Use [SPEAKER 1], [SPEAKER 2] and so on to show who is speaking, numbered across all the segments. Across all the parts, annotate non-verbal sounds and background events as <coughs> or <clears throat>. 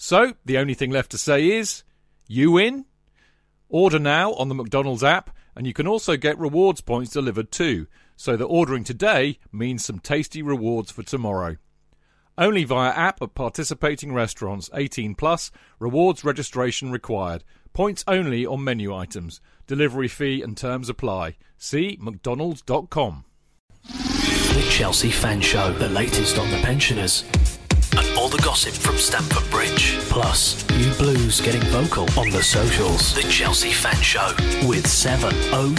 [SPEAKER 1] So, the only thing left to say is, you win? Order now on the McDonald's app, and you can also get rewards points delivered too, so that ordering today means some tasty rewards for tomorrow. Only via app at participating restaurants. 18 plus. Rewards registration required. Points only on menu items. Delivery fee and terms apply. See mcdonalds.com.
[SPEAKER 2] The Chelsea Fan Show, the latest on the pensioners. And all the gossip from Stamford Bridge. Plus, you blues getting vocal on the socials. The Chelsea Fan Show with 7otb.com.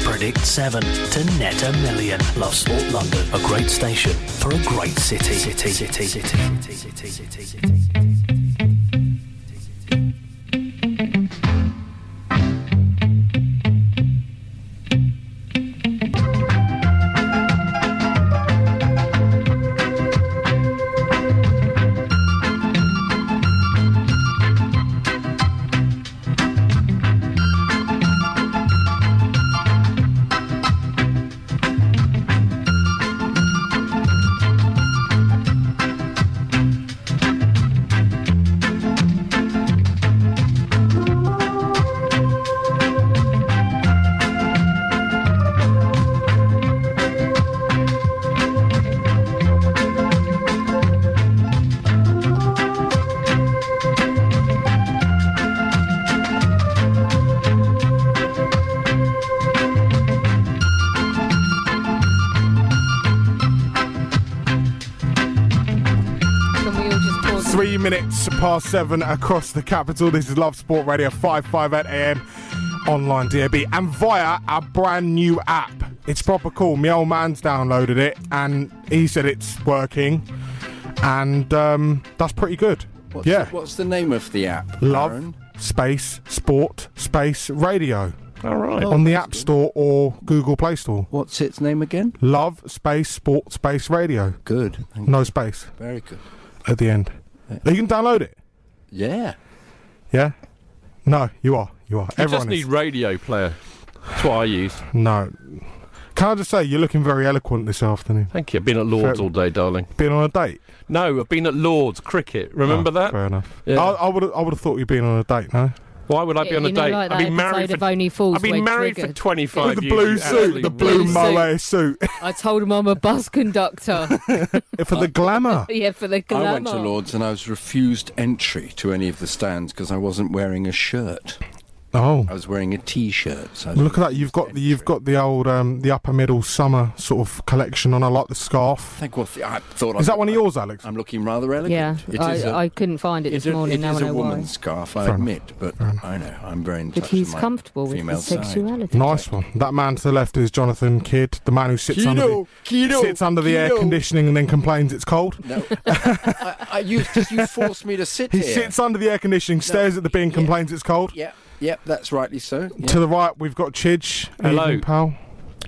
[SPEAKER 2] Predict 7 to net a million. Love Sport London, a great station for a great city. City, city, city, city, city, city, city.
[SPEAKER 3] Can we all just pause? and-
[SPEAKER 4] Three minutes past seven across the capital. This is Love Sport Radio, 558 AM, online DAB, and via our brand new app. It's proper cool. My old man's downloaded it, and he said it's working, and um, that's pretty good.
[SPEAKER 5] What's,
[SPEAKER 4] yeah.
[SPEAKER 5] What's the name of the app?
[SPEAKER 4] Love,
[SPEAKER 5] Aaron?
[SPEAKER 4] space, sport, space, radio.
[SPEAKER 5] All right.
[SPEAKER 4] on the App Store or Google Play Store.
[SPEAKER 5] What's its name again?
[SPEAKER 4] Love, space, sport, space, radio.
[SPEAKER 5] Good. Thank
[SPEAKER 4] No space
[SPEAKER 5] you. Very good.
[SPEAKER 4] at the end. You can download it.
[SPEAKER 5] Yeah.
[SPEAKER 4] Yeah? No, you are. You are.
[SPEAKER 1] You
[SPEAKER 4] Everyone
[SPEAKER 1] just
[SPEAKER 4] is.
[SPEAKER 1] need radio player. That's what I use.
[SPEAKER 4] No. Can I just say you're looking very eloquent this afternoon?
[SPEAKER 1] Thank you. I've been at Lords
[SPEAKER 4] Fair-
[SPEAKER 1] all day, darling.
[SPEAKER 4] Been on a date?
[SPEAKER 1] No, I've been at Lords cricket. Remember
[SPEAKER 4] Oh,
[SPEAKER 1] that?
[SPEAKER 4] Fair enough.
[SPEAKER 1] Yeah.
[SPEAKER 4] I, I would I would have thought you'd been on a date, no?
[SPEAKER 1] Why would I be
[SPEAKER 3] Yeah,
[SPEAKER 1] on a
[SPEAKER 3] you know,
[SPEAKER 1] date? I've
[SPEAKER 3] like that
[SPEAKER 1] been
[SPEAKER 3] episode
[SPEAKER 1] married
[SPEAKER 3] of
[SPEAKER 1] for.
[SPEAKER 3] Only Fools
[SPEAKER 1] I've been
[SPEAKER 3] were
[SPEAKER 1] married for
[SPEAKER 3] triggered.
[SPEAKER 1] 25
[SPEAKER 3] <laughs>
[SPEAKER 4] With the
[SPEAKER 1] years.
[SPEAKER 4] blue
[SPEAKER 1] you
[SPEAKER 4] suit, the
[SPEAKER 1] absolute
[SPEAKER 4] blue
[SPEAKER 3] suit.
[SPEAKER 4] mohair suit <laughs>
[SPEAKER 3] I told him I'm a
[SPEAKER 5] <laughs>
[SPEAKER 3] bus conductor.
[SPEAKER 4] Eh, for the glamour.
[SPEAKER 3] <laughs> yeah, for the glamour.
[SPEAKER 5] I went to Lords and I was refused entry to any of the stands because I wasn't wearing a shirt.
[SPEAKER 4] Oh,
[SPEAKER 5] I was wearing a t-shirt. So I
[SPEAKER 4] look at that!
[SPEAKER 5] refused
[SPEAKER 4] You've got the,
[SPEAKER 5] entry.
[SPEAKER 4] you've got the old um, the upper middle summer sort of collection on. I like the
[SPEAKER 5] I
[SPEAKER 4] scarf.
[SPEAKER 5] think what the, I thought.
[SPEAKER 4] Is
[SPEAKER 5] I
[SPEAKER 4] that one of yours, Alex?
[SPEAKER 5] I'm looking rather elegant.
[SPEAKER 3] Yeah,
[SPEAKER 5] It
[SPEAKER 3] I,
[SPEAKER 5] is a-
[SPEAKER 3] I couldn't find it
[SPEAKER 5] It's
[SPEAKER 3] this
[SPEAKER 5] a,
[SPEAKER 3] morning.
[SPEAKER 5] it
[SPEAKER 3] now
[SPEAKER 5] is
[SPEAKER 3] I know
[SPEAKER 5] a
[SPEAKER 3] why.
[SPEAKER 5] woman's scarf, I
[SPEAKER 4] Fair enough.
[SPEAKER 5] admit, but I know I'm very in touch
[SPEAKER 3] But he's
[SPEAKER 5] with my
[SPEAKER 3] comfortable with
[SPEAKER 5] female
[SPEAKER 3] his sexuality.
[SPEAKER 4] Nice one. That man to the left is Jonathan Kidd, the man who sits under the, sits under the air conditioning and then complains it's cold.
[SPEAKER 5] No, I, I, Uh, you, you forced me to sit
[SPEAKER 4] He
[SPEAKER 5] here.
[SPEAKER 4] sits under the air conditioning, stares at the bin,
[SPEAKER 5] yeah.
[SPEAKER 4] complains it's cold.
[SPEAKER 5] Yep, yep, that's rightly so. yeah.
[SPEAKER 4] To the right, we've got Chidge.
[SPEAKER 1] Hello.
[SPEAKER 4] Evening, pal.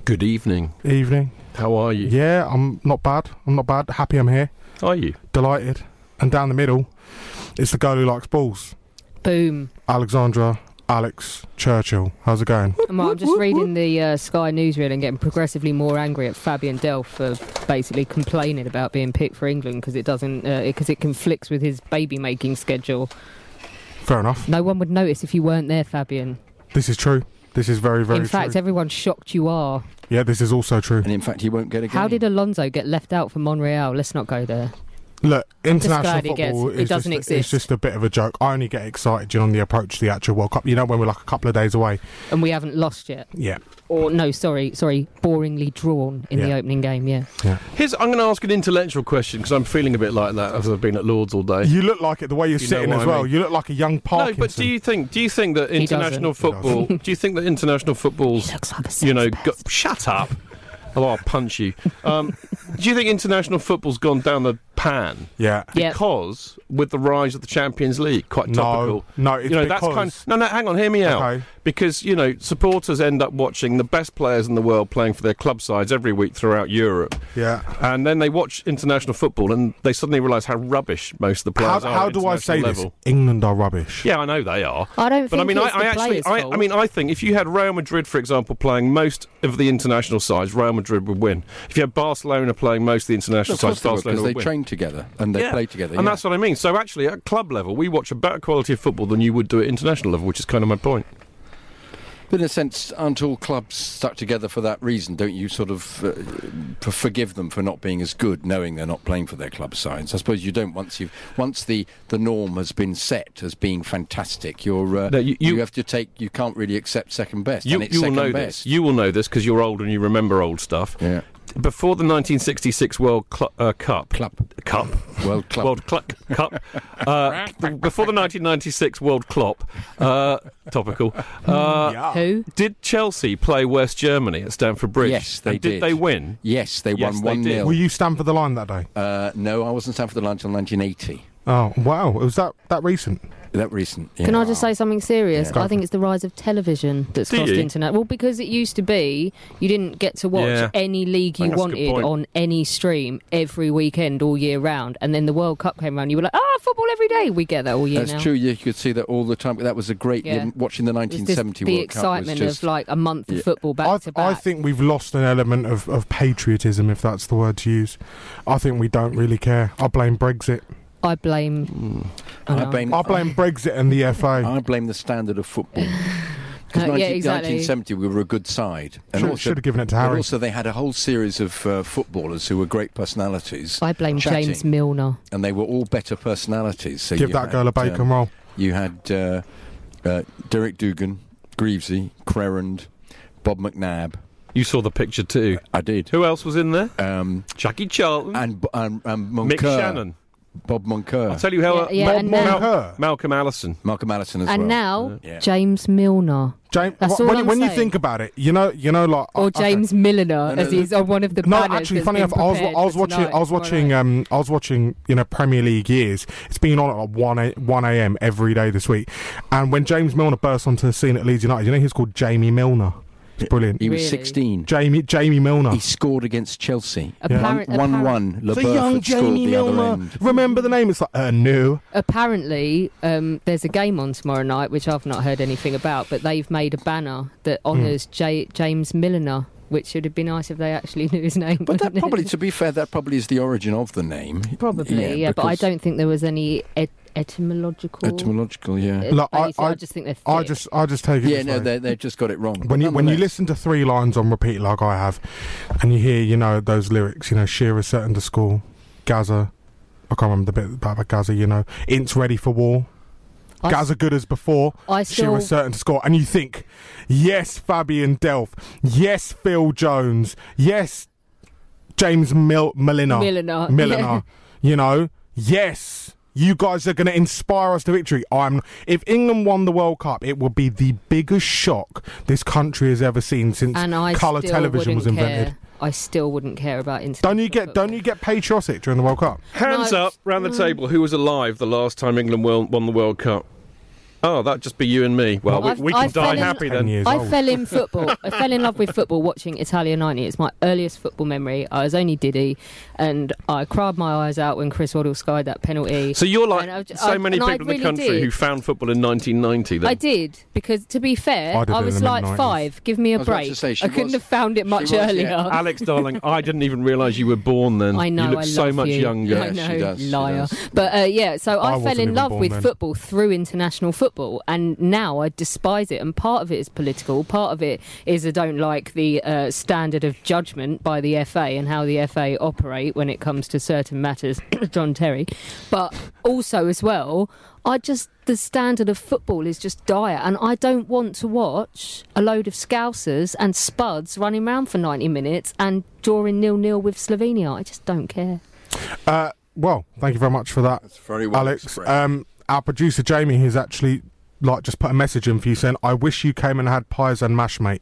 [SPEAKER 1] Good evening.
[SPEAKER 4] Evening.
[SPEAKER 1] How are you?
[SPEAKER 4] Yeah, I'm not bad. I'm not bad. Happy I'm here.
[SPEAKER 1] Are you?
[SPEAKER 4] Delighted. And down the middle, it's the girl who likes balls.
[SPEAKER 3] Boom.
[SPEAKER 4] Alexandra Alex Churchill. How's it going?
[SPEAKER 3] I'm, I'm just reading the uh, Sky newsreel and getting progressively more angry at Fabian Delph for basically complaining about being picked for England because it doesn't because it conflicts with his baby making schedule.
[SPEAKER 4] Fair enough.
[SPEAKER 3] No one would notice if you weren't there, Fabian.
[SPEAKER 4] This is true. This is very, very
[SPEAKER 3] In fact,
[SPEAKER 4] true.
[SPEAKER 3] everyone's shocked you are.
[SPEAKER 4] yeah, this is also true.
[SPEAKER 5] And in fact, he won't get a game.
[SPEAKER 3] How did Alonso get left out for Monreal? Let's not go there.
[SPEAKER 4] Look, international
[SPEAKER 3] glad it
[SPEAKER 4] football
[SPEAKER 3] gets- it
[SPEAKER 4] is
[SPEAKER 3] doesn't
[SPEAKER 4] just, It's
[SPEAKER 3] exist.
[SPEAKER 4] just a bit of a joke. I only get excited you know, on the approach to the actual World Cup. You know, when we're like a couple of days away.
[SPEAKER 3] and we haven't lost yet.
[SPEAKER 4] Yeah.
[SPEAKER 3] Or no, sorry, sorry, boringly drawn in the
[SPEAKER 4] Yeah.
[SPEAKER 3] opening game. Yeah,
[SPEAKER 1] Here's, I'm going to ask an intellectual question because I'm feeling a bit like that as I've been at Lords all day.
[SPEAKER 4] You look like it the way you're
[SPEAKER 1] You know
[SPEAKER 4] sitting
[SPEAKER 1] what
[SPEAKER 4] as
[SPEAKER 1] I
[SPEAKER 4] well.
[SPEAKER 1] mean.
[SPEAKER 4] You look like a young
[SPEAKER 1] No,
[SPEAKER 4] Parkinson.
[SPEAKER 1] but do you think do you think that
[SPEAKER 3] He doesn't.
[SPEAKER 1] international
[SPEAKER 3] He
[SPEAKER 1] football? do you think that international football's
[SPEAKER 3] looks like a
[SPEAKER 1] you know go, shut up? Oh, I'll punch you. Um, do you think international football's gone down the pan?
[SPEAKER 4] Yeah.
[SPEAKER 3] Yeah.
[SPEAKER 1] Because with the rise of the Champions League, quite
[SPEAKER 4] No,
[SPEAKER 1] topical.
[SPEAKER 4] no, it's
[SPEAKER 1] you know
[SPEAKER 4] because-
[SPEAKER 1] that's kind. no, no, hang on, hear me out.
[SPEAKER 4] Okay.
[SPEAKER 1] Because you know supporters end up watching the best players in the world playing for their club sides every week throughout Europe,
[SPEAKER 4] Yeah.
[SPEAKER 1] and then they watch international football and they suddenly realise how rubbish most of the
[SPEAKER 4] How,
[SPEAKER 1] players are. at
[SPEAKER 4] how do I say
[SPEAKER 1] international
[SPEAKER 4] this?
[SPEAKER 1] level.
[SPEAKER 4] England are rubbish.
[SPEAKER 1] <laughs> Yeah, I know they are.
[SPEAKER 3] I don't
[SPEAKER 1] But I
[SPEAKER 3] think
[SPEAKER 1] mean, I,
[SPEAKER 3] it's
[SPEAKER 1] I
[SPEAKER 3] the
[SPEAKER 1] actually,
[SPEAKER 3] players'
[SPEAKER 1] I, I
[SPEAKER 3] fault.
[SPEAKER 1] mean, I think if you had Real Madrid, for example, playing most of the international sides, Real Madrid would win. If you had Barcelona playing most of the international
[SPEAKER 5] Of course
[SPEAKER 1] sides,
[SPEAKER 5] they
[SPEAKER 1] Barcelona
[SPEAKER 5] because
[SPEAKER 1] would
[SPEAKER 5] they
[SPEAKER 1] win.
[SPEAKER 5] train together and they
[SPEAKER 1] Yeah.
[SPEAKER 5] play together.
[SPEAKER 1] and
[SPEAKER 5] yeah.
[SPEAKER 1] that's what I mean. So actually, at club level, we watch a better quality of football than you would do at international level, which is kind of my point.
[SPEAKER 5] But in a sense, aren't all clubs stuck together for that reason? Don't you sort of uh, for- forgive them for not being as good, knowing they're not playing for their club sides? I suppose you don't once you have once the, the norm has been set as being fantastic. You're uh,
[SPEAKER 1] No, you-
[SPEAKER 5] you,
[SPEAKER 1] you-
[SPEAKER 5] have to take. You can't really accept second best.
[SPEAKER 1] You,
[SPEAKER 5] and it's
[SPEAKER 1] you will
[SPEAKER 5] second
[SPEAKER 1] know
[SPEAKER 5] best.
[SPEAKER 1] this. You will know this because you're old and you remember old stuff.
[SPEAKER 5] yeah,
[SPEAKER 1] Before the 1966 World Clu- uh, Cup,
[SPEAKER 5] club,
[SPEAKER 1] Cup,
[SPEAKER 5] <laughs> world club.
[SPEAKER 1] World Cl- Cup. Uh, before the 1996 World Clop, uh, topical. Uh,
[SPEAKER 3] Who?
[SPEAKER 1] Did Chelsea play West Germany at Stamford Bridge?
[SPEAKER 5] Yes, they
[SPEAKER 1] and
[SPEAKER 5] did.
[SPEAKER 1] they win?
[SPEAKER 5] yes, they
[SPEAKER 1] Yes,
[SPEAKER 5] won
[SPEAKER 1] they
[SPEAKER 5] one
[SPEAKER 1] did.
[SPEAKER 4] Were
[SPEAKER 5] nil.
[SPEAKER 4] you stand for the line that day?
[SPEAKER 5] Uh, no, I wasn't Stanford the line until 1980.
[SPEAKER 4] Oh wow! Was that that recent?
[SPEAKER 5] That recent. yeah.
[SPEAKER 3] Can I just say something serious?
[SPEAKER 4] Yeah.
[SPEAKER 3] I think it's the rise of television that's
[SPEAKER 1] Do
[SPEAKER 3] cost
[SPEAKER 1] you?
[SPEAKER 3] internet. Well, because it used to be you didn't get to watch
[SPEAKER 1] Yeah.
[SPEAKER 3] any league
[SPEAKER 1] I think
[SPEAKER 3] you
[SPEAKER 1] that's a good
[SPEAKER 3] wanted
[SPEAKER 1] point.
[SPEAKER 3] on any stream every weekend all year round, and then the World Cup came round. You were like, ah, football every day. We get that all year
[SPEAKER 5] That's
[SPEAKER 3] now.
[SPEAKER 5] true. Yeah, you could see that all the time. That was a great.
[SPEAKER 3] Yeah.
[SPEAKER 5] Yeah. Watching the
[SPEAKER 3] It was just
[SPEAKER 5] 1970
[SPEAKER 3] the
[SPEAKER 5] World
[SPEAKER 3] excitement
[SPEAKER 5] Cup was just
[SPEAKER 3] of like a month of football back
[SPEAKER 4] I,
[SPEAKER 3] to back.
[SPEAKER 4] I think we've lost an element of, of patriotism, if that's the word to use. I think we don't really care. I blame Brexit.
[SPEAKER 3] I blame. Oh,
[SPEAKER 5] Hmm. I
[SPEAKER 3] no.
[SPEAKER 5] blame,
[SPEAKER 4] I blame Brexit and the FA.
[SPEAKER 5] I blame the standard of
[SPEAKER 3] <laughs>
[SPEAKER 5] football. Because
[SPEAKER 3] Uh, yeah, exactly.
[SPEAKER 5] 1970, we were a good side, and
[SPEAKER 4] Should,
[SPEAKER 5] also,
[SPEAKER 4] should have given it to
[SPEAKER 5] but
[SPEAKER 4] Harry.
[SPEAKER 5] also they had a whole series of uh, footballers who were great personalities,
[SPEAKER 3] I blame
[SPEAKER 5] chatting.
[SPEAKER 3] James Milner.
[SPEAKER 5] and they were all better personalities. So
[SPEAKER 4] Give
[SPEAKER 5] you
[SPEAKER 4] that
[SPEAKER 5] had,
[SPEAKER 4] girl a bacon
[SPEAKER 5] um,
[SPEAKER 4] roll.
[SPEAKER 5] you had uh, uh, Derek Dugan, Greavesy, Crerand, Bob McNabb.
[SPEAKER 1] You saw the picture too.
[SPEAKER 5] I did.
[SPEAKER 1] Who else was in there?
[SPEAKER 5] Um,
[SPEAKER 1] Jackie Charlton.
[SPEAKER 5] and B- and, and Moncur,
[SPEAKER 1] Mick Shannon.
[SPEAKER 5] Bob Moncur,
[SPEAKER 1] I'll tell you how.
[SPEAKER 3] Yeah,
[SPEAKER 4] Bob
[SPEAKER 3] and now-
[SPEAKER 4] Moncur.
[SPEAKER 1] Malcolm Allison.
[SPEAKER 5] Malcolm Allison as well.
[SPEAKER 3] and now
[SPEAKER 5] Yeah.
[SPEAKER 3] James Milner
[SPEAKER 4] James,
[SPEAKER 3] That's
[SPEAKER 4] wh-
[SPEAKER 3] all
[SPEAKER 4] when,
[SPEAKER 3] I'm
[SPEAKER 4] when you
[SPEAKER 3] saying.
[SPEAKER 4] think about it, you know, you know, like
[SPEAKER 3] or
[SPEAKER 4] okay.
[SPEAKER 3] James Milliner,
[SPEAKER 5] no,
[SPEAKER 3] as he's on one of the
[SPEAKER 4] No,
[SPEAKER 3] banners
[SPEAKER 4] actually,
[SPEAKER 3] that's
[SPEAKER 4] funny
[SPEAKER 3] been
[SPEAKER 4] enough, I was, I
[SPEAKER 3] prepared
[SPEAKER 4] was
[SPEAKER 3] for
[SPEAKER 4] watching,
[SPEAKER 3] tonight.
[SPEAKER 4] I was
[SPEAKER 3] All
[SPEAKER 4] watching,
[SPEAKER 3] right.
[SPEAKER 4] um, I was watching, you know, Premier League years. It's been on at like one a, one a.m. every day this week. And when James Milner burst onto the scene at Leeds United, you know, he's called Jamie Milner. It's brilliant.
[SPEAKER 5] He was
[SPEAKER 3] Really?
[SPEAKER 5] 16.
[SPEAKER 4] Jamie Jamie Milner.
[SPEAKER 5] He scored against Chelsea.
[SPEAKER 3] Apparent-
[SPEAKER 5] one
[SPEAKER 3] apparent-
[SPEAKER 5] one. Le
[SPEAKER 4] It's a young
[SPEAKER 5] Burford scored
[SPEAKER 4] Jamie
[SPEAKER 5] the other
[SPEAKER 4] Milner.
[SPEAKER 5] end.
[SPEAKER 4] Remember the name? It's like uh, new.
[SPEAKER 3] Apparently, um, there's a game on tomorrow night which I've not heard anything about, but they've made a banner that
[SPEAKER 4] Hmm.
[SPEAKER 3] honours J- James Milliner, which would have been nice if they actually <laughs> knew his name.
[SPEAKER 5] But that
[SPEAKER 3] wouldn't it?
[SPEAKER 5] probably, to be fair, that probably is the origin of the name.
[SPEAKER 3] probably, yeah. but I
[SPEAKER 5] because-
[SPEAKER 3] don't think there was any et- etymological.
[SPEAKER 5] Etymological, yeah.
[SPEAKER 3] uh,
[SPEAKER 4] Look, I-
[SPEAKER 3] basis. I,
[SPEAKER 4] I-
[SPEAKER 3] just think they're.
[SPEAKER 4] I
[SPEAKER 3] thick.
[SPEAKER 4] just I just take it.
[SPEAKER 5] Yeah,
[SPEAKER 4] this
[SPEAKER 5] no,
[SPEAKER 4] way.
[SPEAKER 5] they, they just got it wrong.
[SPEAKER 4] when
[SPEAKER 5] But
[SPEAKER 4] you when you
[SPEAKER 5] nonetheless-
[SPEAKER 4] listen to three lines on repeat like I have, and you hear you know those lyrics, you know Shearer set under school, Gaza. I can't remember the bit about Gaza. You know, Ince ready for war.
[SPEAKER 3] I,
[SPEAKER 4] Gaza good as before.
[SPEAKER 3] I still.
[SPEAKER 4] Shearer certain to score, and you think, yes, Fabian Delph, yes, Phil Jones, yes, James Mil- Milliner,
[SPEAKER 3] Milliner, <laughs>
[SPEAKER 4] Milliner,
[SPEAKER 3] yeah.
[SPEAKER 4] you know, yes. You guys are going to inspire us to victory. I'm. If England won the World Cup, it would be the biggest shock this country has ever seen since
[SPEAKER 3] and I
[SPEAKER 4] color
[SPEAKER 3] still
[SPEAKER 4] television was
[SPEAKER 3] wouldn't care.
[SPEAKER 4] invented.
[SPEAKER 3] I still wouldn't care about international.
[SPEAKER 4] Don't you get? Don't you get patriotic during the World Cup?
[SPEAKER 1] Hands
[SPEAKER 3] No, Mm.
[SPEAKER 1] up round the table. Who was alive the last time England wel- won the World Cup? Oh, that'd just be you and me. Well, we,
[SPEAKER 3] I've-
[SPEAKER 1] we can
[SPEAKER 3] I've
[SPEAKER 1] die
[SPEAKER 3] fallen-
[SPEAKER 1] happy
[SPEAKER 4] Ten
[SPEAKER 1] then.
[SPEAKER 4] years
[SPEAKER 3] I
[SPEAKER 4] old.
[SPEAKER 3] fell in football. I fell in love with football watching Italia 90. It's my earliest football memory. I was only diddy, and I cried my eyes out when Chris Waddle skied that penalty.
[SPEAKER 1] So you're like
[SPEAKER 3] And I've j-
[SPEAKER 1] so
[SPEAKER 3] I've-
[SPEAKER 1] many
[SPEAKER 3] and I
[SPEAKER 1] people in the
[SPEAKER 3] really
[SPEAKER 1] country
[SPEAKER 3] did.
[SPEAKER 1] who found football in 1990. Then.
[SPEAKER 3] I did because, to be fair,
[SPEAKER 4] I
[SPEAKER 3] I,
[SPEAKER 4] did it in
[SPEAKER 3] was
[SPEAKER 4] the
[SPEAKER 3] like
[SPEAKER 4] mid-nineties.
[SPEAKER 3] five. Give me a
[SPEAKER 5] I was about to
[SPEAKER 3] break.
[SPEAKER 5] say, she
[SPEAKER 3] I couldn't
[SPEAKER 5] was-
[SPEAKER 3] have found it
[SPEAKER 5] she
[SPEAKER 3] much
[SPEAKER 5] was, yeah.
[SPEAKER 3] earlier. <laughs>
[SPEAKER 1] Alex, darling, I didn't even realise you were born then.
[SPEAKER 3] I know.
[SPEAKER 1] You look
[SPEAKER 3] I love
[SPEAKER 1] so much
[SPEAKER 3] you.
[SPEAKER 1] younger.
[SPEAKER 3] I
[SPEAKER 5] Yeah,
[SPEAKER 3] know,
[SPEAKER 5] she does, she
[SPEAKER 3] liar.
[SPEAKER 5] does.
[SPEAKER 3] But uh, yeah, so
[SPEAKER 4] I
[SPEAKER 3] I,
[SPEAKER 4] wasn't
[SPEAKER 3] fell in
[SPEAKER 4] even
[SPEAKER 3] love
[SPEAKER 4] born
[SPEAKER 3] with
[SPEAKER 4] then.
[SPEAKER 3] football through international football, and now I despise it. And part of it is political. Part of it is I don't like the uh, standard of judgment by the FA and how the FA operate when it comes to certain matters. <coughs> John Terry, but also as well, I just the standard of football is just dire, and I don't want to watch a load of scousers and spuds running around for ninety minutes and drawing nil nil with Slovenia. I just don't care.
[SPEAKER 4] Uh, well, thank you very much for that,
[SPEAKER 5] That's very well
[SPEAKER 4] Alex.
[SPEAKER 5] expressed.
[SPEAKER 4] Um, our producer Jamie has actually like just put a message in for you saying, "I wish you came and had pies and mash, mate."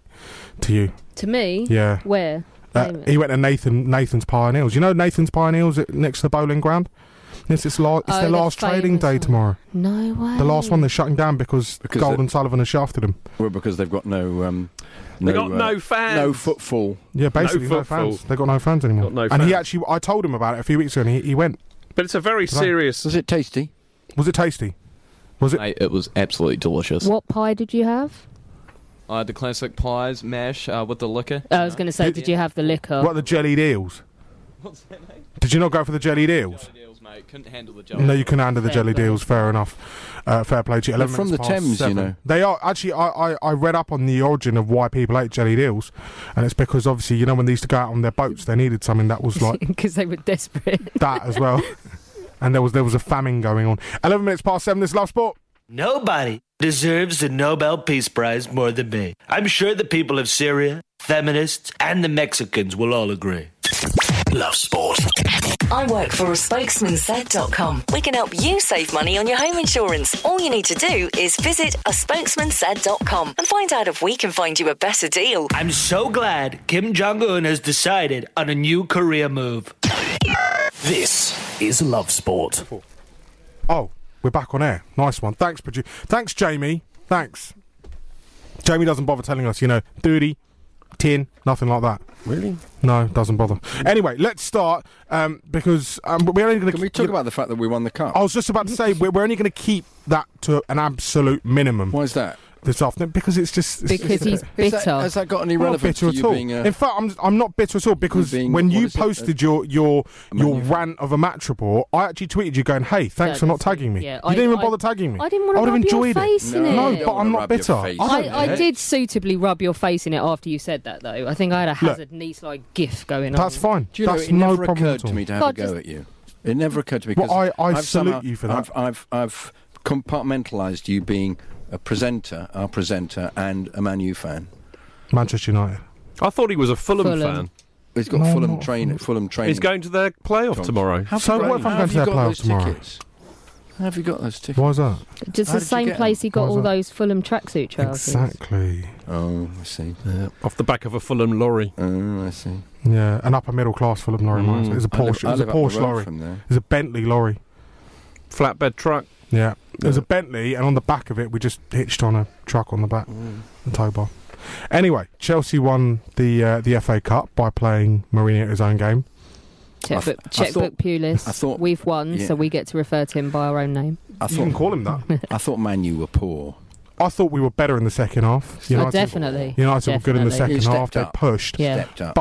[SPEAKER 4] To you,
[SPEAKER 3] To me,
[SPEAKER 4] yeah.
[SPEAKER 3] where
[SPEAKER 4] Uh, he went to Nathan Nathan's Pie and Eels. You know Nathan's Pie and Eels at- next to the bowling ground. It's, its, la- it's
[SPEAKER 3] Oh,
[SPEAKER 4] their
[SPEAKER 3] the
[SPEAKER 4] last trading
[SPEAKER 3] famous
[SPEAKER 4] day
[SPEAKER 3] one.
[SPEAKER 4] tomorrow.
[SPEAKER 3] no way.
[SPEAKER 4] The last one they're shutting down because,
[SPEAKER 5] Because
[SPEAKER 4] Golden Sullivan has shafted them.
[SPEAKER 5] Well, because they've got no. Um,
[SPEAKER 1] They got
[SPEAKER 5] uh,
[SPEAKER 1] no fans.
[SPEAKER 5] No footfall.
[SPEAKER 4] Yeah, basically no,
[SPEAKER 1] footfall.
[SPEAKER 4] fans. They got no fans anymore.
[SPEAKER 1] Got no
[SPEAKER 4] and he
[SPEAKER 1] fans.
[SPEAKER 4] actually, I told him about it a few weeks ago, and he, he went.
[SPEAKER 1] But it's a very
[SPEAKER 4] Right.
[SPEAKER 1] serious.
[SPEAKER 5] Was it tasty?
[SPEAKER 4] Was it tasty? Was it?
[SPEAKER 6] Mate, it was absolutely delicious.
[SPEAKER 3] What pie did you have?
[SPEAKER 6] I had the classic pies, mash uh, with the liquor.
[SPEAKER 3] I was going to say, did you have the liquor? <laughs>
[SPEAKER 4] What the jellied eels?
[SPEAKER 6] What's that, mate?
[SPEAKER 4] Did you not go for the jellied eels?
[SPEAKER 6] Deals, mate. Couldn't handle the
[SPEAKER 4] No, you can handle the
[SPEAKER 3] Fair
[SPEAKER 4] jellied
[SPEAKER 3] play.
[SPEAKER 4] eels. Fair enough. Uh, fair play to you.
[SPEAKER 5] They're
[SPEAKER 4] 11
[SPEAKER 5] from
[SPEAKER 4] minutes
[SPEAKER 5] the
[SPEAKER 4] past
[SPEAKER 5] Thames, you
[SPEAKER 4] seven.
[SPEAKER 5] know.
[SPEAKER 4] They are actually. I, I I read up on the origin of why people ate jellied eels, and it's because obviously you know when they used to go out on their boats, they needed something that was
[SPEAKER 6] <laughs>
[SPEAKER 4] like
[SPEAKER 3] Because they were desperate.
[SPEAKER 4] that as well. And there was there was a famine going on. Eleven minutes past seven. This is love sport.
[SPEAKER 2] Nobody deserves the Nobel Peace Prize more than me. I'm sure the people of Syria, feminists, and the Mexicans will all agree.
[SPEAKER 7] Love sport.
[SPEAKER 8] I work for a spokesmansaid.com. We can help you save money on your home insurance. All you need to do is visit a spokesmansaid.com and find out if we can find you a better deal.
[SPEAKER 2] I'm so glad Kim Jong un has decided on a new career move.
[SPEAKER 7] This is Love Sport.
[SPEAKER 4] Oh, we're back on air. Nice one. Thanks, produ- Thanks, Jamie. Thanks. Jamie doesn't bother telling us, you know, 30, 10, nothing like that.
[SPEAKER 1] Really?
[SPEAKER 4] No, doesn't bother. Anyway, let's start um, because um, we're only going
[SPEAKER 5] Can we
[SPEAKER 4] to.
[SPEAKER 5] talk about the fact that we won the cup?
[SPEAKER 4] I was just about to say we're, we're only going to keep that to an absolute minimum
[SPEAKER 5] Why is that?
[SPEAKER 4] this afternoon because it's just it's, <laughs>
[SPEAKER 3] Because
[SPEAKER 4] it's-
[SPEAKER 3] he's
[SPEAKER 4] I'm
[SPEAKER 5] Is
[SPEAKER 3] bitter.
[SPEAKER 5] that- has that got any
[SPEAKER 4] not
[SPEAKER 5] relevance
[SPEAKER 4] bitter
[SPEAKER 5] to
[SPEAKER 4] at
[SPEAKER 5] you
[SPEAKER 4] all.
[SPEAKER 5] being a?
[SPEAKER 4] In fact, I'm I'm not bitter at all because
[SPEAKER 5] being-
[SPEAKER 4] when
[SPEAKER 5] what
[SPEAKER 4] you
[SPEAKER 5] is it?
[SPEAKER 4] posted your your
[SPEAKER 5] A
[SPEAKER 4] your
[SPEAKER 5] magnific-
[SPEAKER 4] rant of a match report, I actually tweeted you going, "Hey, thanks
[SPEAKER 3] Yeah,
[SPEAKER 4] for not
[SPEAKER 3] that's-
[SPEAKER 4] tagging me.
[SPEAKER 3] yeah,
[SPEAKER 4] you
[SPEAKER 3] I-
[SPEAKER 4] didn't even
[SPEAKER 3] I-
[SPEAKER 4] bother tagging me.
[SPEAKER 3] I didn't want
[SPEAKER 4] I
[SPEAKER 3] to
[SPEAKER 4] would have
[SPEAKER 3] rub your
[SPEAKER 4] enjoyed it.
[SPEAKER 3] face in
[SPEAKER 5] No,
[SPEAKER 3] it.
[SPEAKER 5] you
[SPEAKER 4] No,
[SPEAKER 5] don't
[SPEAKER 4] but
[SPEAKER 5] wanna
[SPEAKER 4] I'm not
[SPEAKER 5] rub your
[SPEAKER 4] bitter.
[SPEAKER 5] face.
[SPEAKER 4] I don't
[SPEAKER 3] I, I
[SPEAKER 4] care.
[SPEAKER 3] did suitably rub your face in it after you said that, though. I think I had a
[SPEAKER 4] Look,
[SPEAKER 3] hazard niece like gif going on.
[SPEAKER 4] That's fine.
[SPEAKER 5] Do you know,
[SPEAKER 4] That's
[SPEAKER 5] it
[SPEAKER 4] no
[SPEAKER 5] never
[SPEAKER 4] problem
[SPEAKER 5] occurred
[SPEAKER 4] at all.
[SPEAKER 5] to me to have
[SPEAKER 3] God,
[SPEAKER 5] a go
[SPEAKER 3] just-
[SPEAKER 5] at you. It never occurred to me.
[SPEAKER 4] Well,
[SPEAKER 5] 'cause
[SPEAKER 4] I- I
[SPEAKER 5] I've
[SPEAKER 4] salute
[SPEAKER 5] somehow-
[SPEAKER 4] you for that.
[SPEAKER 5] I've, I've, I've compartmentalised you being a presenter, our presenter, and a Man U fan.
[SPEAKER 4] Manchester United.
[SPEAKER 1] I thought he was a Fulham,
[SPEAKER 3] Fulham.
[SPEAKER 1] fan.
[SPEAKER 5] He's got
[SPEAKER 4] No,
[SPEAKER 5] Fulham
[SPEAKER 4] not
[SPEAKER 5] train. Fulham train.
[SPEAKER 1] He's going to their playoff
[SPEAKER 5] John.
[SPEAKER 1] tomorrow.
[SPEAKER 5] How
[SPEAKER 4] So
[SPEAKER 5] great.
[SPEAKER 4] what if I'm
[SPEAKER 5] How
[SPEAKER 4] going
[SPEAKER 5] have
[SPEAKER 4] to
[SPEAKER 5] you
[SPEAKER 4] their
[SPEAKER 5] got those
[SPEAKER 4] playoffs tomorrow?
[SPEAKER 5] tickets? How have you got those tickets?
[SPEAKER 4] Why is that?
[SPEAKER 3] Just
[SPEAKER 5] How
[SPEAKER 3] the
[SPEAKER 5] did you
[SPEAKER 3] same
[SPEAKER 5] get
[SPEAKER 3] place he got
[SPEAKER 4] Why is
[SPEAKER 3] all
[SPEAKER 4] that?
[SPEAKER 3] those Fulham tracksuit trousers.
[SPEAKER 4] Exactly.
[SPEAKER 5] Oh, I see.
[SPEAKER 1] Yeah, off the back of a Fulham lorry.
[SPEAKER 5] Oh, I see.
[SPEAKER 4] Yeah, an upper middle class Fulham lorry. mine.
[SPEAKER 1] Mm.
[SPEAKER 4] It was a
[SPEAKER 5] I live-
[SPEAKER 4] Porsche.
[SPEAKER 5] I
[SPEAKER 4] It was a
[SPEAKER 5] live up the
[SPEAKER 4] Porsche
[SPEAKER 5] road
[SPEAKER 4] lorry. It
[SPEAKER 5] From there.
[SPEAKER 4] was a Bentley lorry.
[SPEAKER 1] Flatbed truck.
[SPEAKER 4] Yeah. It was a Bentley, and on the back of it, we just hitched on a truck on the back,
[SPEAKER 5] Mm.
[SPEAKER 4] the tow bar. Anyway, Chelsea won the uh, the FA Cup by playing Mourinho at his own game.
[SPEAKER 3] Checkbook,
[SPEAKER 5] I thought-
[SPEAKER 3] checkbook Pulis.
[SPEAKER 5] I thought-
[SPEAKER 3] We've won,
[SPEAKER 5] yeah.
[SPEAKER 3] so we get to refer to him by our own name.
[SPEAKER 5] I
[SPEAKER 4] You can
[SPEAKER 5] thought,
[SPEAKER 4] call him that.
[SPEAKER 3] <laughs>
[SPEAKER 5] I thought Man U were poor.
[SPEAKER 4] I thought we were better in the second half.
[SPEAKER 3] oh, definitely.
[SPEAKER 4] United were good in the
[SPEAKER 3] Definitely.
[SPEAKER 4] second
[SPEAKER 5] He
[SPEAKER 4] half.
[SPEAKER 5] stepped
[SPEAKER 4] They
[SPEAKER 5] up.
[SPEAKER 4] pushed.
[SPEAKER 3] Yeah.
[SPEAKER 5] Stepped up.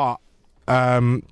[SPEAKER 4] But um,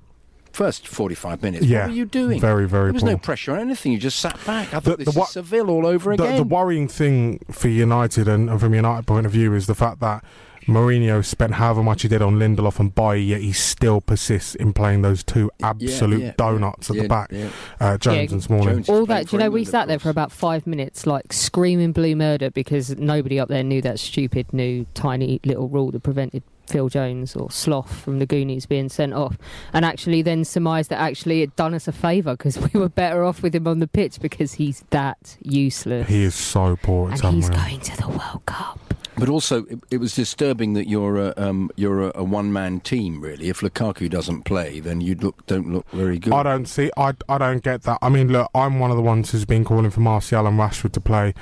[SPEAKER 5] First 45 minutes.
[SPEAKER 4] yeah,
[SPEAKER 5] What were you doing?
[SPEAKER 4] Very, very
[SPEAKER 5] There was
[SPEAKER 4] poor.
[SPEAKER 5] no pressure on anything. You just sat back. I
[SPEAKER 4] The-
[SPEAKER 5] thought
[SPEAKER 4] the
[SPEAKER 5] this
[SPEAKER 4] wa-
[SPEAKER 5] is Seville all over
[SPEAKER 4] the,
[SPEAKER 5] again.
[SPEAKER 4] the worrying thing for United and, and from a United point of view is the fact that Mourinho spent however much he did on Lindelof and Bailly, yet he still persists in playing those two absolute
[SPEAKER 5] yeah, yeah.
[SPEAKER 4] donuts at
[SPEAKER 5] Yeah,
[SPEAKER 4] the back,
[SPEAKER 5] yeah.
[SPEAKER 4] uh, Jones
[SPEAKER 3] Yeah,
[SPEAKER 4] and Smalling.
[SPEAKER 5] Jones. He's
[SPEAKER 3] all
[SPEAKER 5] playing
[SPEAKER 3] that, do you know,
[SPEAKER 5] for
[SPEAKER 3] we
[SPEAKER 5] England,
[SPEAKER 3] sat
[SPEAKER 5] of
[SPEAKER 3] there for
[SPEAKER 5] course.
[SPEAKER 3] about five minutes, like screaming blue murder because nobody up there knew that stupid new tiny little rule that prevented Phil Jones or Sloth from the Goonies being sent off. And actually, then surmised that actually it done us a favour because <laughs> we were better off with him on the pitch because he's that useless.
[SPEAKER 4] He is so poor. It's um,
[SPEAKER 3] and he's
[SPEAKER 4] unreal.
[SPEAKER 3] going to the World Cup.
[SPEAKER 5] But also, it, it was disturbing that you're a, um, you're a, a one man team. Really, if Lukaku doesn't play, then you look don't look very good.
[SPEAKER 4] I don't see. I, I don't get that. I mean, look, I'm one of the ones who's been calling for Martial and Rashford to play.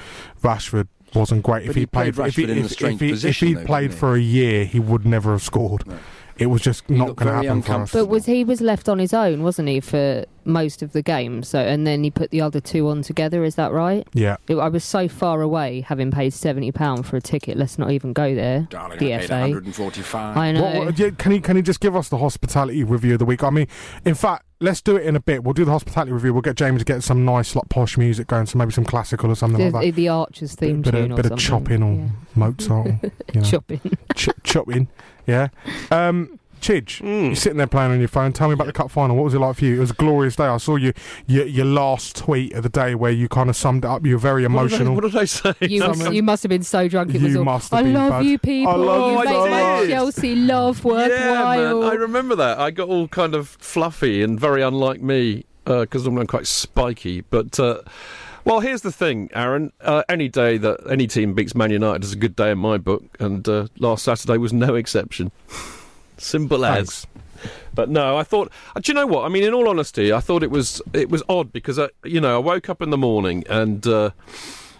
[SPEAKER 4] Rashford wasn't great.
[SPEAKER 5] But
[SPEAKER 4] if
[SPEAKER 5] he
[SPEAKER 4] he played,
[SPEAKER 5] played
[SPEAKER 4] if he
[SPEAKER 5] Rashford in a
[SPEAKER 4] if, if
[SPEAKER 5] strange
[SPEAKER 4] he,
[SPEAKER 5] position,
[SPEAKER 4] if
[SPEAKER 5] though,
[SPEAKER 4] he'd played
[SPEAKER 5] didn't he?
[SPEAKER 4] for a year, he would never have scored.
[SPEAKER 5] No.
[SPEAKER 4] It was just not
[SPEAKER 5] looked
[SPEAKER 4] going to
[SPEAKER 5] very
[SPEAKER 4] happen for us.
[SPEAKER 5] uncomfortable.
[SPEAKER 3] But was he was left on his own, wasn't he, for most of the game? So and then he put the other two on together. Is that right?
[SPEAKER 4] Yeah.
[SPEAKER 3] It- I was so far away, having paid seventy pound for a ticket. Let's not even go there.
[SPEAKER 5] Darling,
[SPEAKER 3] the
[SPEAKER 5] I paid
[SPEAKER 3] FA.
[SPEAKER 5] 145.
[SPEAKER 3] I know.
[SPEAKER 4] What- what- yeah, can he can he just give us the hospitality review of the week? I mean, in fact, let's do it in a bit. We'll do the hospitality review. We'll get Jamie to get some nice, like, posh music going, so maybe some classical or something
[SPEAKER 3] The,
[SPEAKER 4] like that.
[SPEAKER 3] the Archers theme
[SPEAKER 4] bit
[SPEAKER 3] tune
[SPEAKER 4] of,
[SPEAKER 3] or
[SPEAKER 4] bit of
[SPEAKER 3] something.
[SPEAKER 4] chopping or Mozart.
[SPEAKER 3] <laughs>
[SPEAKER 4] or, you know,
[SPEAKER 3] Chopping.
[SPEAKER 4] <laughs> Ch- chopping, yeah. Um, Chidge, you're sitting there playing on your phone. Tell me about the cup final. What was it like for you? It was a glorious day. I saw you, your, your last tweet of the day where you kind of summed it up. You were very <laughs> emotional.
[SPEAKER 1] What did I, say?
[SPEAKER 3] You, must, you must have been so drunk. It
[SPEAKER 4] You
[SPEAKER 3] was all,
[SPEAKER 4] must have
[SPEAKER 3] I
[SPEAKER 4] been
[SPEAKER 3] love
[SPEAKER 4] bad.
[SPEAKER 3] you people.
[SPEAKER 1] I love
[SPEAKER 3] you
[SPEAKER 1] you so
[SPEAKER 3] make my
[SPEAKER 1] much."
[SPEAKER 3] Chelsea love worthwhile.
[SPEAKER 1] I remember that. I got all kind of fluffy and very unlike me because I'm quite spiky. But uh, well, here's the thing, Aaron. Uh, any day that any team beats Man United is a good day in my book, and uh, last Saturday was no exception. Simple as. But no, I thought. uh, Do you know what? I mean, in all honesty, I thought it was it was odd because I, you know, I woke up in the morning and. Uh,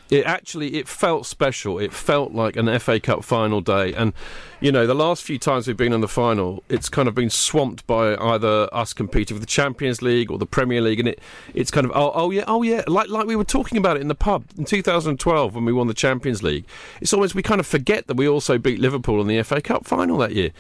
[SPEAKER 1] it actually it felt special it felt like an fa cup final day and you know the last few times we've been in the final it's kind of been swamped by either us competing with the champions league or the premier league and it it's kind of oh, oh yeah oh yeah like like we were talking about it in the pub in 2012 when we won the champions league it's almost we kind of forget that we also beat liverpool in the fa cup final that year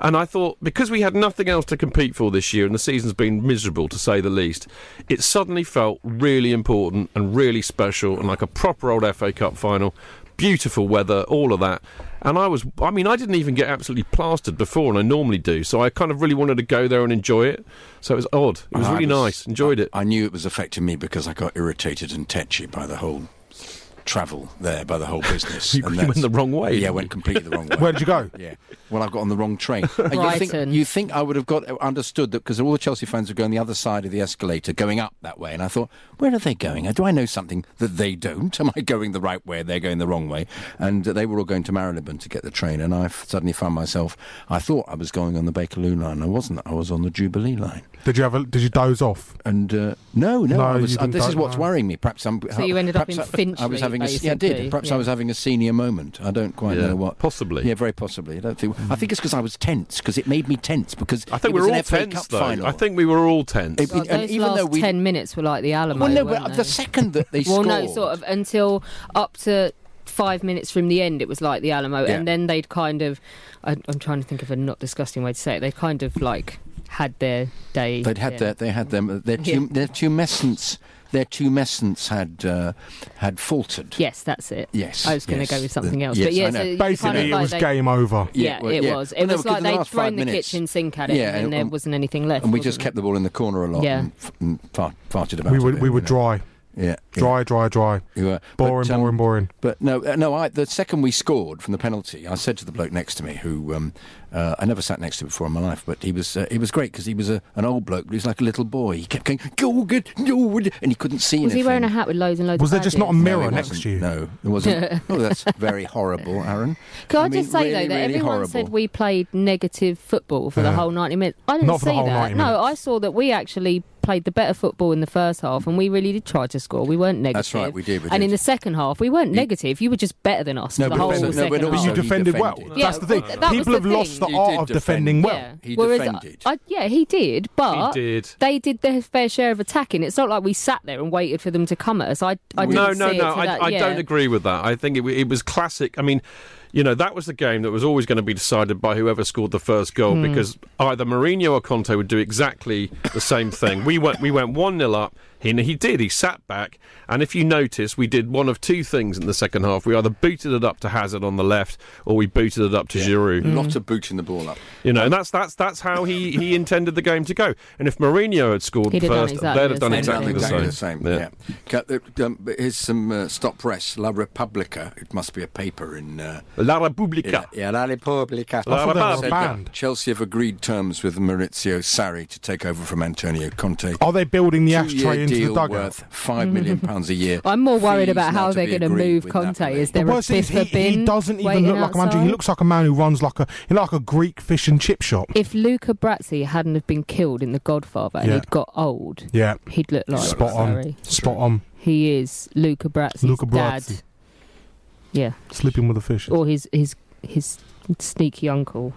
[SPEAKER 1] and i thought because we had nothing else to compete for this year and the season's been miserable to say the least it suddenly felt really important and really special and like a proper old FA Cup final. Beautiful weather, all of that. And I was, I mean, I didn't even get absolutely plastered before, and I normally do. So I kind of really wanted to go there and enjoy it. So it was odd. It was
[SPEAKER 5] I
[SPEAKER 1] really
[SPEAKER 5] was-
[SPEAKER 1] nice. Enjoyed it.
[SPEAKER 5] I knew it was affecting me because I got irritated and tetchy by the whole travel there, by the whole
[SPEAKER 1] <laughs>
[SPEAKER 5] business.
[SPEAKER 1] You- you went
[SPEAKER 5] that's-
[SPEAKER 1] the wrong way,
[SPEAKER 5] Yeah, I
[SPEAKER 1] didn't
[SPEAKER 5] went
[SPEAKER 1] you?
[SPEAKER 5] completely the
[SPEAKER 4] <laughs>
[SPEAKER 5] wrong way.
[SPEAKER 4] Where did you go?
[SPEAKER 5] <laughs> Yeah. Well, I've got on the wrong
[SPEAKER 3] <laughs>
[SPEAKER 5] train. And you,
[SPEAKER 3] Brighton.
[SPEAKER 5] think, you think I would have got understood that because all the Chelsea fans were going the other side of the escalator, going up that way, and I thought, where are they going? Do I know something that they don't? Am I going the right way? They're going the wrong way, and uh, they were all going to Marylebone to get the train, and I f- suddenly found myself. I thought I was going on the Bakerloo line. I wasn't. I was on the Jubilee line.
[SPEAKER 4] Did you have a, Did you doze off?
[SPEAKER 5] And uh, no, no.
[SPEAKER 4] No,
[SPEAKER 5] I
[SPEAKER 4] you
[SPEAKER 5] was, uh,
[SPEAKER 4] didn't
[SPEAKER 5] this is
[SPEAKER 4] do-
[SPEAKER 5] what's
[SPEAKER 4] no.
[SPEAKER 5] worrying me. Perhaps I'm.
[SPEAKER 3] So you ended up
[SPEAKER 5] perhaps
[SPEAKER 3] in
[SPEAKER 5] I, I was
[SPEAKER 3] Finchley,
[SPEAKER 5] having a. Yeah, I
[SPEAKER 3] basically,
[SPEAKER 5] did. Perhaps
[SPEAKER 3] yeah.
[SPEAKER 5] I was having a senior moment. I don't quite
[SPEAKER 1] Yeah,
[SPEAKER 5] know what.
[SPEAKER 1] possibly.
[SPEAKER 5] Yeah, very possibly. I don't think. I think it's because I was tense. Because it made me tense. Because
[SPEAKER 1] I think
[SPEAKER 5] it
[SPEAKER 1] we
[SPEAKER 5] was
[SPEAKER 1] were
[SPEAKER 5] an
[SPEAKER 1] all
[SPEAKER 5] FA
[SPEAKER 1] tense,
[SPEAKER 5] Cup
[SPEAKER 1] though.
[SPEAKER 5] final.
[SPEAKER 1] I think we were all tense.
[SPEAKER 5] It-
[SPEAKER 3] Well,
[SPEAKER 5] and
[SPEAKER 3] those
[SPEAKER 5] even
[SPEAKER 3] last
[SPEAKER 5] though we.
[SPEAKER 3] ten minutes were like the Alamo.
[SPEAKER 5] well, no,
[SPEAKER 3] weren't
[SPEAKER 5] but
[SPEAKER 3] they?
[SPEAKER 5] the second that they
[SPEAKER 3] <laughs> well,
[SPEAKER 5] scored.
[SPEAKER 3] no, sort of until up to five minutes from the end, it was like the Alamo,
[SPEAKER 5] Yeah.
[SPEAKER 3] and then they'd kind of. I, I'm trying to think of a not disgusting way to say it. They kind of like had their day.
[SPEAKER 5] They'd had
[SPEAKER 3] yeah.
[SPEAKER 5] their, they had them, their,
[SPEAKER 3] Yeah.
[SPEAKER 5] tum, their tumescence, their tumescence had uh, had faltered.
[SPEAKER 3] Yes, that's it.
[SPEAKER 5] Yes,
[SPEAKER 3] I was going to
[SPEAKER 5] yes,
[SPEAKER 3] go with something
[SPEAKER 5] the-
[SPEAKER 3] else,
[SPEAKER 5] yes,
[SPEAKER 3] but yeah,
[SPEAKER 5] I know.
[SPEAKER 3] so you kind
[SPEAKER 4] Basically,
[SPEAKER 3] of
[SPEAKER 4] it
[SPEAKER 3] like
[SPEAKER 4] was
[SPEAKER 3] they-
[SPEAKER 4] game over.
[SPEAKER 3] Yeah,
[SPEAKER 5] well,
[SPEAKER 3] it
[SPEAKER 5] yeah.
[SPEAKER 3] was. It
[SPEAKER 5] Well, no,
[SPEAKER 3] was
[SPEAKER 5] because
[SPEAKER 3] like
[SPEAKER 5] the
[SPEAKER 3] they'd
[SPEAKER 5] last five
[SPEAKER 3] thrown the
[SPEAKER 5] minutes-
[SPEAKER 3] kitchen sink at it,
[SPEAKER 5] Yeah,
[SPEAKER 3] and then
[SPEAKER 5] and-
[SPEAKER 3] there wasn't anything left.
[SPEAKER 5] And we
[SPEAKER 3] was
[SPEAKER 5] just
[SPEAKER 3] there?
[SPEAKER 5] kept the ball in the corner a lot
[SPEAKER 3] Yeah.
[SPEAKER 5] and, f- and fart, farted about.
[SPEAKER 4] We
[SPEAKER 5] a
[SPEAKER 4] were
[SPEAKER 5] bit,
[SPEAKER 4] we
[SPEAKER 5] you
[SPEAKER 4] were
[SPEAKER 5] know.
[SPEAKER 4] dry,
[SPEAKER 5] Yeah, yeah.
[SPEAKER 4] dry, dry, dry.
[SPEAKER 5] You were. But,
[SPEAKER 4] Boring,
[SPEAKER 5] um,
[SPEAKER 4] boring, boring.
[SPEAKER 5] But no, uh, no. I, the second we scored from the penalty, I said to the bloke next to me, who um, uh, I never sat next to before in my life, but he was uh, he was great because he was a, an old bloke, but he was like a little boy. He kept going, go good, no, good," and he couldn't see
[SPEAKER 3] Was
[SPEAKER 5] anything.
[SPEAKER 3] he wearing a hat with loads and loads?
[SPEAKER 4] Was
[SPEAKER 3] of
[SPEAKER 4] there just not a
[SPEAKER 3] badges?
[SPEAKER 4] mirror
[SPEAKER 5] no, it
[SPEAKER 4] next
[SPEAKER 5] wasn't.
[SPEAKER 4] to you?
[SPEAKER 5] No, it wasn't.
[SPEAKER 3] <laughs>
[SPEAKER 5] oh, that's very horrible, Aaron.
[SPEAKER 3] Can I,
[SPEAKER 5] mean,
[SPEAKER 3] just
[SPEAKER 5] really,
[SPEAKER 3] say though that
[SPEAKER 5] really
[SPEAKER 3] everyone
[SPEAKER 5] horrible.
[SPEAKER 3] said we played negative football for the
[SPEAKER 4] Yeah.
[SPEAKER 3] whole ninety minutes. I didn't
[SPEAKER 4] Not for
[SPEAKER 3] see
[SPEAKER 4] the whole
[SPEAKER 3] that.
[SPEAKER 4] 90
[SPEAKER 3] No,
[SPEAKER 4] minutes.
[SPEAKER 3] I saw that we actually played the better football in the first half, and we really did try to score. We weren't negative.
[SPEAKER 5] That's right, we did, we
[SPEAKER 3] and in
[SPEAKER 5] did.
[SPEAKER 3] the second half, we weren't negative. You were just better than us
[SPEAKER 5] No,
[SPEAKER 3] for the
[SPEAKER 5] but
[SPEAKER 3] whole
[SPEAKER 5] also- no,
[SPEAKER 3] second
[SPEAKER 5] but
[SPEAKER 3] half.
[SPEAKER 5] also-
[SPEAKER 4] But you
[SPEAKER 5] he
[SPEAKER 4] defended well.
[SPEAKER 5] defended.
[SPEAKER 3] Yeah,
[SPEAKER 4] That's the thing.
[SPEAKER 3] well, that was
[SPEAKER 4] People
[SPEAKER 3] the
[SPEAKER 4] have lost the
[SPEAKER 3] thing.
[SPEAKER 5] You
[SPEAKER 4] art
[SPEAKER 5] did
[SPEAKER 4] of
[SPEAKER 5] defend.
[SPEAKER 4] defending well.
[SPEAKER 3] Yeah.
[SPEAKER 5] He
[SPEAKER 3] Whereas
[SPEAKER 5] defended.
[SPEAKER 3] I, I- yeah, he did, but
[SPEAKER 1] He did.
[SPEAKER 3] they did their fair share of attacking. It's not like we sat there and waited for them to come at us. I, I
[SPEAKER 1] no,
[SPEAKER 3] didn't
[SPEAKER 1] no,
[SPEAKER 3] see it
[SPEAKER 1] no.
[SPEAKER 3] for
[SPEAKER 1] I,
[SPEAKER 3] that,
[SPEAKER 1] I
[SPEAKER 3] yeah.
[SPEAKER 1] don't agree with that. I think it, w- it was classic. I mean, you know, that was the game that was always going to be decided by whoever scored the first
[SPEAKER 3] Hmm.
[SPEAKER 1] goal because either Mourinho or Conte would do exactly the same thing. We went, we went one 0 up. He, he did. He sat back, and if you notice, we did one of two things in the second half. We either booted it up to Hazard on the left, or we booted it up to Giroud.
[SPEAKER 5] Lot Mm. of booting the ball up.
[SPEAKER 1] You know, and that's that's that's how he, he intended the game to go. And if Mourinho had scored
[SPEAKER 3] He'd have done
[SPEAKER 1] first,
[SPEAKER 3] exactly
[SPEAKER 1] they'd
[SPEAKER 3] the
[SPEAKER 1] have done
[SPEAKER 3] same.
[SPEAKER 1] exactly,
[SPEAKER 3] They'd have done
[SPEAKER 1] the
[SPEAKER 5] exactly
[SPEAKER 1] same.
[SPEAKER 5] the same. Yeah. Ca- uh, um, but here's some uh, stop press. La Repubblica. It must be a paper in. Uh,
[SPEAKER 1] La Repubblica.
[SPEAKER 5] Yeah, La Repubblica.
[SPEAKER 1] La
[SPEAKER 4] thought they were
[SPEAKER 1] Repubblica.
[SPEAKER 4] a band.
[SPEAKER 5] Chelsea have agreed terms with Maurizio Sarri to take over from Antonio Conte.
[SPEAKER 4] Are they building the
[SPEAKER 5] Two-year
[SPEAKER 4] ashtray into
[SPEAKER 5] deal
[SPEAKER 4] the dugout?
[SPEAKER 5] worth five million pounds a year.
[SPEAKER 3] I'm more worried
[SPEAKER 5] Fees
[SPEAKER 3] about
[SPEAKER 5] now
[SPEAKER 3] how
[SPEAKER 5] to
[SPEAKER 3] they're
[SPEAKER 5] be
[SPEAKER 3] going to
[SPEAKER 5] agreed
[SPEAKER 3] move
[SPEAKER 5] with
[SPEAKER 3] Conte.
[SPEAKER 5] Napoli.
[SPEAKER 3] Is there
[SPEAKER 4] the
[SPEAKER 3] a
[SPEAKER 4] worst thing is
[SPEAKER 3] bit
[SPEAKER 4] he,
[SPEAKER 3] for bin
[SPEAKER 4] he doesn't even
[SPEAKER 3] waiting
[SPEAKER 4] look like a manager. He
[SPEAKER 3] outside?
[SPEAKER 4] looks like a man who runs like a you know, like a Greek fish and chip shop.
[SPEAKER 3] If Luca Brazzi hadn't have been killed in The Godfather and
[SPEAKER 4] Yeah.
[SPEAKER 3] he'd got old,
[SPEAKER 4] Yeah,
[SPEAKER 3] he'd look like
[SPEAKER 4] spot
[SPEAKER 3] Sarri.
[SPEAKER 4] on, spot on.
[SPEAKER 3] He is Luca Brazzi's
[SPEAKER 4] Luca
[SPEAKER 3] dad.
[SPEAKER 4] Brazzi,
[SPEAKER 3] Yeah,
[SPEAKER 4] sleeping with a fish.
[SPEAKER 3] or his his his sneaky uncle,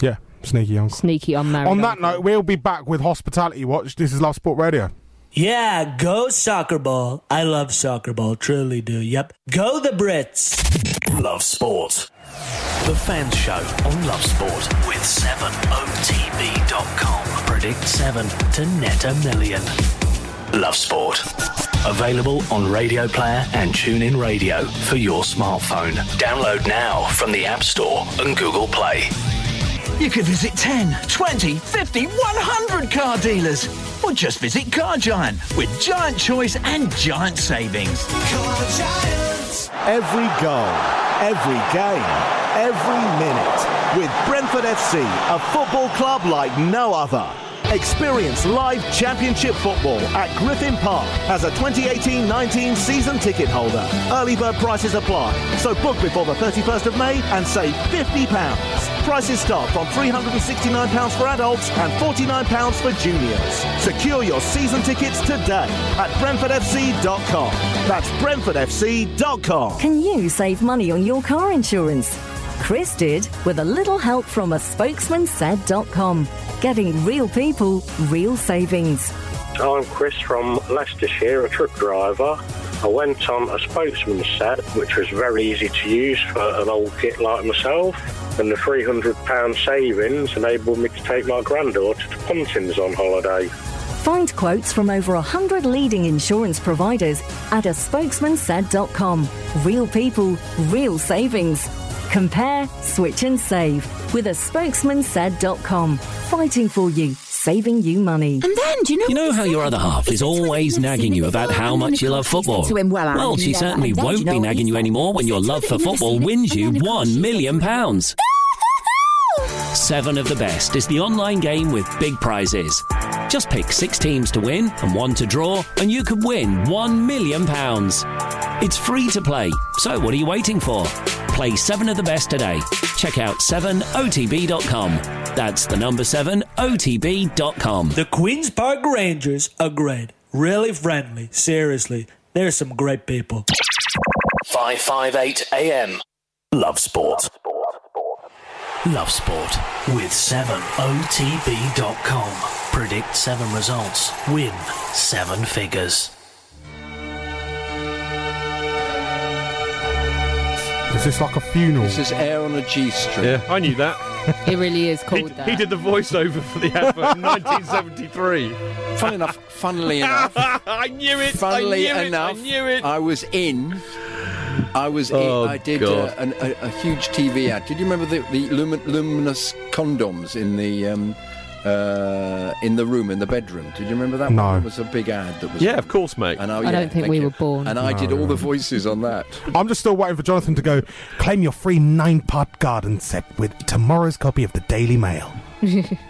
[SPEAKER 4] Yeah, sneaky uncle.
[SPEAKER 3] sneaky unmarried.
[SPEAKER 4] On that
[SPEAKER 3] uncle.
[SPEAKER 4] note, we'll be back with hospitality watch. This is Love Sport Radio.
[SPEAKER 9] Yeah, go soccer ball. I love soccer ball, truly do. Yep. Go the Brits.
[SPEAKER 7] Love Sport. The Fans Show on Love Sport with 7OTV.com. Predict 7 to net a million. Love Sport. Available on Radio Player and TuneIn Radio for your smartphone. Download now from the App Store and Google Play.
[SPEAKER 10] You could visit 10, 20, 50, 100 car dealers. Or just visit Car Giant with giant choice and giant savings.
[SPEAKER 11] Every goal, every game, every minute. With Brentford FC, a football club like no other. Experience live championship football at Griffin Park as a 2018-19 season ticket holder. Early bird prices apply, so book before the 31st of May and save £50. Prices start from £369 for adults and £49 for juniors. Secure your season tickets today at BrentfordFC.com. That's BrentfordFC.com.
[SPEAKER 8] Can you save money on your car insurance? Chris did with a little help from a spokesman said.com. Getting real people, real savings.
[SPEAKER 12] I'm Chris from Leicestershire, a truck driver. I went on a spokesman set, which was very easy to use for an old git like myself. And the £300 savings enabled me to take my granddaughter to Pontins on holiday.
[SPEAKER 8] Find quotes from over 100 leading insurance providers at a spokesman said.com. Real people, real savings. Compare, switch and save with a spokesman said.com. Fighting for you, saving you money. And then, do you know
[SPEAKER 13] You know how your other half is always nagging you about how much you love football?
[SPEAKER 14] to him, well, Alan,
[SPEAKER 13] Well, she
[SPEAKER 14] yeah,
[SPEAKER 13] certainly
[SPEAKER 14] and then
[SPEAKER 13] won't
[SPEAKER 14] you know
[SPEAKER 13] be
[SPEAKER 14] what
[SPEAKER 13] nagging you anymore when your love for football wins you one million pounds. Seven of the Best is the online game with big prizes. Just pick six teams to win and one to draw, and you could win one million pounds. It's free to play, so what are you waiting for? Play Seven of the Best today. Check out 7otb.com. That's the number 7otb.com.
[SPEAKER 9] The Queen's Park Rangers are great. Really friendly. Seriously. They're some great people.
[SPEAKER 7] 558 AM. Love Sport. Love Sport with 7otb.com. Predict 7 results, win 7 figures.
[SPEAKER 4] Is this like a funeral?
[SPEAKER 5] This is air on a G string.
[SPEAKER 1] Yeah, I knew that.
[SPEAKER 3] <laughs> It really is called that.
[SPEAKER 1] He did the voiceover for the advert
[SPEAKER 3] <laughs>
[SPEAKER 1] in 1973.
[SPEAKER 5] Fun enough, funnily enough,
[SPEAKER 1] <laughs> I knew it.
[SPEAKER 5] Funnily
[SPEAKER 1] I knew
[SPEAKER 5] enough,
[SPEAKER 1] it. I knew it.
[SPEAKER 5] I was in. I was.
[SPEAKER 1] Oh,
[SPEAKER 5] in, I did
[SPEAKER 1] God.
[SPEAKER 5] uh, an, a, a huge TV ad. Did you remember the, the lumin- luminous condoms in the um, uh, in the room in the bedroom? Did you remember that?
[SPEAKER 4] No.
[SPEAKER 5] one? it was a big ad that was.
[SPEAKER 1] Yeah, of course, mate.
[SPEAKER 5] And I,
[SPEAKER 4] I don't think
[SPEAKER 5] thank
[SPEAKER 4] we
[SPEAKER 5] you.
[SPEAKER 4] were born.
[SPEAKER 5] And I
[SPEAKER 4] No,
[SPEAKER 5] did all the voices on that.
[SPEAKER 4] I'm just still waiting for Jonathan to go claim your free nine part garden set with tomorrow's copy of the Daily Mail.
[SPEAKER 3] <laughs>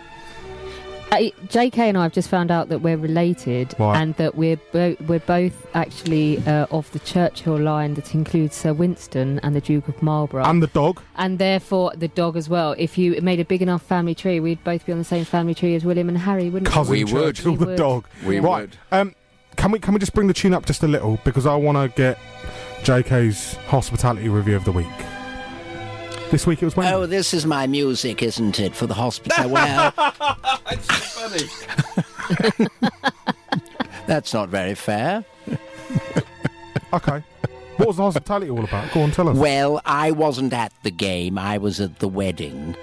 [SPEAKER 3] I- JK and I have just found out that we're related
[SPEAKER 4] What?
[SPEAKER 3] and that we're bo- we're both actually uh, of the Churchill line that includes Sir Winston and the Duke of Marlborough.
[SPEAKER 4] And the dog.
[SPEAKER 3] and therefore the dog as well. If you made a big enough family tree, we'd both be on the same family tree as William and Harry, wouldn't
[SPEAKER 4] Cousin
[SPEAKER 3] we?
[SPEAKER 4] Churchill the dog.
[SPEAKER 5] We
[SPEAKER 4] right.
[SPEAKER 5] would.
[SPEAKER 4] Um, can we can we just bring the tune up just a little because I want to get JK's hospitality review of the week. This week it was when
[SPEAKER 15] Oh, this is my music, isn't it, for the
[SPEAKER 4] <laughs>
[SPEAKER 15] hospital? Well,
[SPEAKER 1] Funny.
[SPEAKER 15] <laughs> that's not very fair.
[SPEAKER 4] <laughs> okay. What was the hospitality all about? Go on, tell us.
[SPEAKER 15] Well, I wasn't at the game. I was at
[SPEAKER 4] <laughs>
[SPEAKER 15] the wedding,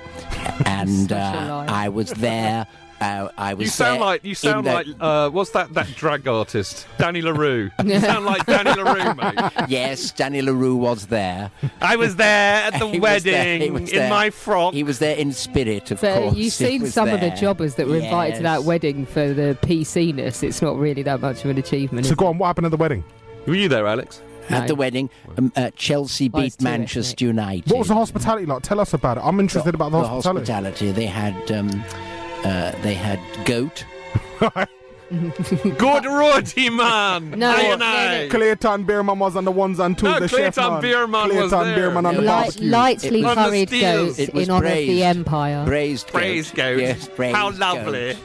[SPEAKER 15] and
[SPEAKER 1] Such a
[SPEAKER 15] uh,
[SPEAKER 1] lie.
[SPEAKER 15] I was there. Uh, I was.
[SPEAKER 1] You sound
[SPEAKER 15] there
[SPEAKER 1] like you
[SPEAKER 15] in
[SPEAKER 1] sound
[SPEAKER 15] the-
[SPEAKER 1] like uh, what's that that drag artist Danny
[SPEAKER 3] <laughs>
[SPEAKER 1] Larue? you sound like Danny Larue, mate.
[SPEAKER 15] yes, Danny Larue was there.
[SPEAKER 1] I was there
[SPEAKER 15] <laughs>
[SPEAKER 1] at the
[SPEAKER 15] He was there, he
[SPEAKER 1] wedding
[SPEAKER 15] was
[SPEAKER 1] in
[SPEAKER 15] there.
[SPEAKER 1] my frock.
[SPEAKER 15] He was there in spirit, of
[SPEAKER 3] So
[SPEAKER 15] course. <laughs>
[SPEAKER 3] you've
[SPEAKER 15] He
[SPEAKER 3] seen
[SPEAKER 15] was
[SPEAKER 3] some of the
[SPEAKER 15] there.
[SPEAKER 3] jobbers that were invited to that
[SPEAKER 15] Yes.
[SPEAKER 3] wedding for the PC-ness. It's not really that much of an achievement.
[SPEAKER 4] So
[SPEAKER 3] is
[SPEAKER 4] go on. What happened at the wedding?
[SPEAKER 1] Were you there, Alex?
[SPEAKER 15] At the wedding, um, uh, Chelsea
[SPEAKER 4] Oh, it's
[SPEAKER 15] beat
[SPEAKER 4] too late,
[SPEAKER 15] Manchester United.
[SPEAKER 4] What was the hospitality like? Tell us about it. I'm interested about the, hospitality.
[SPEAKER 15] They had um, uh, they had goat.
[SPEAKER 1] <laughs>
[SPEAKER 4] <laughs>
[SPEAKER 1] Good ruddy
[SPEAKER 3] <laughs>
[SPEAKER 1] man.
[SPEAKER 4] No,
[SPEAKER 1] Aye
[SPEAKER 4] no,
[SPEAKER 1] and aye.
[SPEAKER 4] Clear Tan Bierman was on the ones and twos.
[SPEAKER 1] No,
[SPEAKER 4] the
[SPEAKER 1] Clear
[SPEAKER 4] chef
[SPEAKER 1] Tan
[SPEAKER 4] man.
[SPEAKER 1] Bierman
[SPEAKER 4] Clear
[SPEAKER 1] was
[SPEAKER 4] Tan
[SPEAKER 1] there.
[SPEAKER 4] Bierman on the
[SPEAKER 3] Li-
[SPEAKER 4] barbecue.
[SPEAKER 3] lightly
[SPEAKER 15] It was-
[SPEAKER 3] curried
[SPEAKER 15] Steals.
[SPEAKER 3] goats
[SPEAKER 15] It was
[SPEAKER 3] in honour of the
[SPEAKER 15] braised.
[SPEAKER 3] empire.
[SPEAKER 15] Braised goat.
[SPEAKER 1] Praise goat.
[SPEAKER 15] Yes, praise
[SPEAKER 1] How
[SPEAKER 15] goat.
[SPEAKER 1] lovely.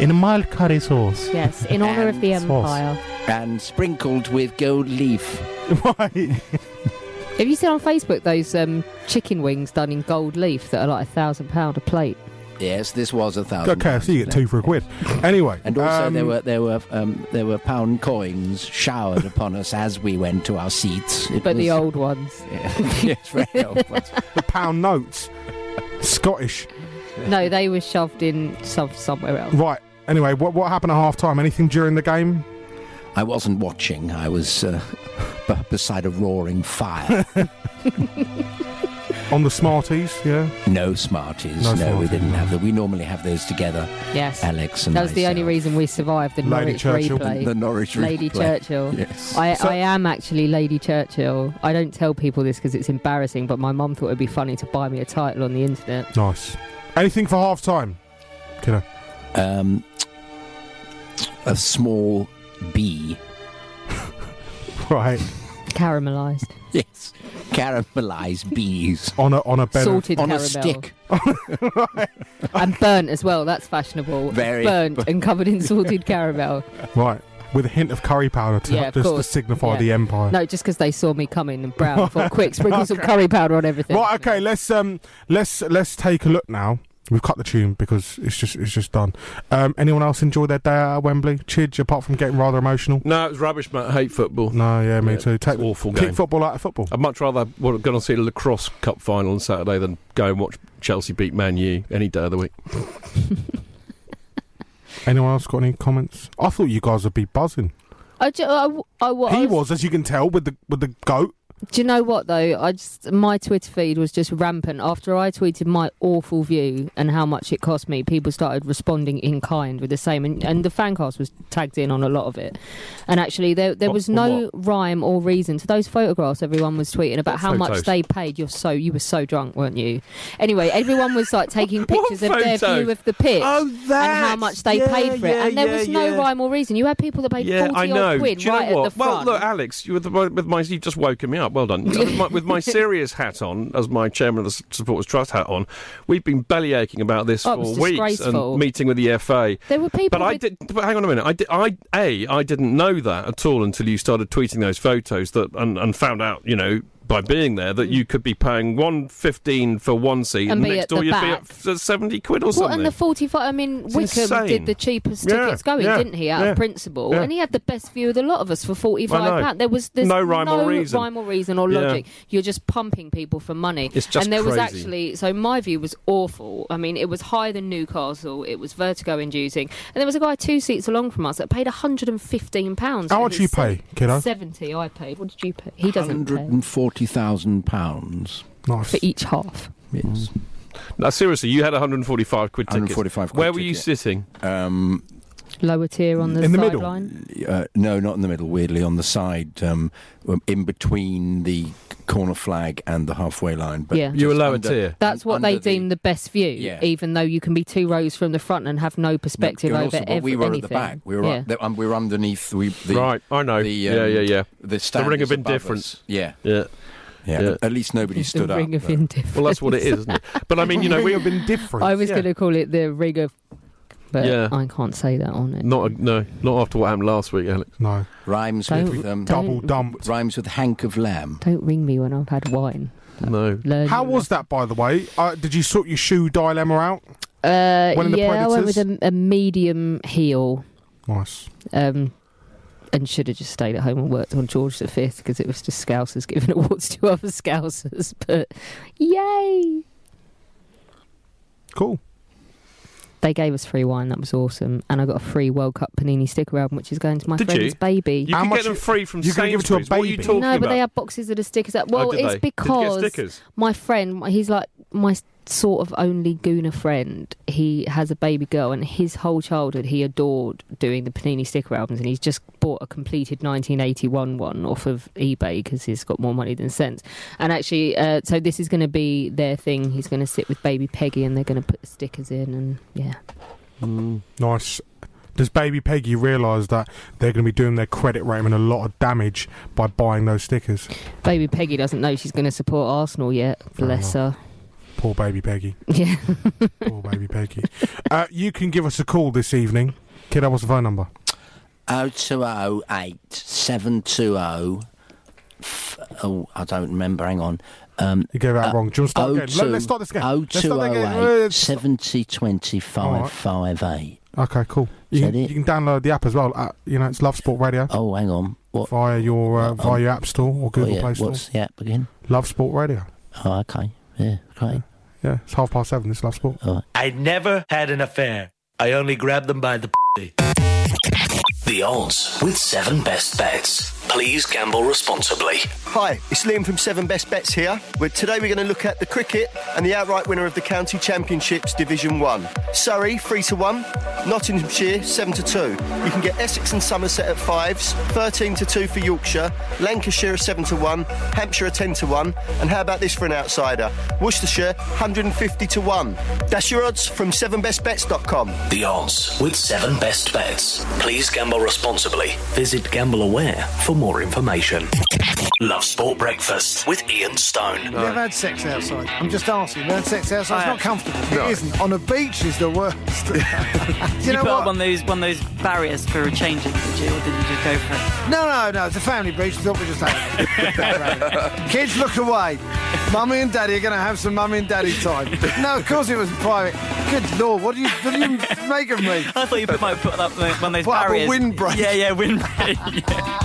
[SPEAKER 4] In a mild curry sauce.
[SPEAKER 3] Yes, in honour of the
[SPEAKER 15] And-
[SPEAKER 3] empire.
[SPEAKER 15] And sprinkled with gold leaf.
[SPEAKER 4] Why?
[SPEAKER 3] Have you seen on Facebook those um, chicken wings done in gold leaf that are like a thousand pound
[SPEAKER 15] <laughs>
[SPEAKER 3] a plate?
[SPEAKER 15] Yes, this was a
[SPEAKER 4] Got
[SPEAKER 15] thousand.
[SPEAKER 4] KFC, you get two for a quid. Anyway.
[SPEAKER 15] And also
[SPEAKER 4] um,
[SPEAKER 15] there were there were um, there were pound coins showered upon us as we went to our seats. It
[SPEAKER 3] But the
[SPEAKER 15] was- <laughs>
[SPEAKER 3] old ones. <laughs>
[SPEAKER 15] Yeah, yes, very old ones.
[SPEAKER 4] the pound notes. Scottish.
[SPEAKER 3] No, they were shoved in some, somewhere else.
[SPEAKER 4] Right. Anyway, what what happened at half time? Anything during the game?
[SPEAKER 15] I wasn't watching. I was uh, b- beside a roaring fire.
[SPEAKER 4] <laughs> On the Smarties, yeah.
[SPEAKER 15] No Smarties.
[SPEAKER 4] No
[SPEAKER 15] No, we
[SPEAKER 4] Smarties,
[SPEAKER 15] didn't have them. We normally have those together.
[SPEAKER 3] Yes.
[SPEAKER 15] Alex and
[SPEAKER 3] that was the
[SPEAKER 15] myself.
[SPEAKER 3] only reason we survived the
[SPEAKER 15] Lady
[SPEAKER 3] Norwich
[SPEAKER 15] Churchill.
[SPEAKER 3] replay.
[SPEAKER 15] The Norwich
[SPEAKER 3] Lady
[SPEAKER 15] replay.
[SPEAKER 3] Churchill.
[SPEAKER 15] Yes.
[SPEAKER 3] I,
[SPEAKER 15] So-
[SPEAKER 3] I am actually Lady Churchill. I don't tell people this because it's embarrassing, but my mum thought it'd be funny to buy me a title on the internet.
[SPEAKER 4] Nice. Anything for half time? Killer.
[SPEAKER 15] Um, a small bee.
[SPEAKER 4] <laughs> right.
[SPEAKER 3] Caramelised.
[SPEAKER 15] Yes. Caramelized bees.
[SPEAKER 4] on a on a
[SPEAKER 15] bed
[SPEAKER 3] Salted
[SPEAKER 15] on
[SPEAKER 3] caramel.
[SPEAKER 15] a
[SPEAKER 4] <laughs>
[SPEAKER 15] stick.
[SPEAKER 3] and burnt as well. That's fashionable.
[SPEAKER 4] Very.
[SPEAKER 3] burnt and covered in salted caramel.
[SPEAKER 4] Right. With a hint of curry powder to
[SPEAKER 3] Yeah, of
[SPEAKER 4] just to
[SPEAKER 3] course.
[SPEAKER 4] signify
[SPEAKER 3] Yeah.
[SPEAKER 4] the empire.
[SPEAKER 3] No, just because they saw me coming and brown.
[SPEAKER 4] <laughs>
[SPEAKER 3] Thought, quick, sprinkle some
[SPEAKER 4] Okay.
[SPEAKER 3] curry powder on everything.
[SPEAKER 4] Right, okay, let's um let's let's take a look now. We've cut the tune because it's just it's just done. Um, anyone else enjoy their day out at Wembley? Chidge, apart from getting rather emotional.
[SPEAKER 1] No, it was rubbish, mate. I hate football.
[SPEAKER 4] No, yeah, me too. Take,
[SPEAKER 1] awful
[SPEAKER 4] kick
[SPEAKER 1] game.
[SPEAKER 4] football out of football.
[SPEAKER 1] I'd much rather well, go and see the lacrosse cup final on Saturday than go and watch Chelsea beat Man U any day of the week. <laughs>
[SPEAKER 4] Anyone else got any comments? I thought you guys would be buzzing.
[SPEAKER 3] I, ju- I, I was.
[SPEAKER 4] He was, as you can tell, with the with the goat.
[SPEAKER 3] Do you know what though? I just my Twitter feed was just rampant after I tweeted my awful view and how much it cost me. People started responding in kind with the same, and, and the fancast was tagged in on a lot of it. And actually, there there
[SPEAKER 14] On-
[SPEAKER 3] was
[SPEAKER 14] on
[SPEAKER 3] no rhyme or reason to those photographs. Everyone was tweeting about
[SPEAKER 14] What
[SPEAKER 3] how much
[SPEAKER 14] photos?
[SPEAKER 3] they paid. You're so you were so drunk, weren't you? Anyway, everyone was
[SPEAKER 1] <laughs>
[SPEAKER 3] like taking pictures of their
[SPEAKER 14] photo?
[SPEAKER 3] view of the pitch
[SPEAKER 1] Oh,
[SPEAKER 3] and how
[SPEAKER 14] that!
[SPEAKER 3] much they
[SPEAKER 14] Yeah,
[SPEAKER 3] paid for
[SPEAKER 14] yeah,
[SPEAKER 3] it, and there
[SPEAKER 14] yeah,
[SPEAKER 3] was no
[SPEAKER 14] yeah.
[SPEAKER 3] rhyme or reason. You had people that paid
[SPEAKER 1] Yeah, I
[SPEAKER 3] forty
[SPEAKER 1] know.
[SPEAKER 3] odd quid
[SPEAKER 1] Do you know
[SPEAKER 3] right
[SPEAKER 1] what?
[SPEAKER 3] at the
[SPEAKER 1] well,
[SPEAKER 3] front.
[SPEAKER 1] look, Alex, you, with, the, with my, you've just woken me up. Well done. with, my, with
[SPEAKER 3] <laughs>
[SPEAKER 1] my serious hat on, as my chairman of the S- supporters trust hat on, we've been belly aching about this
[SPEAKER 3] Oh, it
[SPEAKER 1] for
[SPEAKER 3] was
[SPEAKER 1] weeks
[SPEAKER 3] disgraceful.
[SPEAKER 1] and meeting with the FA.
[SPEAKER 3] there were people.
[SPEAKER 1] But I
[SPEAKER 3] with-
[SPEAKER 1] did. But hang on a minute. I did. I a. I didn't know that at all until you started tweeting those photos that and, and found out. You know, by being there, that you could be paying one fifteen for one seat,
[SPEAKER 3] Mm. And be
[SPEAKER 1] next
[SPEAKER 3] at
[SPEAKER 1] door
[SPEAKER 3] the
[SPEAKER 1] you'd
[SPEAKER 3] back.
[SPEAKER 1] be at f- seventy quid or
[SPEAKER 3] Well,
[SPEAKER 1] something.
[SPEAKER 3] and the 45, I mean,
[SPEAKER 1] It's
[SPEAKER 3] Wickham
[SPEAKER 1] insane.
[SPEAKER 3] did the cheapest
[SPEAKER 1] Yeah,
[SPEAKER 3] tickets going,
[SPEAKER 1] yeah,
[SPEAKER 3] didn't he, out
[SPEAKER 1] yeah,
[SPEAKER 3] of principle?
[SPEAKER 1] yeah.
[SPEAKER 3] And he had the best view of the lot of us for
[SPEAKER 1] I
[SPEAKER 3] £45.
[SPEAKER 1] know.
[SPEAKER 3] pound. There was there's
[SPEAKER 1] No rhyme or
[SPEAKER 3] no
[SPEAKER 1] reason.
[SPEAKER 3] rhyme or reason or
[SPEAKER 1] Yeah.
[SPEAKER 3] logic. You're just pumping people for money.
[SPEAKER 1] It's just
[SPEAKER 3] And there was
[SPEAKER 1] crazy.
[SPEAKER 3] actually, so my view was awful. I mean, it was higher than Newcastle, it was vertigo inducing. And there was a guy two seats along from us that paid £115.
[SPEAKER 4] How
[SPEAKER 3] for
[SPEAKER 4] much
[SPEAKER 3] his
[SPEAKER 4] you
[SPEAKER 3] seat.
[SPEAKER 4] pay, kiddo?
[SPEAKER 3] 70 I paid. What did you pay? He doesn't pay.
[SPEAKER 15] £140,000.
[SPEAKER 4] Nice.
[SPEAKER 3] For each half.
[SPEAKER 15] Yes.
[SPEAKER 1] No, seriously, you had one hundred and forty-five quid tickets.
[SPEAKER 15] 145 quid
[SPEAKER 1] Where were you
[SPEAKER 15] ticket.
[SPEAKER 1] sitting?
[SPEAKER 15] Um,
[SPEAKER 3] Lower tier on the
[SPEAKER 15] In the middle.
[SPEAKER 3] sideline.
[SPEAKER 15] uh, no, not in the middle, weirdly, on the side, um, um, in between the corner flag and the halfway line. But
[SPEAKER 3] Yeah.
[SPEAKER 1] You were
[SPEAKER 15] just
[SPEAKER 1] lower
[SPEAKER 15] under-
[SPEAKER 1] tier.
[SPEAKER 3] That's
[SPEAKER 15] un-
[SPEAKER 3] what they
[SPEAKER 15] under the-
[SPEAKER 3] deem the best view,
[SPEAKER 15] Yeah.
[SPEAKER 3] even though you can be two rows from the front and have no perspective
[SPEAKER 15] And
[SPEAKER 3] over
[SPEAKER 15] also,
[SPEAKER 3] ev-
[SPEAKER 15] but we were
[SPEAKER 3] anything.
[SPEAKER 15] at the back. We were
[SPEAKER 3] yeah.
[SPEAKER 15] up, the, um, we were underneath. We, the,
[SPEAKER 1] Right, I know.
[SPEAKER 15] The, um,
[SPEAKER 1] Yeah, yeah, yeah.
[SPEAKER 15] The,
[SPEAKER 1] The
[SPEAKER 15] stand
[SPEAKER 1] ring
[SPEAKER 15] is
[SPEAKER 1] of
[SPEAKER 15] above
[SPEAKER 1] indifference.
[SPEAKER 15] us. Yeah.
[SPEAKER 1] Yeah.
[SPEAKER 15] yeah, At least nobody stood up.
[SPEAKER 3] ring of
[SPEAKER 15] though.
[SPEAKER 3] indifference.
[SPEAKER 1] Well, that's what it is, isn't
[SPEAKER 3] <laughs>
[SPEAKER 1] it? But I mean, you know, we have been
[SPEAKER 4] different.
[SPEAKER 3] I was going to call it the rig of, but
[SPEAKER 1] Yeah.
[SPEAKER 15] <coughs>
[SPEAKER 3] I can't say that on it.
[SPEAKER 1] Not a, no, not after what happened last week, Alex.
[SPEAKER 4] No.
[SPEAKER 15] Rhymes
[SPEAKER 3] Don't-
[SPEAKER 15] with um,
[SPEAKER 3] Double don't-
[SPEAKER 4] dumped.
[SPEAKER 15] Rhymes with hank of lamb.
[SPEAKER 3] Don't ring me when I've had wine.
[SPEAKER 1] No.
[SPEAKER 3] Learn
[SPEAKER 4] How was that, by the way? Uh, did you sort your shoe dilemma out?
[SPEAKER 3] Uh,
[SPEAKER 4] One of the
[SPEAKER 3] yeah, I went with
[SPEAKER 4] Predators?
[SPEAKER 3] a, a medium heel.
[SPEAKER 4] Nice.
[SPEAKER 3] Um, and should have just stayed at home and worked on George V because it was just Scousers giving <laughs> awards to other Scousers. But yay!
[SPEAKER 4] Cool.
[SPEAKER 3] They gave us free wine. That was awesome. And I got a free World Cup Panini sticker album, which is going to my
[SPEAKER 1] Did
[SPEAKER 3] friend's
[SPEAKER 1] you?
[SPEAKER 3] baby.
[SPEAKER 1] You could get them free from
[SPEAKER 4] you're gonna give it to a
[SPEAKER 1] Sainsbury's. What are you
[SPEAKER 4] baby?
[SPEAKER 1] talking
[SPEAKER 3] no, but
[SPEAKER 1] about?
[SPEAKER 3] they have boxes of the stickers. That, well,
[SPEAKER 1] did
[SPEAKER 3] it's
[SPEAKER 1] Oh, they? Did you get
[SPEAKER 3] because
[SPEAKER 1] stickers?
[SPEAKER 3] my friend, he's like my sort of only Gooner friend. He has a baby girl, and his whole childhood he adored doing the Panini sticker albums, and he's just bought a completed 1981 one off of eBay because he's got more money than sense. And actually, uh, so this is going to be their thing. He's going to sit with baby Peggy, and they're going to put the stickers in, and yeah.
[SPEAKER 4] Mm. Nice. Does baby Peggy realise that they're going to be doing their credit rating a lot of damage by buying those stickers?
[SPEAKER 3] Baby Peggy doesn't know she's going to support Arsenal yet. Bless
[SPEAKER 1] Oh.
[SPEAKER 3] her. <laughs>
[SPEAKER 4] Poor baby Peggy.
[SPEAKER 3] Yeah.
[SPEAKER 4] Poor baby Peggy. Uh, you can give us a call this evening. Kiddo, what's the phone number?
[SPEAKER 15] 0208 720. oh, F- oh, I don't remember. Hang on. Um, oh
[SPEAKER 4] you gave out wrong. Do you want to start again? Let- let's start this again. Let's start that again. Uh,
[SPEAKER 15] 0208 7025558.
[SPEAKER 4] Okay, cool. You
[SPEAKER 15] Said
[SPEAKER 4] can, you
[SPEAKER 15] it.
[SPEAKER 4] can download the app as well. At, you know, it's Love Sport Radio.
[SPEAKER 15] Oh, hang on. What? um, oh,
[SPEAKER 4] Via your uh, via your App Store or Google
[SPEAKER 15] yeah.
[SPEAKER 4] Play Store.
[SPEAKER 15] What's the app again?
[SPEAKER 4] Love Sport Radio.
[SPEAKER 15] Oh, okay. Yeah, okay.
[SPEAKER 4] Yeah. Yeah, it's half past seven. This love sport.
[SPEAKER 2] I never had an affair. I only grabbed them by the pussy.
[SPEAKER 7] The odds with seven best bets. Please gamble responsibly.
[SPEAKER 14] Hi, it's Liam from Seven Best Bets here. We're, today we're going to look at the cricket and the outright winner of the County Championships Division 1. Surrey, 3 to 1. Nottinghamshire, 7 to 2. You can get Essex and Somerset at 5s, 13 to 2 for Yorkshire, Lancashire are 7 to 1, Hampshire are 10 to 1, and how about this for an outsider? Worcestershire, 150 to 1. That's your odds from 7bestbets.com.
[SPEAKER 7] The odds with seven best bets. Please gamble responsibly. Visit GambleAware for more information. Love Sport Breakfast with Ian Stone.
[SPEAKER 16] Never had sex outside. I'm just asking. Never had sex outside. It's
[SPEAKER 17] I
[SPEAKER 16] not comfortable.
[SPEAKER 17] No.
[SPEAKER 16] It isn't. On a beach is the worst.
[SPEAKER 17] Did
[SPEAKER 16] you
[SPEAKER 17] you,
[SPEAKER 16] know
[SPEAKER 17] put
[SPEAKER 16] what?
[SPEAKER 17] up one of those one of those barriers for changing, did you, or did you just go for it?
[SPEAKER 16] <laughs> No, no, no. It's a family beach. I thought we just <laughs> had it. Kids, look away. Mummy and daddy are going to have some mummy and daddy
[SPEAKER 17] <laughs>
[SPEAKER 16] time. No, of course it was private. Good lord, what do you, what do you make of me?
[SPEAKER 17] I thought you put my put up the- one of those
[SPEAKER 16] What, up a
[SPEAKER 17] barriers.
[SPEAKER 16] windbreak?
[SPEAKER 17] Yeah, yeah, windbreak. <laughs> yeah.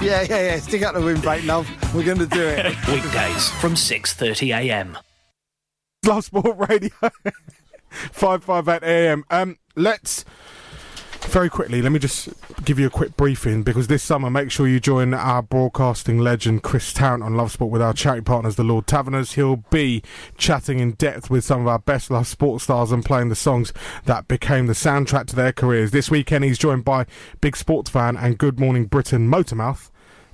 [SPEAKER 16] Yeah, yeah, yeah. Stick out the windbreak, love. We're going to do
[SPEAKER 2] <laughs>
[SPEAKER 16] it.
[SPEAKER 7] Weekdays from 6:30 a.m.
[SPEAKER 4] Love Sport Radio, <laughs> 558 AM. Um, let's very quickly, let me just give you a quick briefing because this summer, make sure you join our broadcasting legend Chris Tarrant on Love Sport with our charity partners, the Lord Taverners. He'll be chatting in depth with some of our best Love Sport stars and playing the songs that became the soundtrack to their careers. This weekend, he's joined by big sports fan and Good Morning Britain Motormouth.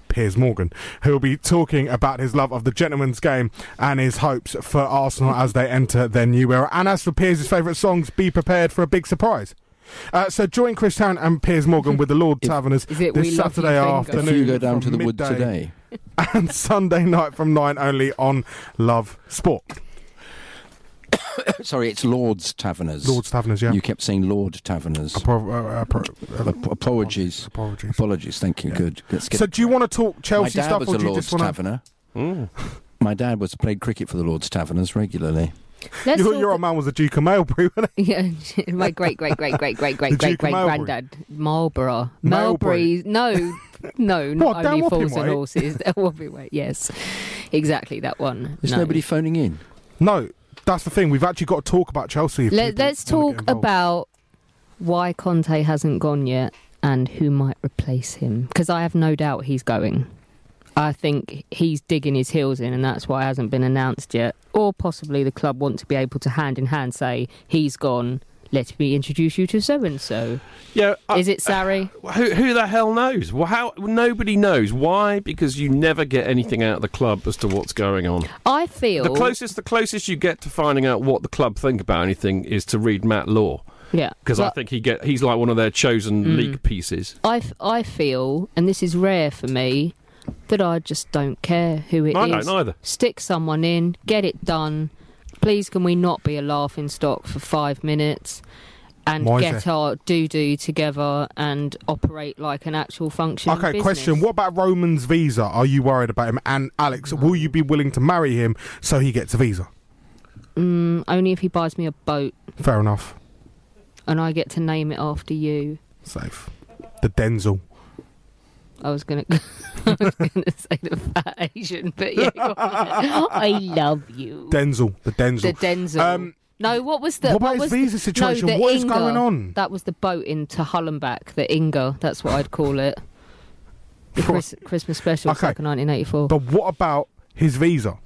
[SPEAKER 4] Piers Morgan, who will be talking about his love of the gentleman's game and his hopes for Arsenal as they enter their new era. And as for Piers' favourite songs, be prepared for a big surprise. Uh, so join Chris Town and Piers Morgan with the Lord Taverners
[SPEAKER 17] <laughs> Is it We
[SPEAKER 4] this
[SPEAKER 17] Love You
[SPEAKER 4] Saturday
[SPEAKER 17] Finger?
[SPEAKER 4] afternoon.
[SPEAKER 5] If you go down
[SPEAKER 4] from
[SPEAKER 5] to the wood
[SPEAKER 4] midday
[SPEAKER 5] today.
[SPEAKER 4] <laughs> and Sunday night from nine only on Love Sport.
[SPEAKER 5] Sorry, it's Lord's Taverners.
[SPEAKER 4] Lord's Taverners, yeah. uh,
[SPEAKER 5] You kept saying Lord Taverners. Ap- apologies.
[SPEAKER 4] Apologies.
[SPEAKER 5] Thank you. Good. Let's get
[SPEAKER 4] So do you want to talk Chelsea
[SPEAKER 5] My dad
[SPEAKER 4] stuff
[SPEAKER 5] was
[SPEAKER 4] or
[SPEAKER 5] a
[SPEAKER 4] do you
[SPEAKER 5] Lord's
[SPEAKER 4] just want to?
[SPEAKER 5] Taverner.
[SPEAKER 3] Mm.
[SPEAKER 5] <laughs> My dad was played cricket for the Lord's Taverners regularly.
[SPEAKER 3] Let's
[SPEAKER 4] Your,
[SPEAKER 3] talk-
[SPEAKER 4] your old man was a Duke of Mowbray,
[SPEAKER 3] <laughs>
[SPEAKER 4] wasn't he?
[SPEAKER 3] Yeah, my great great great great great great
[SPEAKER 4] The
[SPEAKER 3] great
[SPEAKER 4] Duke of
[SPEAKER 3] great
[SPEAKER 4] Marlborough.
[SPEAKER 3] granddad Marlborough
[SPEAKER 4] Marlborough.
[SPEAKER 3] Marlbury.
[SPEAKER 4] <laughs>
[SPEAKER 3] No, no,
[SPEAKER 4] What,
[SPEAKER 3] not
[SPEAKER 4] down
[SPEAKER 3] only
[SPEAKER 4] Wapping
[SPEAKER 3] fools and
[SPEAKER 4] Way?
[SPEAKER 3] horses. <laughs> That will be way. Yes, exactly that one.
[SPEAKER 4] Is
[SPEAKER 3] no.
[SPEAKER 4] nobody
[SPEAKER 5] phoning in?
[SPEAKER 4] No, that's the thing. We've actually got to talk about Chelsea. if
[SPEAKER 3] Let,
[SPEAKER 4] people
[SPEAKER 3] let's
[SPEAKER 4] wanna
[SPEAKER 3] talk
[SPEAKER 4] get involved.
[SPEAKER 3] about why Conte hasn't gone yet and who might replace him. Because I have no doubt he's going. I think he's digging his heels in, and that's why it hasn't been announced yet. Or possibly the club want to be able to hand in hand say he's gone. Let me introduce you to so and so.
[SPEAKER 1] Yeah,
[SPEAKER 3] is it Sarri?
[SPEAKER 1] Who, who the hell knows? Well, how nobody knows why? Because you never get anything out of the club as to what's going on.
[SPEAKER 3] I feel
[SPEAKER 1] The closest, the closest you get to finding out what the club think about anything is to read Matt Law
[SPEAKER 3] Yeah,
[SPEAKER 1] because I
[SPEAKER 3] Well,
[SPEAKER 1] think he get he's like one of their chosen
[SPEAKER 3] Mm.
[SPEAKER 1] league pieces.
[SPEAKER 3] I, f- I feel, and this is rare for me, that I just don't care who it is.
[SPEAKER 1] I don't either.
[SPEAKER 3] Stick someone in, get it done. Please, can we not be a laughing stock for five minutes and
[SPEAKER 4] Moise.
[SPEAKER 3] get our doo doo together and operate like an actual functioning
[SPEAKER 4] Okay,
[SPEAKER 3] business?
[SPEAKER 4] question. What about Roman's visa? Are you worried about him? And Alex, will you be willing to marry him so he gets a visa?
[SPEAKER 3] Mm, only if he buys me a boat
[SPEAKER 4] Fair enough.
[SPEAKER 3] and I get to name it after you.
[SPEAKER 4] Safe. The Denzel.
[SPEAKER 3] I was gonna, <laughs> I was gonna say the fat Asian, but yeah, go
[SPEAKER 4] <laughs>
[SPEAKER 3] on. I love you.
[SPEAKER 4] Denzel. The Denzel. Um,
[SPEAKER 3] The Denzel. no, what was the
[SPEAKER 4] what about his
[SPEAKER 3] was
[SPEAKER 4] visa
[SPEAKER 3] the-
[SPEAKER 4] situation?
[SPEAKER 3] No, the
[SPEAKER 4] What is
[SPEAKER 3] Inga.
[SPEAKER 4] going on?
[SPEAKER 3] That was the boat into Hullenbach, the Inga. That's what I'd call it. The Chris, Christmas special,
[SPEAKER 4] Okay.
[SPEAKER 3] back in 1984.
[SPEAKER 4] But what about his visa?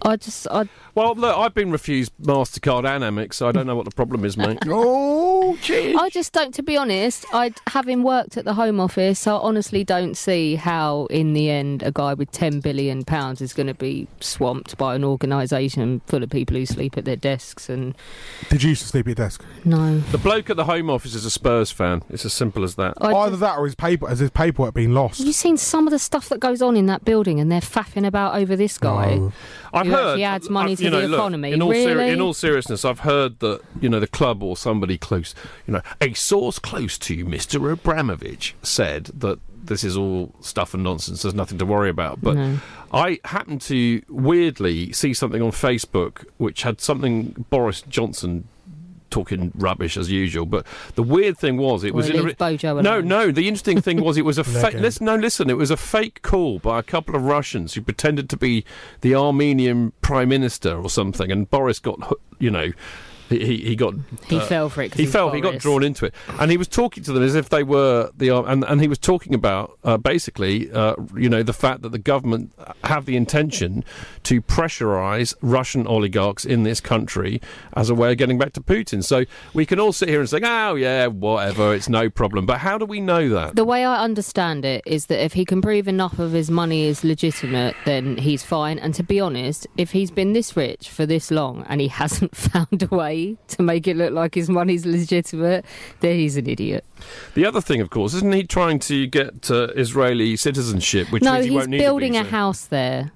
[SPEAKER 3] I just, I
[SPEAKER 1] Well, look, I've been refused Mastercard and Amex, so I don't know what the problem is, mate.
[SPEAKER 4] <laughs> oh,
[SPEAKER 3] I just don't, to be honest, I having worked at the Home Office, I honestly don't see how, in the end, a guy with ten billion pounds is going to be swamped by an organisation full of people who sleep at their desks. And
[SPEAKER 4] Did you used to sleep at your desk?
[SPEAKER 3] No.
[SPEAKER 1] The bloke at the Home Office is a Spurs fan. It's as simple as
[SPEAKER 3] Oh,
[SPEAKER 1] that.
[SPEAKER 4] Either that or his paper has his paperwork been lost?
[SPEAKER 3] have you seen some of the stuff that goes on in that building, and they're faffing about over this guy?
[SPEAKER 1] I've
[SPEAKER 3] who
[SPEAKER 1] heard uh,
[SPEAKER 3] actually adds money
[SPEAKER 1] I've-
[SPEAKER 3] to
[SPEAKER 1] you know,
[SPEAKER 3] the
[SPEAKER 1] look,
[SPEAKER 3] economy.
[SPEAKER 1] in, all
[SPEAKER 3] really?
[SPEAKER 1] seri- in all seriousness, I've heard that you know the club or somebody close, you know, a source close to you, Mr. Abramovich, said that this is all stuff and nonsense. There's nothing to worry about. But
[SPEAKER 18] No.
[SPEAKER 1] I happened to weirdly see something on Facebook which had something Boris Johnson talking rubbish as usual. But the weird thing was, it
[SPEAKER 3] Well,
[SPEAKER 1] was
[SPEAKER 3] leave
[SPEAKER 1] ri-
[SPEAKER 3] Bojo
[SPEAKER 1] no,
[SPEAKER 3] alone.
[SPEAKER 1] no. The interesting thing was,
[SPEAKER 3] <laughs>
[SPEAKER 1] it was a fake.
[SPEAKER 3] Legend.
[SPEAKER 1] Listen, no, listen. It was a fake call by a couple of Russians who pretended to be the Armenian prime minister or something, and Boris got, hoo- you know. He, he- he got uh,
[SPEAKER 3] He fell for it 'cause
[SPEAKER 1] he
[SPEAKER 3] he's
[SPEAKER 1] fell he got
[SPEAKER 3] Boris.
[SPEAKER 1] drawn into it and he was talking to them as if they were the Ar- and and he was talking about uh, basically uh, you know the fact that the government have the intention to pressurize Russian oligarchs in this country as a way of getting back to Putin so we can all sit here and say oh yeah whatever it's no problem but how do we know that
[SPEAKER 3] The way I understand it is that if he can prove enough of his money is legitimate, then he's fine. And to be honest, if he's been this rich for this long and he <laughs> hasn't found a way to make it look like his money's legitimate, then he's an idiot.
[SPEAKER 1] the other thing of course isn't he trying to get uh, Israeli citizenship which
[SPEAKER 3] no,
[SPEAKER 1] means he
[SPEAKER 3] he's
[SPEAKER 1] won't need
[SPEAKER 3] building
[SPEAKER 1] a,
[SPEAKER 3] a,
[SPEAKER 1] visa.
[SPEAKER 3] house there,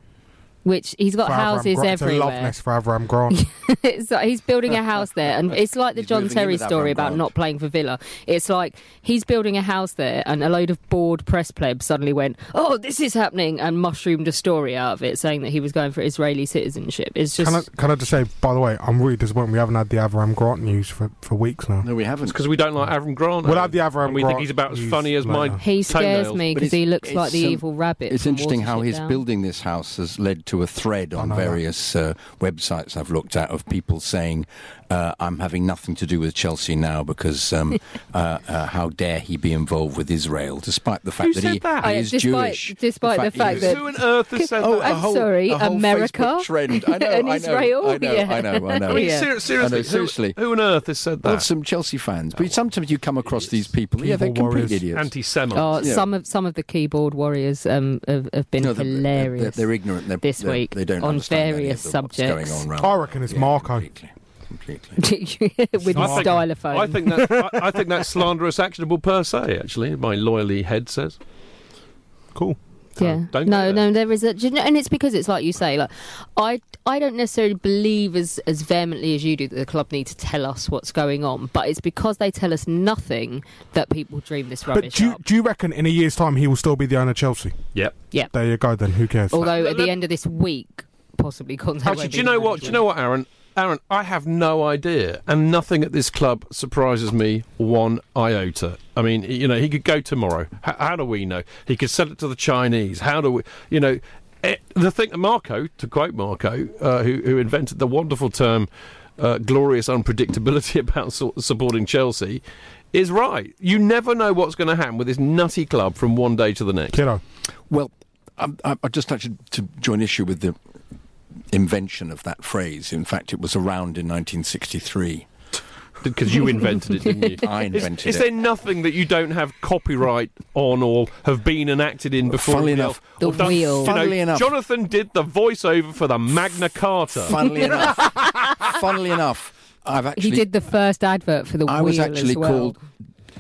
[SPEAKER 3] which he's got
[SPEAKER 4] For Avram
[SPEAKER 3] houses
[SPEAKER 4] Grant- it's a love
[SPEAKER 3] everywhere.
[SPEAKER 4] nest for Avram Grant.
[SPEAKER 3] it's like he's building a house there, and it's like the John
[SPEAKER 4] moving in
[SPEAKER 3] Terry
[SPEAKER 4] with Avram
[SPEAKER 3] story about
[SPEAKER 4] Grant.
[SPEAKER 3] not playing for Villa. It's like he's building a house there, and a load of bored press plebs suddenly went, "Oh, this is happening," and mushroomed a story out of it, saying that he was going for Israeli citizenship. <laughs> It's just
[SPEAKER 4] Can I, can I just say, by the way, I'm really disappointed we haven't had the Avram Grant news for, for weeks now.
[SPEAKER 1] No, we haven't. because we don't like Avram Grant.
[SPEAKER 4] We'll have the Avram
[SPEAKER 1] and we think
[SPEAKER 4] Grant
[SPEAKER 1] he's about as
[SPEAKER 4] news
[SPEAKER 1] funny as my.
[SPEAKER 3] he scares
[SPEAKER 1] toenails.
[SPEAKER 3] me
[SPEAKER 5] But
[SPEAKER 3] because he
[SPEAKER 5] it's-
[SPEAKER 3] looks like
[SPEAKER 5] it's,
[SPEAKER 3] the
[SPEAKER 5] um,
[SPEAKER 3] evil rabbit.
[SPEAKER 5] It's
[SPEAKER 3] from
[SPEAKER 5] interesting how
[SPEAKER 3] Watership
[SPEAKER 5] his
[SPEAKER 3] Down.
[SPEAKER 5] building this house has led to a thread on
[SPEAKER 3] know that.
[SPEAKER 5] various uh, websites I've looked at of people saying, uh, "I'm having nothing to do with Chelsea now because
[SPEAKER 3] <laughs>
[SPEAKER 5] um, uh, uh, how dare he be involved with Israel?" Despite the fact
[SPEAKER 3] Who
[SPEAKER 5] that
[SPEAKER 3] said
[SPEAKER 5] he,
[SPEAKER 3] that?
[SPEAKER 5] he
[SPEAKER 3] Oh, yeah,
[SPEAKER 5] is
[SPEAKER 3] despite-
[SPEAKER 5] Jewish,
[SPEAKER 3] despite the
[SPEAKER 5] he
[SPEAKER 3] fact
[SPEAKER 5] is-
[SPEAKER 3] that- Who on earth has said
[SPEAKER 5] oh,
[SPEAKER 3] that?
[SPEAKER 5] a
[SPEAKER 3] I'm
[SPEAKER 5] whole-
[SPEAKER 3] sorry,
[SPEAKER 5] a whole
[SPEAKER 3] America?
[SPEAKER 5] Facebook trend.
[SPEAKER 3] <laughs>
[SPEAKER 5] I know,
[SPEAKER 3] And
[SPEAKER 5] I know,
[SPEAKER 3] Israel?
[SPEAKER 5] I know, I know, I know, I
[SPEAKER 3] <laughs> Yeah.
[SPEAKER 5] know.
[SPEAKER 3] I mean, Yeah. ser-
[SPEAKER 5] I know,
[SPEAKER 1] seriously, who-
[SPEAKER 5] seriously.
[SPEAKER 1] Who on earth has said that?
[SPEAKER 5] Well, some Chelsea fans, but sometimes you come across these people. Yeah, they're
[SPEAKER 1] Keyboard
[SPEAKER 5] complete
[SPEAKER 1] warriors.
[SPEAKER 5] idiots.
[SPEAKER 1] Anti-Semites.
[SPEAKER 3] Oh, some of some of the keyboard warriors um, have, have been
[SPEAKER 5] No, they're- they're- they're-
[SPEAKER 3] hilarious.
[SPEAKER 5] they're ignorant, they're-
[SPEAKER 3] this
[SPEAKER 5] they're-
[SPEAKER 3] week
[SPEAKER 5] they don't
[SPEAKER 3] on
[SPEAKER 5] understand any of
[SPEAKER 3] various
[SPEAKER 5] the- what's going
[SPEAKER 3] subjects.
[SPEAKER 5] on round
[SPEAKER 3] <laughs>
[SPEAKER 4] I reckon it's Marco.
[SPEAKER 3] with his
[SPEAKER 1] I think-
[SPEAKER 3] stylophone.
[SPEAKER 1] I think that's, I, I think that's slanderous, actionable per se. Actually, my loyally head says.
[SPEAKER 4] Cool.
[SPEAKER 3] <laughs> Yeah.
[SPEAKER 1] don't go
[SPEAKER 3] no,
[SPEAKER 1] there.
[SPEAKER 3] no, there is a, do you know- and it's because it's like you say, like I, I don't necessarily believe as as vehemently as you do that the club need to tell us what's going on, but it's because they tell us nothing that people dream this
[SPEAKER 4] But
[SPEAKER 3] rubbish
[SPEAKER 4] do you,
[SPEAKER 3] up.
[SPEAKER 4] do you reckon in a year's time he will still be the owner of Chelsea?
[SPEAKER 1] Yep.
[SPEAKER 3] Yep.
[SPEAKER 4] There you go then. Who cares?
[SPEAKER 3] Although at the end of this week, possibly Conte. won't
[SPEAKER 1] Actually,
[SPEAKER 3] be
[SPEAKER 1] do you know
[SPEAKER 3] the
[SPEAKER 1] what? Do you
[SPEAKER 5] <laughs>
[SPEAKER 3] manager.
[SPEAKER 1] know what, Aaron? Aaron, I have no idea, and nothing at this club surprises me one iota. I mean, you know, he could go tomorrow. H- how do we know? He could sell it to the Chinese. How do we? You know, it, the thing. Marco, to quote Marco, uh, who who invented the wonderful term uh, "glorious unpredictability" <laughs> about su- supporting Chelsea, is right. You never know what's going to happen with this nutty club from one day to the next.
[SPEAKER 4] Kiddo.
[SPEAKER 5] Well, I, I, I just like to, to join issue with the invention of that phrase. In fact, it was around in 1963.
[SPEAKER 1] Because you invented it, didn't you?
[SPEAKER 5] <laughs> I invented
[SPEAKER 1] is, is
[SPEAKER 5] it.
[SPEAKER 1] there nothing that you don't have copyright on or have been enacted in before?
[SPEAKER 5] Funnily
[SPEAKER 1] anybody
[SPEAKER 5] enough-
[SPEAKER 1] else? Or
[SPEAKER 5] The
[SPEAKER 1] done-
[SPEAKER 5] wheel.
[SPEAKER 1] you know,
[SPEAKER 5] Funnily enough-
[SPEAKER 1] Jonathan did the voiceover for the Magna Carta. <laughs>
[SPEAKER 5] Funnily enough, funnily enough, I've actually
[SPEAKER 3] he did the first advert for the
[SPEAKER 5] I
[SPEAKER 3] wheel
[SPEAKER 5] was actually
[SPEAKER 3] as well.
[SPEAKER 5] called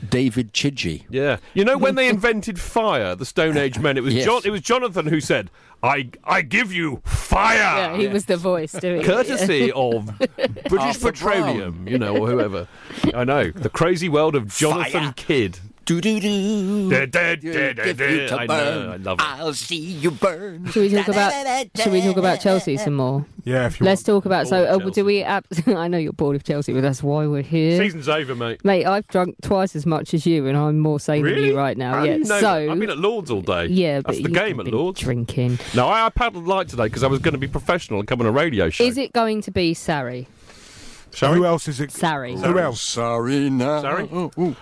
[SPEAKER 5] David Chidgey.
[SPEAKER 1] Yeah, you know when they invented fire, the Stone Age men. It was
[SPEAKER 5] <laughs> Yes.
[SPEAKER 1] John. It was Jonathan who said, "I I give you fire."
[SPEAKER 3] Yeah, he was the voice doing it, yeah. <laughs>
[SPEAKER 1] Courtesy of
[SPEAKER 5] <laughs>
[SPEAKER 1] British
[SPEAKER 3] Arthur
[SPEAKER 1] Petroleum, you know, or whoever. I know the crazy world of Jonathan Kidd.
[SPEAKER 5] Do do do.
[SPEAKER 1] Da, da, da, da,
[SPEAKER 5] If you
[SPEAKER 1] da.
[SPEAKER 5] to
[SPEAKER 1] I
[SPEAKER 5] burn,
[SPEAKER 1] know. I love it.
[SPEAKER 5] I'll see you burn.
[SPEAKER 3] Should we talk about? Should we talk about Chelsea some more?
[SPEAKER 4] Yeah, if
[SPEAKER 3] Let's talk about. So, uh, do we? Ab- <laughs> I know you're bored of Chelsea, but that's why we're here.
[SPEAKER 1] Season's over, mate.
[SPEAKER 3] Mate, I've drunk twice as much as you, and I'm more sane than you right now.
[SPEAKER 1] How do
[SPEAKER 3] yeah.
[SPEAKER 1] you know
[SPEAKER 3] so
[SPEAKER 1] that? I've been at Lords all day.
[SPEAKER 3] Yeah, but
[SPEAKER 1] that's the
[SPEAKER 3] you
[SPEAKER 1] game at Lords.
[SPEAKER 3] Drinking.
[SPEAKER 1] No, I, I paddled light today because I was going to be professional and come on a radio show.
[SPEAKER 3] is it going to be Sarri?
[SPEAKER 4] Who else is it?
[SPEAKER 3] Sorry.
[SPEAKER 4] Who else?
[SPEAKER 5] Sorry now.
[SPEAKER 1] Sorry.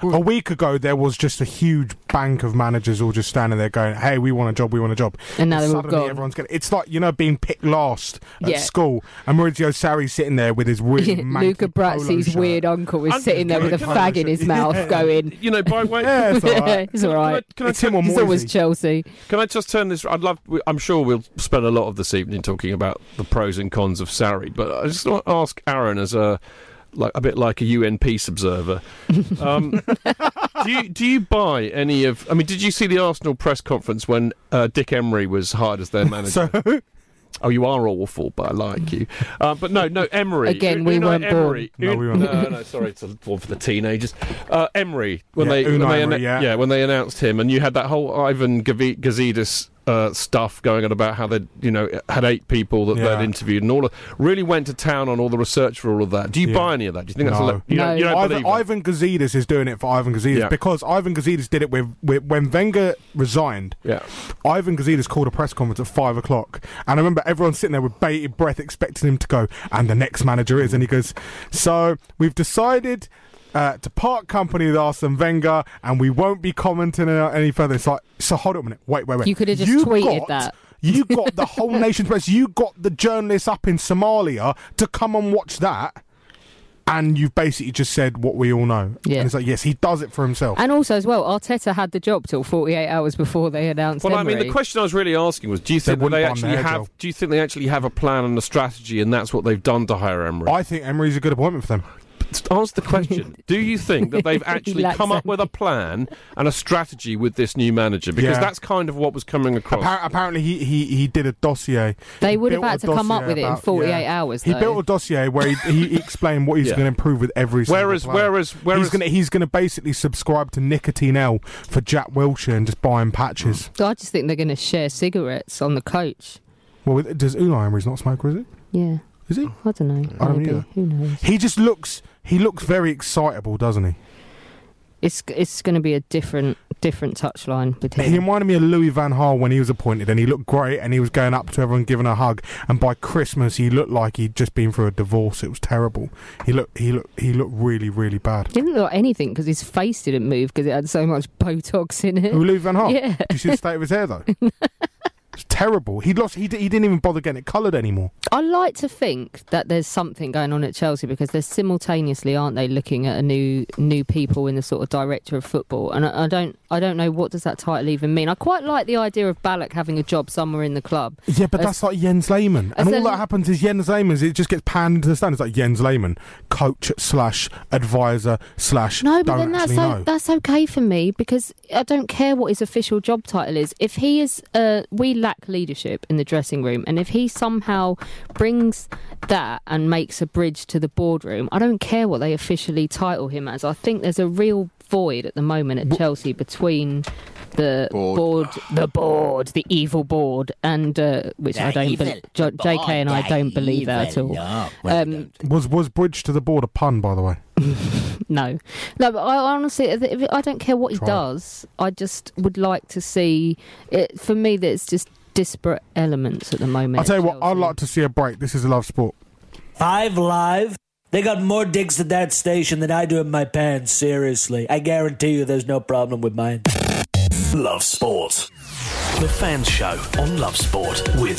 [SPEAKER 4] A week ago, there was just a huge bank of managers all just standing there going, "Hey, we want a job, we want a job."
[SPEAKER 3] And now they're all
[SPEAKER 4] suddenly
[SPEAKER 3] gone.
[SPEAKER 4] everyone's getting. It's like you know being picked last at
[SPEAKER 3] Yeah.
[SPEAKER 4] school, and Maurizio Sarri's sitting there with his really manky
[SPEAKER 3] <laughs> Luca
[SPEAKER 4] polo
[SPEAKER 3] Brazzi's
[SPEAKER 4] shirt.
[SPEAKER 3] weird uncle is
[SPEAKER 4] I'm
[SPEAKER 3] sitting there
[SPEAKER 4] gonna
[SPEAKER 3] with a
[SPEAKER 4] go with
[SPEAKER 3] fag in
[SPEAKER 4] it.
[SPEAKER 3] his
[SPEAKER 4] <laughs>
[SPEAKER 3] mouth,
[SPEAKER 4] Yeah.
[SPEAKER 3] going.
[SPEAKER 1] You know, by
[SPEAKER 4] <laughs>
[SPEAKER 1] way,
[SPEAKER 4] Yeah, it's all right.
[SPEAKER 3] it's all right.
[SPEAKER 1] Can I, can I
[SPEAKER 4] It's him
[SPEAKER 1] turn-
[SPEAKER 4] or
[SPEAKER 3] It's always Chelsea.
[SPEAKER 1] Can I just turn this? I'd love. we- I'm sure we'll spend a lot of this evening talking about the pros and cons of Sarri, but I just want to ask Aaron as a like a bit like a UN peace observer. <laughs> Um, do you do you buy any of? I mean, did you see the Arsenal press conference when uh, Dick Emery was hired as
[SPEAKER 4] <laughs>
[SPEAKER 1] their manager? Oh, you are awful, but I like you. Uh, but no, no, Emery.
[SPEAKER 3] Again,
[SPEAKER 1] Un-
[SPEAKER 3] we
[SPEAKER 1] Unai
[SPEAKER 3] weren't born.
[SPEAKER 1] Emery.
[SPEAKER 4] No,
[SPEAKER 1] Un-
[SPEAKER 4] we weren't.
[SPEAKER 1] No, no, sorry, it's a one for the teenagers. Uh, Emery, when
[SPEAKER 4] Yeah,
[SPEAKER 1] they, when
[SPEAKER 4] Unai
[SPEAKER 1] they
[SPEAKER 4] Emery, yeah.
[SPEAKER 1] yeah, when they announced him, and you had that whole Ivan Gavi- Gazidis uh, stuff going on about how they, you know, had eight people that
[SPEAKER 4] Yeah.
[SPEAKER 1] they'd interviewed and all. Of, really went to town on all the research for all of that. Do you
[SPEAKER 4] Yeah.
[SPEAKER 1] buy any of that? Do you think that's
[SPEAKER 4] No.
[SPEAKER 1] a le- you, don't, you don't
[SPEAKER 4] Ivan,
[SPEAKER 1] believe that?
[SPEAKER 4] Ivan Gazidis is doing it for Ivan Gazidis
[SPEAKER 1] Yeah.
[SPEAKER 4] because Ivan Gazidis did it with, with when Wenger resigned.
[SPEAKER 1] Yeah.
[SPEAKER 4] Ivan Gazidis called a press conference at five o'clock, and I remember everyone sitting there with bated breath, expecting him to go. And the next manager is, and he goes, "So we've decided." Uh, to part company with Arsene Wenger, and we won't be commenting on it any further. It's like, so hold on a minute, wait, wait, wait.
[SPEAKER 3] You could have just tweeted
[SPEAKER 4] got-
[SPEAKER 3] that. <laughs>
[SPEAKER 4] You got the whole nation's press. You got the journalists up in Somalia to come and watch that and you've basically just said what we all know.
[SPEAKER 3] Yeah.
[SPEAKER 4] And it's like, yes, he does it for himself.
[SPEAKER 3] And also, as well, Arteta had the job till 48 hours before they announced
[SPEAKER 1] Well, I
[SPEAKER 3] Emery.
[SPEAKER 1] mean, the question I was really asking was: Do you
[SPEAKER 4] They
[SPEAKER 1] think that
[SPEAKER 4] wouldn't
[SPEAKER 1] they
[SPEAKER 4] buy him
[SPEAKER 1] actually
[SPEAKER 4] the hair
[SPEAKER 1] have?
[SPEAKER 4] gel.
[SPEAKER 1] Do you think they actually have a plan and a strategy, and that's what they've done to hire Emery?
[SPEAKER 4] I think Emery's a good appointment for them.
[SPEAKER 1] Answer the
[SPEAKER 3] <laughs>
[SPEAKER 1] question. Do you think that they've
[SPEAKER 4] <laughs> He
[SPEAKER 1] actually
[SPEAKER 4] likes
[SPEAKER 1] come up with a plan and a strategy with this new manager? Because
[SPEAKER 4] Yeah.
[SPEAKER 1] that's kind of what was coming across.
[SPEAKER 4] Appar- apparently, he, he, he did a dossier.
[SPEAKER 3] They
[SPEAKER 4] He
[SPEAKER 3] would have
[SPEAKER 4] built
[SPEAKER 3] had
[SPEAKER 4] a
[SPEAKER 3] to come
[SPEAKER 4] dossier
[SPEAKER 3] up with it in 48 hours,
[SPEAKER 4] He
[SPEAKER 3] though.
[SPEAKER 4] built a dossier where he, he
[SPEAKER 3] <laughs>
[SPEAKER 4] explained what he's
[SPEAKER 1] Yeah.
[SPEAKER 4] going to improve with every. single
[SPEAKER 1] Whereas-
[SPEAKER 4] player.
[SPEAKER 1] whereas- whereas-
[SPEAKER 4] he's going to he's going to basically subscribe to nicotine L for Jack Wilshere and just buy him patches.
[SPEAKER 3] I just think they're going to share cigarettes on the coach.
[SPEAKER 1] Hmm.
[SPEAKER 4] Well, with- does Unai Emery's not a smoker? Is it?
[SPEAKER 3] Yeah.
[SPEAKER 4] Is he?
[SPEAKER 3] I don't know.
[SPEAKER 4] I don't
[SPEAKER 3] maybe.
[SPEAKER 4] either.
[SPEAKER 3] Who knows?
[SPEAKER 4] He just looks he looks very excitable, doesn't he?
[SPEAKER 3] It's it's going to be a different different touchline with
[SPEAKER 4] He
[SPEAKER 3] him.
[SPEAKER 4] reminded me of Louis Van Gaal when he was appointed, and he looked great, and he was going up to everyone, giving a hug. And by Christmas, he looked like he'd just been through a divorce. It was terrible. He looked, he looked, he looked really, really bad.
[SPEAKER 3] Didn't look anything because his face didn't move because it had so much Botox in it.
[SPEAKER 4] Who Louis Van Gaal?
[SPEAKER 3] <laughs> Yeah.
[SPEAKER 4] Do you see the state of his <laughs> hair though? it's terrible. He lost. He, d- he didn't even bother getting it coloured anymore.
[SPEAKER 3] I like to think that there's something going on at Chelsea because they're simultaneously, aren't they, looking at a new new people in the sort of director of football. And I, I don't I don't know what does that title even mean. I quite like the idea of Ballack having a job somewhere in the club.
[SPEAKER 4] Yeah, but
[SPEAKER 3] As-
[SPEAKER 4] that's like Jens Lehmann,
[SPEAKER 3] as
[SPEAKER 4] and all
[SPEAKER 3] a-
[SPEAKER 4] that happens is Jens Lehmann. It just gets panned into the stand. It's like Jens Lehmann, coach slash advisor slash.
[SPEAKER 3] No, but
[SPEAKER 4] don't
[SPEAKER 3] then that's
[SPEAKER 4] actually
[SPEAKER 3] o-
[SPEAKER 4] know.
[SPEAKER 3] that's okay for me because I don't care what his official job title is. If he is, uh, we lack leadership in the dressing room, and if he somehow brings that and makes a bridge to the boardroom, I don't care what they officially title him as. I think there's a real void at the moment at Chelsea between. The board. the board, the evil board, and uh, which I
[SPEAKER 4] They're
[SPEAKER 3] don't,
[SPEAKER 4] evil.
[SPEAKER 3] believe. J-
[SPEAKER 4] The
[SPEAKER 3] J.K. and I
[SPEAKER 4] board,
[SPEAKER 3] don't
[SPEAKER 4] they're
[SPEAKER 3] believe that at all. Uh,
[SPEAKER 4] evil.
[SPEAKER 3] Um,
[SPEAKER 4] was was bridge to the board a pun, by the way?
[SPEAKER 3] <laughs> No, no. But I honestly, if- if- I don't care what he
[SPEAKER 4] Try.
[SPEAKER 3] does. I just would like to see it. For me, there's just disparate elements at the moment.
[SPEAKER 4] I'll tell you what, I'd like to see a break. This is a love sport.
[SPEAKER 7] Five Live. They got more digs at that station than I do in my pants, seriously. I guarantee you there's no problem with mine.
[SPEAKER 2] Love Sport. The Fans Show on Love Sport with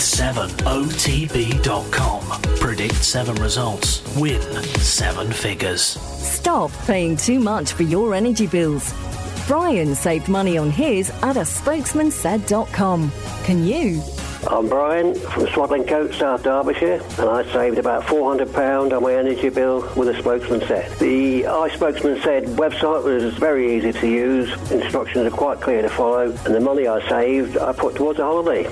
[SPEAKER 2] 7otb.com. Predict 7 results. Win 7 figures.
[SPEAKER 8] Stop paying too much for your energy bills. Brian saved money on his at a spokesmansaid.com. Can you?
[SPEAKER 9] I'm Brian from Swaddling Coat, South Derbyshire, and I saved about £400 on my energy bill with a spokesman said. The iSpokesman said website was very easy to use, instructions are quite clear to follow, and the money I saved I put towards a holiday.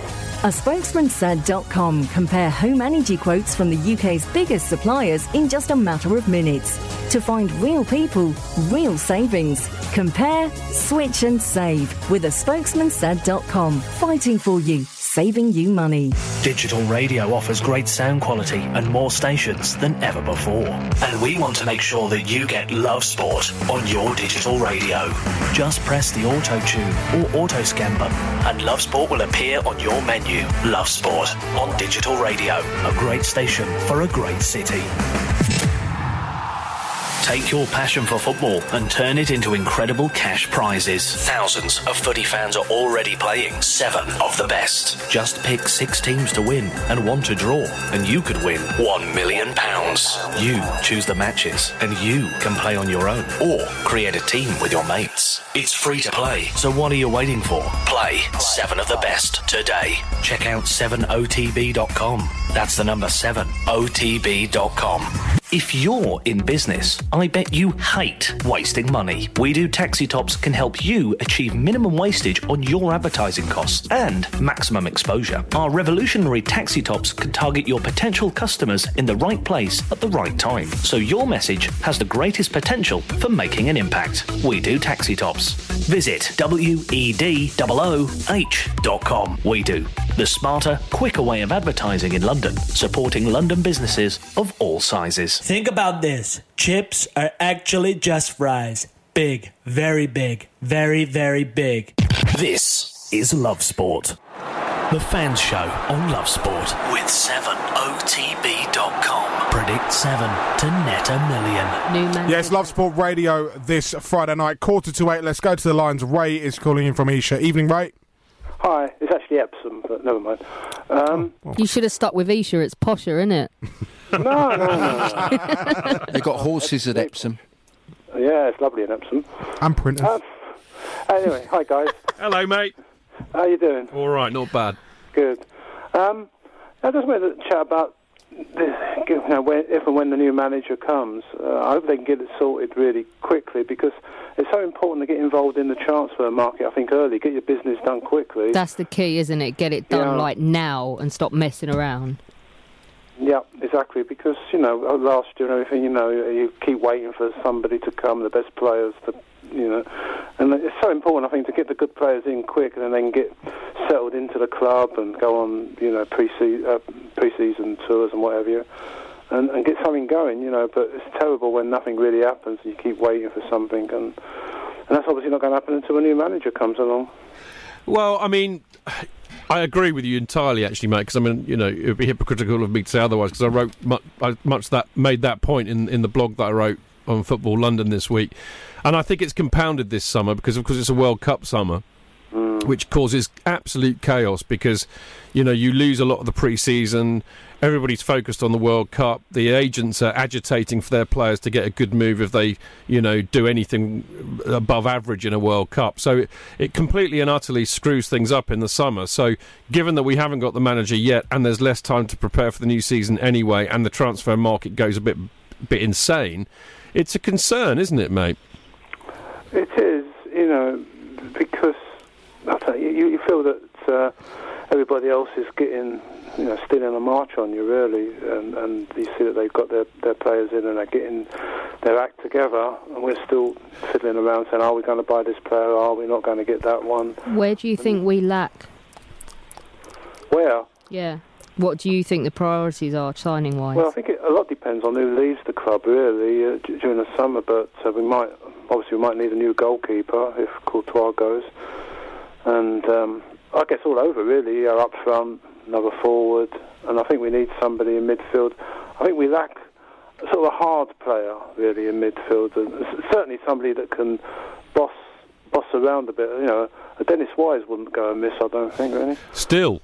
[SPEAKER 8] A spokesmansaid.com compare home energy quotes from the UK's biggest suppliers in just a matter of minutes. To find real people, real savings. Compare, switch and save with a spokesmansaid.com. Fighting for you, saving you money.
[SPEAKER 2] Digital radio offers great sound quality and more stations than ever before. And we want to make sure that you get Love Sport on your digital radio. Just press the auto tune or auto scan button, and Love Sport will appear on your menu. Love Sport on digital radio, a great station for a great city. Take your passion for football and turn it into incredible cash prizes. Thousands of footy fans are already playing seven of the best. Just pick six teams to win and one to draw, and you could win £1 million. You choose the matches, and you can play on your own or create a team with your mates. It's free to play, so what are you waiting for? Play seven of the best today. Check out 7otb.com. That's the number 7otb.com.
[SPEAKER 19] If you're in business, I bet you hate wasting money. We do Taxi Tops can help you achieve minimum wastage on your advertising costs and maximum exposure. Our revolutionary Taxi Tops can target your potential customers in the right place at the right time. So your message has the greatest potential for making an impact. We do Taxi Tops. Visit E wedooh.com. We do. The smarter, quicker way of advertising in London, supporting London businesses of all sizes.
[SPEAKER 9] Think about this chips are actually just fries. Big, very big, very, very big.
[SPEAKER 7] This is Love Sport.
[SPEAKER 9] The fans show
[SPEAKER 7] On Love Sport
[SPEAKER 19] with 7otb.com.
[SPEAKER 7] Predict 7 to net a million.
[SPEAKER 4] Yes, Love Sport Radio this Friday night, quarter to eight. Let's go to the lines. Ray is calling in from Esher. Evening, Ray.
[SPEAKER 18] Hi, it's actually Epsom, but never mind.
[SPEAKER 4] <laughs>
[SPEAKER 18] Um,
[SPEAKER 1] Oh.
[SPEAKER 3] You should have stuck with Isha. It's posher, isn't it?
[SPEAKER 18] no, no, no.
[SPEAKER 5] They've got horses at Epsom.
[SPEAKER 18] no. yeah, it's lovely in Epsom.
[SPEAKER 4] I'm printers.
[SPEAKER 18] Um, anyway, hi guys.
[SPEAKER 1] Hello, mate.
[SPEAKER 18] How you doing?
[SPEAKER 1] All right, not bad.
[SPEAKER 18] Good. Um, I just wanted to chat about this, you know, when, if and when the new manager comes. Uh, I hope they can get it sorted really quickly because it's so important to get involved in the transfer market. I think early, get your business done quickly.
[SPEAKER 3] That's the key, isn't it? Get it done
[SPEAKER 18] Yeah.
[SPEAKER 3] like now and stop messing around.
[SPEAKER 18] Yeah, exactly. Because you know, uh, last year and everything, you know, you keep waiting for somebody to come, the best players to, you know, and it's so important, I think, to get the good players in quick, and then they can get settled into the club and go on, you know, pre-season, uh, pre-season tours and whatever, you, and and get something going, you know. But it's terrible when nothing really happens, and you keep waiting for something, and and that's obviously not going to happen until a new manager comes along.
[SPEAKER 1] Well, I mean, I agree with you entirely, actually, mate. Because I mean, you know, it would be hypocritical of me to say otherwise. Because I wrote much, I much that made that point in in the blog that I wrote on Football London this week, and I think it's compounded this summer because, of course, it's a World Cup summer. Which causes absolute chaos because, you know, you lose a lot of the pre-season. Everybody's focused on the World Cup. The agents are agitating for their players to get a good move if they, you know, do anything above average in a World Cup. So it, it completely and utterly screws things up in the summer. So given that we haven't got the manager yet, and there's less time to prepare for the new season anyway, and the transfer market goes a bit bit insane, it's a concern, isn't it, mate?
[SPEAKER 18] It is, you know, because I don't, you, you feel that uh, everybody else is getting, you know, stealing a march on you, really, and, and you see that they've got their, their players in and they're getting their act together, and we're still fiddling around saying, are we going to buy this player? Are we not going to get that one?
[SPEAKER 3] Where do you think we lack?
[SPEAKER 18] Where?
[SPEAKER 3] Yeah. What do you think the priorities are signing wise?
[SPEAKER 18] Well, I think it, a lot depends on who leaves the club, really, uh, d- during the summer. But uh, we might, obviously, we might need a new goalkeeper if Courtois goes, and um, I guess all over really. You're up front, another forward, and I think we need somebody in midfield. I think we lack sort of a hard player really in midfield, and s- certainly somebody that can boss boss around a bit. You know, Dennis Wise wouldn't go amiss, I don't think, really. <laughs>
[SPEAKER 1] Still,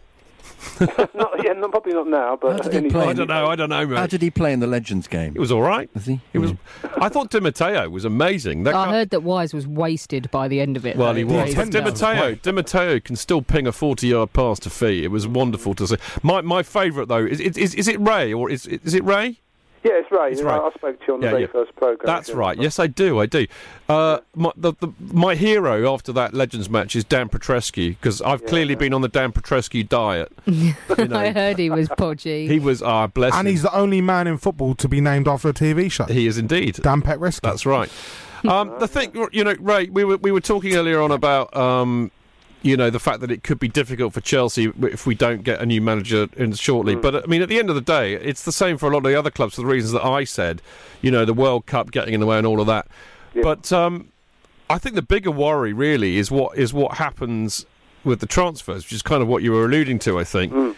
[SPEAKER 18] not, yeah, not, probably not now, but any-
[SPEAKER 1] I don't know. I don't know, mate.
[SPEAKER 5] How did he play in the Legends game?
[SPEAKER 1] It was all right.
[SPEAKER 5] Was he? Ah,
[SPEAKER 1] It was. I thought Di Matteo was amazing. That
[SPEAKER 3] I
[SPEAKER 1] guy-
[SPEAKER 3] heard that Wise was wasted by the end of it.
[SPEAKER 1] well,
[SPEAKER 3] though.
[SPEAKER 1] he
[SPEAKER 3] <laughs>
[SPEAKER 1] was.
[SPEAKER 3] Praise
[SPEAKER 1] But Di
[SPEAKER 3] God.
[SPEAKER 1] Matteo, Di Matteo can still ping a forty-yard pass to Fee. It was wonderful to see. My my favourite though is is, is is it Ray or is is it Ray?
[SPEAKER 18] Yeah, it's right.
[SPEAKER 1] It's
[SPEAKER 18] you know,
[SPEAKER 1] right.
[SPEAKER 18] I spoke to you on
[SPEAKER 1] Yeah,
[SPEAKER 18] the very
[SPEAKER 1] yeah.
[SPEAKER 18] first program.
[SPEAKER 1] That's right. Yes, I do. I do. Uh, my, the, the, my hero after that Legends match is Dan Petrescu because I've clearly been on the Dan Petrescu diet.
[SPEAKER 3] I heard he was
[SPEAKER 1] <laughs>
[SPEAKER 3] podgy.
[SPEAKER 1] He was ah, our blessing.
[SPEAKER 4] And he's the only man in football to be named after a TV show.
[SPEAKER 1] He is indeed.
[SPEAKER 4] Dan Petrescu.
[SPEAKER 1] That's right. Um, the thing, you know, Ray, we were we were talking earlier on about. Um, you know the fact that it could be difficult for Chelsea if we don't get a new manager in shortly. But I mean, at the end of the day, it's the same for a lot of the other clubs for the reasons that I said. You know, the World Cup getting in the way and all of that. But um, I think the bigger worry really is what is what happens with the transfers, which is kind of what you were alluding to. I think.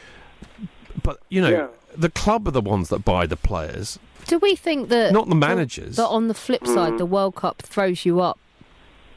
[SPEAKER 1] But you know,
[SPEAKER 3] Yeah.
[SPEAKER 1] the club are the ones that buy the players.
[SPEAKER 3] Do we think that
[SPEAKER 1] Not the managers.
[SPEAKER 3] That on the flip side,
[SPEAKER 1] Mm.
[SPEAKER 3] the World Cup throws you up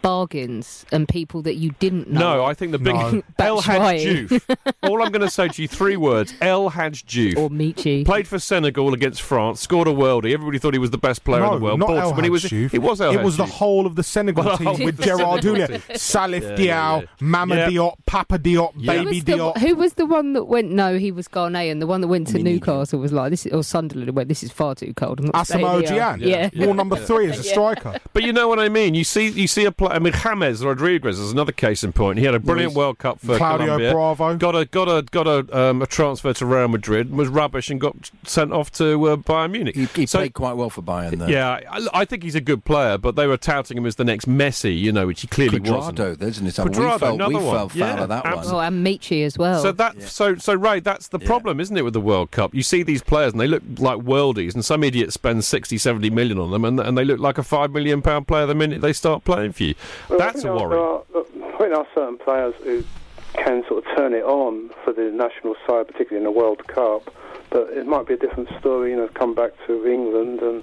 [SPEAKER 3] bargains and people that you didn't know.
[SPEAKER 1] No, I think the big <laughs> El
[SPEAKER 3] That's right.
[SPEAKER 1] Hadj Diouf.
[SPEAKER 3] <laughs>
[SPEAKER 1] All I'm going to say to you, three words: El Hadj Diouf. Or
[SPEAKER 3] Michi.
[SPEAKER 1] Played for Senegal against France. Scored a worldie. Everybody thought he was the best player
[SPEAKER 4] no,
[SPEAKER 1] in the world.
[SPEAKER 4] not
[SPEAKER 1] But
[SPEAKER 4] El
[SPEAKER 1] when he was,
[SPEAKER 4] Hadji Diouf.
[SPEAKER 1] it was El
[SPEAKER 4] It was the
[SPEAKER 1] Hadji.
[SPEAKER 4] whole of the Senegal
[SPEAKER 1] Well, <laughs>
[SPEAKER 4] team with
[SPEAKER 1] the
[SPEAKER 4] Gerard
[SPEAKER 1] Senegal
[SPEAKER 4] Houllier,
[SPEAKER 1] team.
[SPEAKER 4] Salif
[SPEAKER 1] Yeah, yeah,
[SPEAKER 4] Diao, Mama
[SPEAKER 1] Yeah.
[SPEAKER 4] Diop, Papa Diop,
[SPEAKER 1] Yeah.
[SPEAKER 3] Who
[SPEAKER 4] Baby
[SPEAKER 3] was, the,
[SPEAKER 4] Diop.
[SPEAKER 3] who was the one that went? No, he was Ghanaian. The one that went to Newcastle was like this, is- or Sunderland went. This is far too cold. I'm not staying
[SPEAKER 4] Asamoah
[SPEAKER 3] here."
[SPEAKER 4] Gyan,
[SPEAKER 3] Yeah.
[SPEAKER 4] Rule number three
[SPEAKER 3] <laughs>
[SPEAKER 4] is a striker.
[SPEAKER 1] <laughs> But you know what I mean. You see, you see a player. I mean, James Rodriguez is another case in point. He had a brilliant
[SPEAKER 4] Luis.
[SPEAKER 1] World Cup for
[SPEAKER 4] Claudio
[SPEAKER 1] Colombia.
[SPEAKER 4] Bravo
[SPEAKER 1] got a got a got a, um, a transfer to Real Madrid. Was rubbish and got sent off to uh, Bayern Munich. He,
[SPEAKER 15] played quite well for Bayern. Though.
[SPEAKER 1] Yeah, I, I think he's a good player, but they were touting him as the next Messi, you know, which he clearly wasn't.
[SPEAKER 15] Quadrado, isn't it? We
[SPEAKER 1] Quadrado,
[SPEAKER 15] fell- we
[SPEAKER 1] another one.
[SPEAKER 15] fell foul
[SPEAKER 1] yeah,
[SPEAKER 15] of that one.
[SPEAKER 1] absolutely.
[SPEAKER 3] Oh, and Michi as well.
[SPEAKER 1] So that so so right, that's the problem, isn't it, with the World Cup? You see these players and they look like worldies, and some idiot spends 60, 70 million on them, and and they look like a five million pound player the minute they start playing for you.
[SPEAKER 18] Well, I
[SPEAKER 1] That's
[SPEAKER 18] think
[SPEAKER 1] a
[SPEAKER 18] there
[SPEAKER 1] worry.
[SPEAKER 18] Are, I think there are certain players who can sort of turn it on for the national side, particularly in the World Cup. But it might be a different story, you know, come back to England and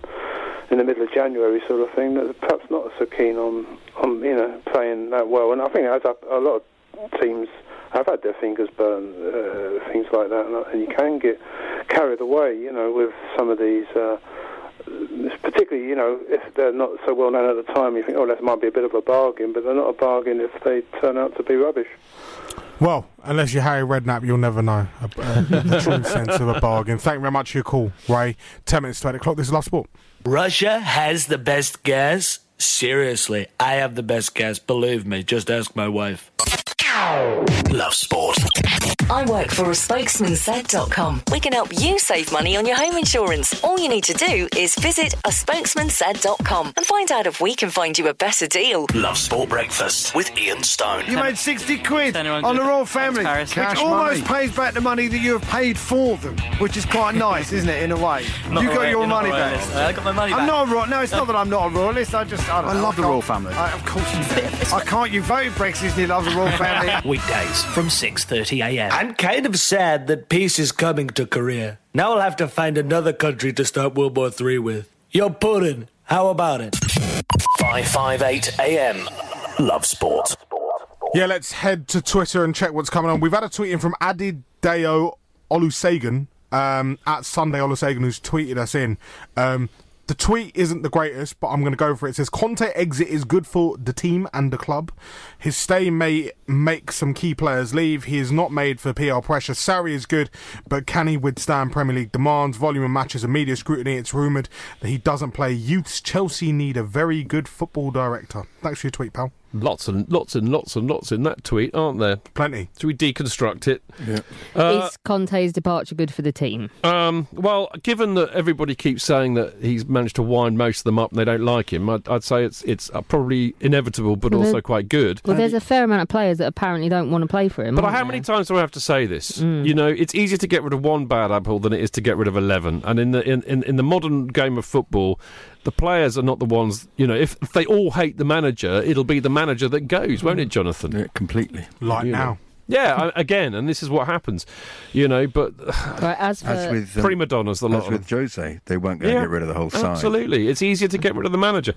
[SPEAKER 18] in the middle of January sort of thing. That they're perhaps not so keen on, on you know, playing that well. And I think as a, a lot of teams have had their fingers burned, uh, things like that, and, and you can get carried away, you know, with some of these. Uh, particularly, you know, if they're not so well known at the time, you think, oh, that might be a bit of a bargain, but they're not a bargain if they turn out to be rubbish.
[SPEAKER 4] Well, unless you're Harry Redknapp, you'll never know uh, uh, the true sense of a bargain. Thank you very much for your call, Ray. 10 minutes to 8 o'clock. This is Love Sport.
[SPEAKER 7] Russia has the best gas? Seriously, I have the best gas. Believe me, just ask my wife. Love sport.
[SPEAKER 8] I work for a spokesmansaid.com. We can help you save money on your home insurance. All you need to do is visit a spokesmansaid.com and find out if we can find you a better deal.
[SPEAKER 7] Love sport breakfast with Ian Stone.
[SPEAKER 16] You made 60 quid on the Royal Family, which
[SPEAKER 7] Cash
[SPEAKER 16] almost
[SPEAKER 7] money.
[SPEAKER 16] pays back the money that you have paid for them, which is quite nice, isn't it, in a way?
[SPEAKER 7] Not
[SPEAKER 16] you
[SPEAKER 7] a
[SPEAKER 16] got your
[SPEAKER 7] royal- you're not
[SPEAKER 16] money
[SPEAKER 7] a
[SPEAKER 16] back.
[SPEAKER 7] royalist. Uh, I got my money
[SPEAKER 16] I'm
[SPEAKER 7] back.
[SPEAKER 16] not a royal. No, it's not that I'm not a royalist. I just. I, don't
[SPEAKER 10] I
[SPEAKER 16] know,
[SPEAKER 10] love the
[SPEAKER 16] can't-
[SPEAKER 10] royal family.
[SPEAKER 16] I, of course you
[SPEAKER 7] <laughs>
[SPEAKER 16] do. I can't. You voted Brexit, isn't it? Love the royal family.
[SPEAKER 7] Weekdays from 6:30 a.m.
[SPEAKER 13] I'm kind of sad that peace is coming to Korea. Now I'll have to find another country to start World War III with.
[SPEAKER 7] Yo, Putin, how about it? 558 AM. Love sport.
[SPEAKER 4] Yeah, let's head to Twitter and check what's coming on. We've had a tweet in from Adideo Olusegun, um, at Sunday Olusegun, who's tweeted us in. Um, the tweet isn't the greatest, but I'm going to go for it. It says, Conte exit is good for the team and the club. His stay may make some key players leave. He is not made for PR pressure. Sarri is good, but can he withstand Premier League demands, volume of matches, and media scrutiny? It's rumoured that he doesn't play youths. Chelsea need a very good football director. Thanks for your tweet, pal.
[SPEAKER 1] Lots and lots and lots and lots in that tweet, aren't there?
[SPEAKER 4] Plenty.
[SPEAKER 1] Should we deconstruct it?
[SPEAKER 15] Yeah.
[SPEAKER 1] Uh,
[SPEAKER 3] is Conte's departure good for the team?
[SPEAKER 1] um, well, given that everybody keeps saying that he's managed to wind most of them up and they don't like him, I'd, I'd say it's it's uh, probably inevitable, but
[SPEAKER 3] Well,
[SPEAKER 1] also
[SPEAKER 3] there-
[SPEAKER 1] quite good.
[SPEAKER 3] Mm-hmm. Well, there's a fair amount of players that apparently don't want to play for him.
[SPEAKER 1] But
[SPEAKER 3] aren't Mm.
[SPEAKER 1] how
[SPEAKER 3] there?
[SPEAKER 1] many times do I have to say this? You know, it's easier to get rid of one bad apple than it is to get rid of eleven. And in the in, in, in the modern game of football, the players are not the ones. You know, if, if they all hate the manager, it'll be the manager that goes, won't
[SPEAKER 3] Mm.
[SPEAKER 1] it, Jonathan? Yeah,
[SPEAKER 15] completely.
[SPEAKER 4] Like
[SPEAKER 1] You know.
[SPEAKER 4] now.
[SPEAKER 1] Yeah, I- again, and this is what happens. You know,
[SPEAKER 3] <sighs>
[SPEAKER 1] but
[SPEAKER 3] Right, as for
[SPEAKER 15] As with um,
[SPEAKER 1] prima donnas, the lot
[SPEAKER 15] as
[SPEAKER 1] of
[SPEAKER 15] with Jose, they weren't going to get rid of the whole side.
[SPEAKER 1] Absolutely, it's easier to get rid of the manager.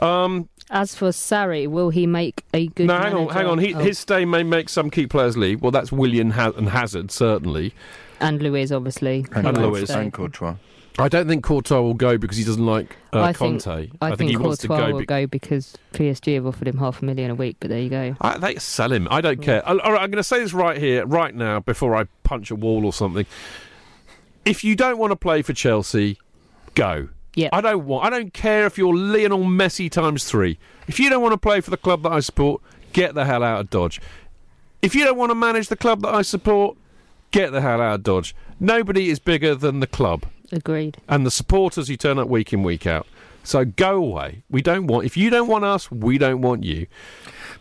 [SPEAKER 1] Um,
[SPEAKER 3] as for Sarri, will he make a good?
[SPEAKER 1] no, hang on,
[SPEAKER 3] manager?
[SPEAKER 1] hang on. He,
[SPEAKER 3] Oh,
[SPEAKER 1] His stay may make some key players leave. Well, that's William ha- and Hazard certainly.
[SPEAKER 3] and Luis obviously.
[SPEAKER 1] And
[SPEAKER 3] He won't
[SPEAKER 1] Luis.
[SPEAKER 3] stay.
[SPEAKER 1] And
[SPEAKER 15] Courtois.
[SPEAKER 1] I don't think Courtois will go because he doesn't like uh,
[SPEAKER 3] I think,
[SPEAKER 1] Conte.
[SPEAKER 3] I, think,
[SPEAKER 1] he
[SPEAKER 3] Courtois
[SPEAKER 1] wants to go.
[SPEAKER 3] will
[SPEAKER 1] be-
[SPEAKER 3] go because PSG have offered him half a million a week. But there you go.
[SPEAKER 1] I, they sell him. I
[SPEAKER 3] Hmm.
[SPEAKER 1] don't care. All all right, I'm going to say this right here, right now, before I punch a wall or something. If you don't want to play for Chelsea, go.
[SPEAKER 3] Yeah.
[SPEAKER 1] I don't want. I don't care if you're Lionel Messi times three. If you don't want to play for the club that I support, get the hell out of Dodge. If you don't want to manage the club that I support, get the hell out of Dodge. Nobody is bigger than the club
[SPEAKER 3] Agreed.
[SPEAKER 1] and the supporters who turn up week in week out. So go away. We don't want. If you don't want us, we don't want you.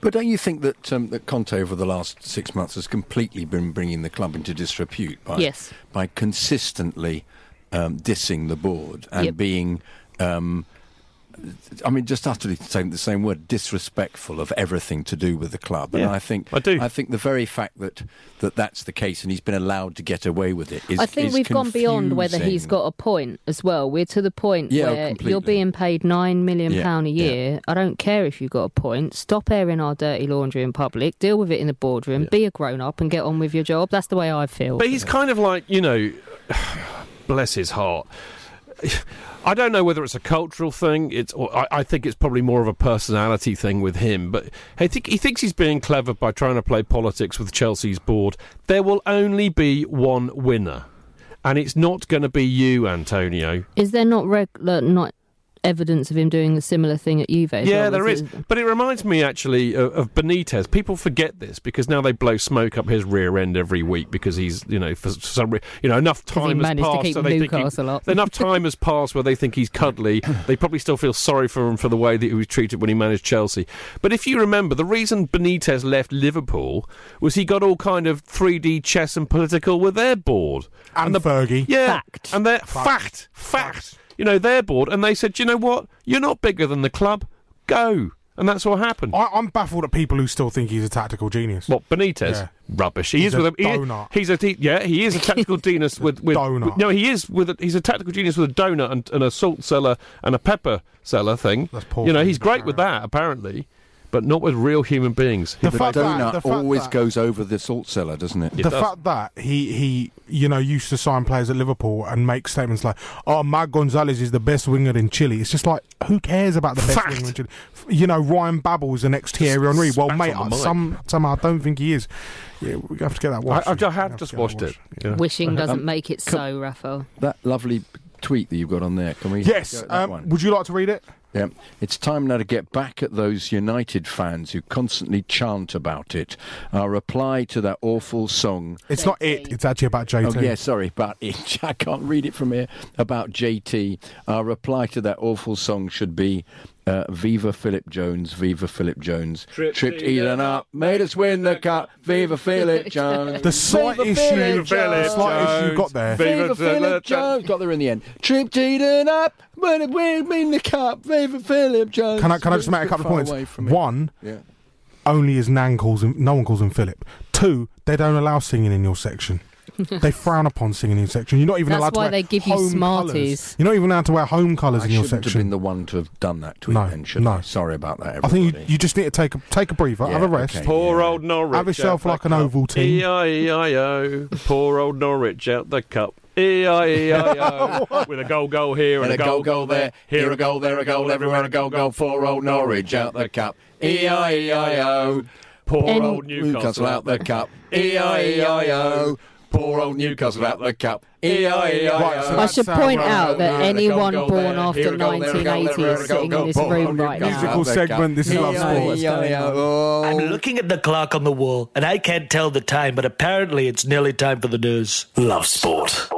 [SPEAKER 15] But don't you think that um, that Conte over the last six months has completely been bringing the club into disrepute by
[SPEAKER 3] Yes.
[SPEAKER 15] by consistently um, dissing the board and
[SPEAKER 3] Yep.
[SPEAKER 15] being um,
[SPEAKER 5] I mean, just utterly saying the same word, disrespectful of everything to do with the club. And
[SPEAKER 1] Yeah,
[SPEAKER 5] I think
[SPEAKER 1] I do.
[SPEAKER 5] I think the very fact that, that that's the case and he's been allowed to get away with it is.
[SPEAKER 3] I think
[SPEAKER 5] is
[SPEAKER 3] we've gone beyond whether he's
[SPEAKER 5] confusing.
[SPEAKER 3] got a point as well. We're to the point
[SPEAKER 5] Yeah,
[SPEAKER 3] where you're
[SPEAKER 5] completely.
[SPEAKER 3] being paid nine million
[SPEAKER 5] Yeah,
[SPEAKER 3] pound a year. I don't care if you've got a point. Stop airing our dirty laundry in public. Deal with it in the boardroom. Be a grown up and get on with your job. That's the way I feel.
[SPEAKER 1] But he's kind of like, you know, <sighs> bless his heart. I don't know whether it's a cultural thing. It's, or I, I think it's probably more of a personality thing with him. But I think he thinks he's being clever by trying to play politics with Chelsea's board. There will only be one winner, and it's not going to be you, Antonio.
[SPEAKER 3] Is there not regular not evidence of him doing a similar thing at Juve? as
[SPEAKER 1] Yeah,
[SPEAKER 3] well?
[SPEAKER 1] there is. But it reminds me actually of, of Benitez. People forget this because now they blow smoke up his rear end every week because he's, you know, for some re- you know, enough
[SPEAKER 3] 'Cause he
[SPEAKER 1] time has
[SPEAKER 3] managed to
[SPEAKER 1] passed.
[SPEAKER 3] keep
[SPEAKER 1] so they think he-
[SPEAKER 3] Newcastle up. <laughs>
[SPEAKER 1] enough time has passed where they think he's cuddly. They probably still feel sorry for him for the way that he was treated when he managed Chelsea. But if you remember, the reason Benitez left Liverpool was he got all kind of 3D chess and political with their board
[SPEAKER 4] And
[SPEAKER 1] the
[SPEAKER 4] Fergie.
[SPEAKER 1] Yeah, and their fact, fact. You know, their board, and they said, "Do you know what? You're not bigger than the club. Go. And that's what happened.
[SPEAKER 4] I, I'm baffled at people who still think he's a tactical genius.
[SPEAKER 1] What Benitez?
[SPEAKER 4] Yeah.
[SPEAKER 1] Rubbish. He
[SPEAKER 4] He's
[SPEAKER 1] is with
[SPEAKER 4] a
[SPEAKER 1] a, he-
[SPEAKER 4] donut.
[SPEAKER 1] he's a te- yeah. He is a tactical
[SPEAKER 4] <laughs>
[SPEAKER 1] genius with with
[SPEAKER 4] donut.
[SPEAKER 1] no. He is with a, he's a tactical genius with a donut and, and a salt cellar and a pepper cellar thing. That's
[SPEAKER 4] poor
[SPEAKER 1] You know, he's great with that apparently, but not with real human beings.
[SPEAKER 5] The, donut
[SPEAKER 4] that- the fact
[SPEAKER 5] always
[SPEAKER 4] that-
[SPEAKER 5] goes over the salt cellar, doesn't it?
[SPEAKER 4] the fact that he, he, you know, used to sign players at Liverpool and make statements like, oh, Mag Gonzalez is the best winger in Chile. It's just like, who cares about the best winger in Chile? F- You know, Ryan Babel's the next Thierry Henry. Well,
[SPEAKER 1] spat
[SPEAKER 4] mate,
[SPEAKER 1] on
[SPEAKER 4] I,
[SPEAKER 1] the mic.
[SPEAKER 4] some, somehow I don't think he is. Yeah, we have to get that
[SPEAKER 1] I,
[SPEAKER 4] watched.
[SPEAKER 1] I, I have just watched it. Yeah.
[SPEAKER 3] Wishing doesn't
[SPEAKER 5] Um,
[SPEAKER 3] make it so, Raphael.
[SPEAKER 5] That lovely tweet that you've got on there. Can we?
[SPEAKER 4] Yes.
[SPEAKER 5] go at that
[SPEAKER 4] Um,
[SPEAKER 5] one?
[SPEAKER 4] would you like to read it?
[SPEAKER 5] Yeah, it's time now to get back at those United fans who constantly chant about it. Our reply to that awful song.
[SPEAKER 4] It's not it. It's actually about JT.
[SPEAKER 5] Oh, yeah, sorry, but it, <laughs> I can't read it from here. About JT, our reply to that awful song should be uh, Viva Philip Jones, Viva Philip Jones. Tripped, Eden up, made us win the cup, Viva <laughs> Philip Jones.
[SPEAKER 4] The slight
[SPEAKER 5] Viva
[SPEAKER 4] issue-
[SPEAKER 5] Philip
[SPEAKER 4] Philip slight issue
[SPEAKER 5] Jones,
[SPEAKER 4] got there.
[SPEAKER 5] Viva
[SPEAKER 4] Viva
[SPEAKER 5] Philip
[SPEAKER 4] Philip
[SPEAKER 5] Jones. Got there in the end. Tripped Eden up, made us win the cup, Viva Philip Jones.
[SPEAKER 4] Can I, can I just
[SPEAKER 5] It's
[SPEAKER 4] make a
[SPEAKER 5] bit
[SPEAKER 4] couple of
[SPEAKER 5] far
[SPEAKER 4] points?
[SPEAKER 5] away from it.
[SPEAKER 4] One,
[SPEAKER 5] Yeah.
[SPEAKER 4] only his nan calls him. No one calls him Philip. Two, they don't allow singing in your section.
[SPEAKER 3] <laughs>
[SPEAKER 4] they frown upon singing in your section. You're not even
[SPEAKER 3] That's
[SPEAKER 4] allowed to
[SPEAKER 3] why
[SPEAKER 4] wear
[SPEAKER 3] they give you
[SPEAKER 4] home
[SPEAKER 3] Smarties.
[SPEAKER 4] colours. You're not even allowed to wear home colours
[SPEAKER 5] I
[SPEAKER 4] in your
[SPEAKER 5] shouldn't
[SPEAKER 4] section.
[SPEAKER 5] have been the one to have done that tweet.
[SPEAKER 4] No,
[SPEAKER 5] then, should
[SPEAKER 4] no.
[SPEAKER 5] I? Sorry about that.
[SPEAKER 4] I
[SPEAKER 5] Everybody.
[SPEAKER 4] think you, you just need to take a take a breather, have a rest.
[SPEAKER 1] Poor old Norwich.
[SPEAKER 4] Have yourself
[SPEAKER 1] out
[SPEAKER 4] like
[SPEAKER 1] the
[SPEAKER 4] an
[SPEAKER 1] cup.
[SPEAKER 4] Ovaltine.
[SPEAKER 20] E
[SPEAKER 1] E-I-E-I-O. Poor old Norwich out the cup.
[SPEAKER 20] E
[SPEAKER 4] <laughs>
[SPEAKER 16] <laughs>
[SPEAKER 1] E-I-E-I-O. With a goal, goal here and,
[SPEAKER 5] And a goal, goal there. Here a goal, there a goal, everywhere a goal, goal. Poor old Norwich out the cup. E, E-I-E-I-O. Poor
[SPEAKER 1] Any-
[SPEAKER 5] old Newcastle out the cup. E, E-I-E-I-O. Poor old Newcastle out the cup. E, E-I-E-I-O.
[SPEAKER 3] Right, so I should that's, uh, point right, out that
[SPEAKER 5] Here a goal,
[SPEAKER 3] anyone
[SPEAKER 5] goal
[SPEAKER 3] born
[SPEAKER 5] there.
[SPEAKER 3] after
[SPEAKER 5] Here a goal, there a goal,
[SPEAKER 3] 1980
[SPEAKER 5] everywhere
[SPEAKER 3] is
[SPEAKER 5] a goal,
[SPEAKER 3] sitting in
[SPEAKER 5] goal.
[SPEAKER 3] this
[SPEAKER 5] Poor
[SPEAKER 3] room
[SPEAKER 5] old
[SPEAKER 3] right now.
[SPEAKER 5] Newcastle out the cup.
[SPEAKER 2] I'm looking at the clock on the wall, and I can't tell the time, but apparently it's nearly time for the news. Love sport.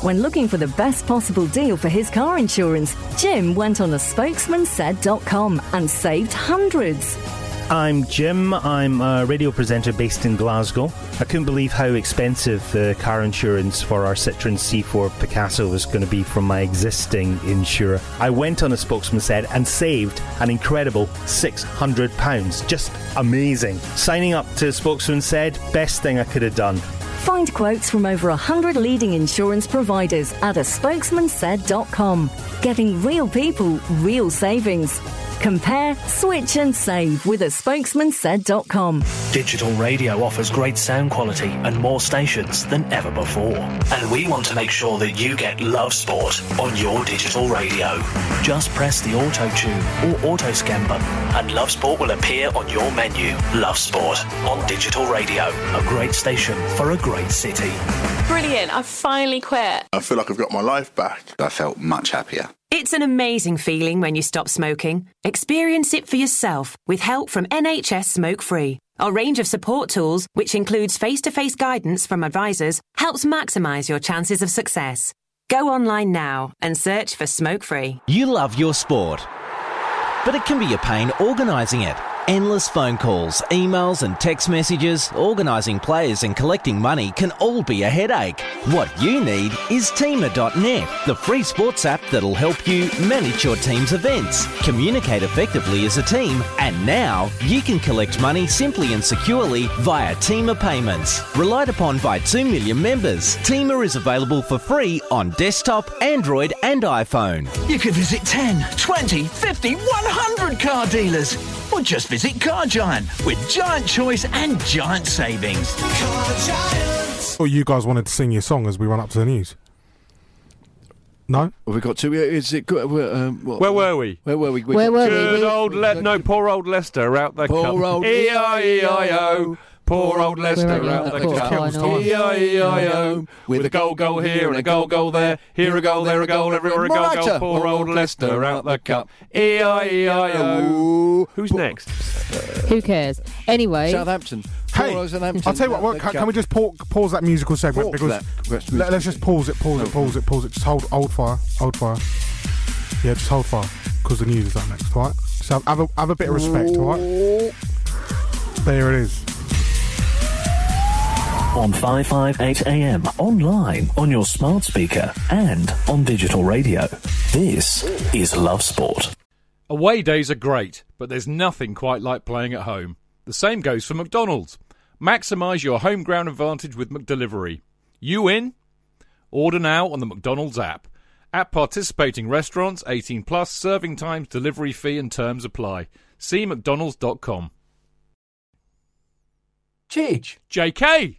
[SPEAKER 8] When looking for the best possible deal for his car insurance, Jim went on a spokesmansaid.com and saved hundreds.
[SPEAKER 21] I'm Jim. I'm a radio presenter based in Glasgow. I couldn't believe how expensive the car insurance for our Citroen C4 Picasso was going to be from my existing insurer. I went on a spokesman said and saved an incredible £600. Just amazing. Signing up to spokesman said, best thing I could have done.
[SPEAKER 8] Find quotes from over 100 leading insurance providers at a spokesmansaid.com. Getting real people, real savings. Compare, switch and save with a spokesmansaid.com.
[SPEAKER 2] Digital radio offers great sound quality and more stations than ever before. And we want to make sure that you get Love Sport on your digital radio. Just press the auto tune or auto scan button, and Love Sport will appear on your menu. Love Sport on digital radio, a great station for a great city.
[SPEAKER 22] Brilliant. I finally quit.
[SPEAKER 23] I feel like I've got my life back. I felt much happier.
[SPEAKER 22] It's an amazing feeling when you stop smoking. Experience it for yourself with help from NHS Smoke Free. Our range of support tools, which includes face to face guidance from advisors, helps maximise your chances of success. Go online now and search for Smoke Free.
[SPEAKER 24] You love your sport, but it can be a pain organising it.
[SPEAKER 6] Endless phone calls, emails, and text messages, organising players and collecting money can all be a headache. What you need is Teamer.net, the free sports app that'll help you manage your team's events, communicate effectively as a team, and now you can collect money simply and securely via Teamer payments. Relied upon by 2 million members, Teamer is available for free on desktop, Android, and iPhone.
[SPEAKER 10] You could visit 10, 20, 50, 100 car dealers. Or just visit Car Giant with giant choice and giant savings.
[SPEAKER 4] Or Oh, you guys wanted to sing your song as we run up to the news? No?
[SPEAKER 16] Have we got to? Is it good? Well, Um, what-
[SPEAKER 20] Where were we?
[SPEAKER 16] Where were we?
[SPEAKER 3] Where were we?
[SPEAKER 20] Good
[SPEAKER 3] We-
[SPEAKER 20] old Le- no, poor old Leicester out the
[SPEAKER 16] Poor
[SPEAKER 20] cup. E
[SPEAKER 16] old-
[SPEAKER 20] E-I-E-I-O. Poor old
[SPEAKER 16] We're
[SPEAKER 20] Leicester
[SPEAKER 16] in
[SPEAKER 20] out the
[SPEAKER 16] the
[SPEAKER 20] cup. E
[SPEAKER 16] final.
[SPEAKER 20] E-I-E-I-O. With a goal, goal here and a goal, goal there. Here a goal, there a goal, everywhere a goal, goal.
[SPEAKER 16] Morata.
[SPEAKER 20] Poor old Leicester out the cup. E E-I-E-I-O. Who's next?
[SPEAKER 3] Who cares? Anyway,
[SPEAKER 16] Southampton.
[SPEAKER 4] Hey, I'll tell you what. what can, can we just pa- pause that musical segment
[SPEAKER 16] Pause
[SPEAKER 4] because
[SPEAKER 16] that. Let's
[SPEAKER 4] let, us just pause it, pause
[SPEAKER 16] Oh.
[SPEAKER 4] it, pause it, pause it. Just hold, hold fire, hold fire. Yeah, just hold fire because the news is up next. All right. So have a, have a bit of respect. All right. There it is.
[SPEAKER 25] On 558 AM, online, on your smart speaker, and on digital radio. This is Love Sport.
[SPEAKER 1] Away days are great, but there's nothing quite like playing at home. The same goes for McDonald's. Maximise your home ground advantage with McDelivery. You in? Order now on the McDonald's app. At participating restaurants, 18 plus, serving times, delivery fee and terms apply. See mcdonalds.com.
[SPEAKER 25] Cheech.
[SPEAKER 1] JK!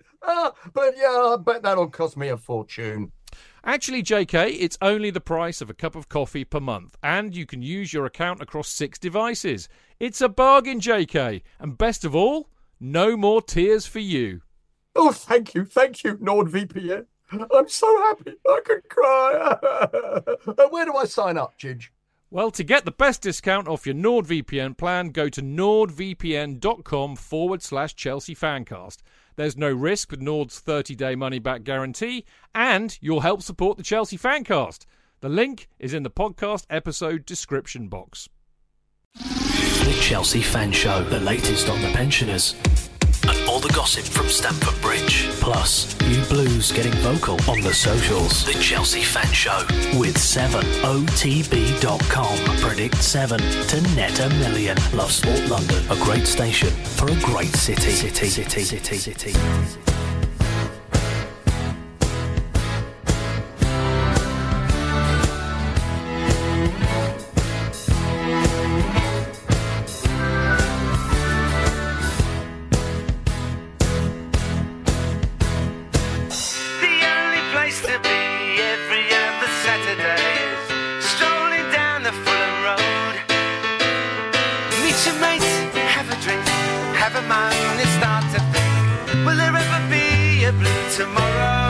[SPEAKER 5] Ah, but yeah, I bet that'll cost me a fortune.
[SPEAKER 1] Actually, JK, it's only the price of a cup of coffee per month, and you can use your account across six devices. It's a bargain, JK, and best of all, no more tears for you.
[SPEAKER 5] Oh, thank you, thank you, NordVPN. I'm so happy I could cry. <laughs> and where do I sign up, Chidge?
[SPEAKER 1] Well, to get the best discount off your NordVPN plan, go to nordvpn.com forward slash Chelsea Fancast. There's no risk with Nord's 30 day money back guarantee, and you'll help support the Chelsea Fancast. The link is in the podcast episode description box.
[SPEAKER 2] The Chelsea Fan Show, the latest on the pensioners. And all the gossip from Stamford Bridge. Plus, you blues getting vocal on the socials. The Chelsea Fan Show with 7otb.com. Predict 7 to net a million. Love Sport London, a great station for a great city. City, city, city, city.
[SPEAKER 24] The only place to be every other Saturday is strolling down the Fulham Road. Meet your mates, have a drink, have a moan and start to think. Will there ever be a blue tomorrow?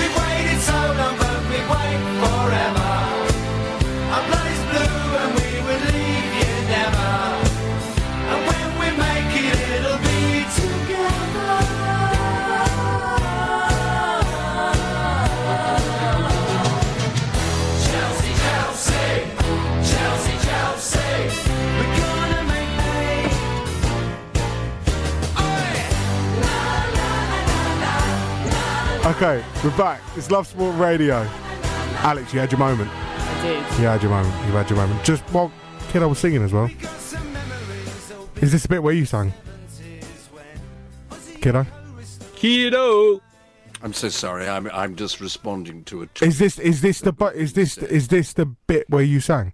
[SPEAKER 24] We waited so long, but we wait forever. Our blood is blue and we would leave you never. And when we make it, it'll be together. Chelsea, Chelsea, Chelsea, Chelsea. We're gonna make hay.
[SPEAKER 4] Okay, we're back. It's Love Sport Radio. Alex, you had your moment.
[SPEAKER 3] I did.
[SPEAKER 4] You had your moment. You had your moment. Just while kid, I was singing as well. Is this the bit where you sang? kiddo?
[SPEAKER 1] Kiddo.
[SPEAKER 5] I'm so sorry. I'm I'm just responding to a.
[SPEAKER 4] Is this is this the bu- is this is this the bit where you sang?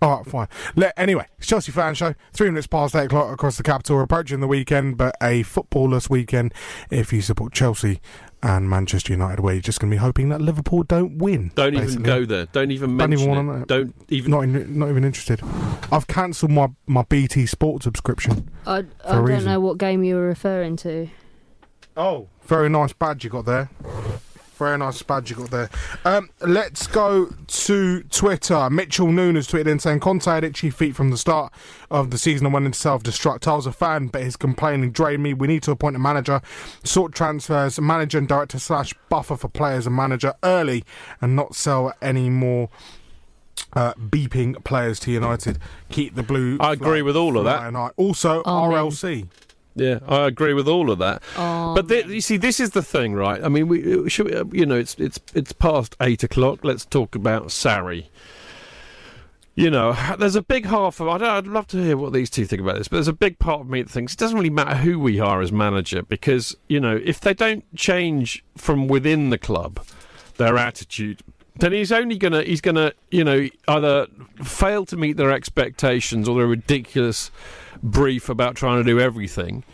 [SPEAKER 4] All right, fine. Let, anyway, it's Chelsea fan show. Three minutes past eight o'clock across the capital. We're approaching the weekend, but a footballless weekend if you support Chelsea and Manchester United, where you're just going to be hoping that Liverpool don't win.
[SPEAKER 1] Don't even
[SPEAKER 4] basically.
[SPEAKER 1] go there. Don't even
[SPEAKER 4] Don't
[SPEAKER 1] mention
[SPEAKER 4] even
[SPEAKER 1] it.
[SPEAKER 4] want to
[SPEAKER 1] Don't even.
[SPEAKER 4] Not, in, not even interested. I've cancelled my, my BT Sport subscription.
[SPEAKER 26] I,
[SPEAKER 4] a
[SPEAKER 26] I don't
[SPEAKER 4] reason.
[SPEAKER 26] know what game you were referring to.
[SPEAKER 4] Oh. Very nice badge you got there. Very nice badge you got there. Um, let's go to Twitter. Mitchell Noon has tweeted in saying Conte had itchy feet from the start of the season and went into self destruct. I was a fan, but his complaining drained me. We need to appoint a manager, sort transfers, manager and director slash buffer for players and manager early, and not sell any more uh, beeping players to United. Keep the blue.
[SPEAKER 1] I agree with all of that.
[SPEAKER 4] And I also RLC.
[SPEAKER 1] Yeah, I agree with all of that. but thi- you see, this is the thing, right? I mean, we uh, should, we, you know, it's it's it's past eight o'clock. Let's talk about Sarri. You know, there's a big half of I don't, I'd love to hear what these two think about this, but there's a big part of me that thinks it doesn't really matter who we are as manager because you know if they don't change from within the club their attitude, then he's only gonna he's gonna you know either fail to meet their expectations or their ridiculous brief about trying to do everything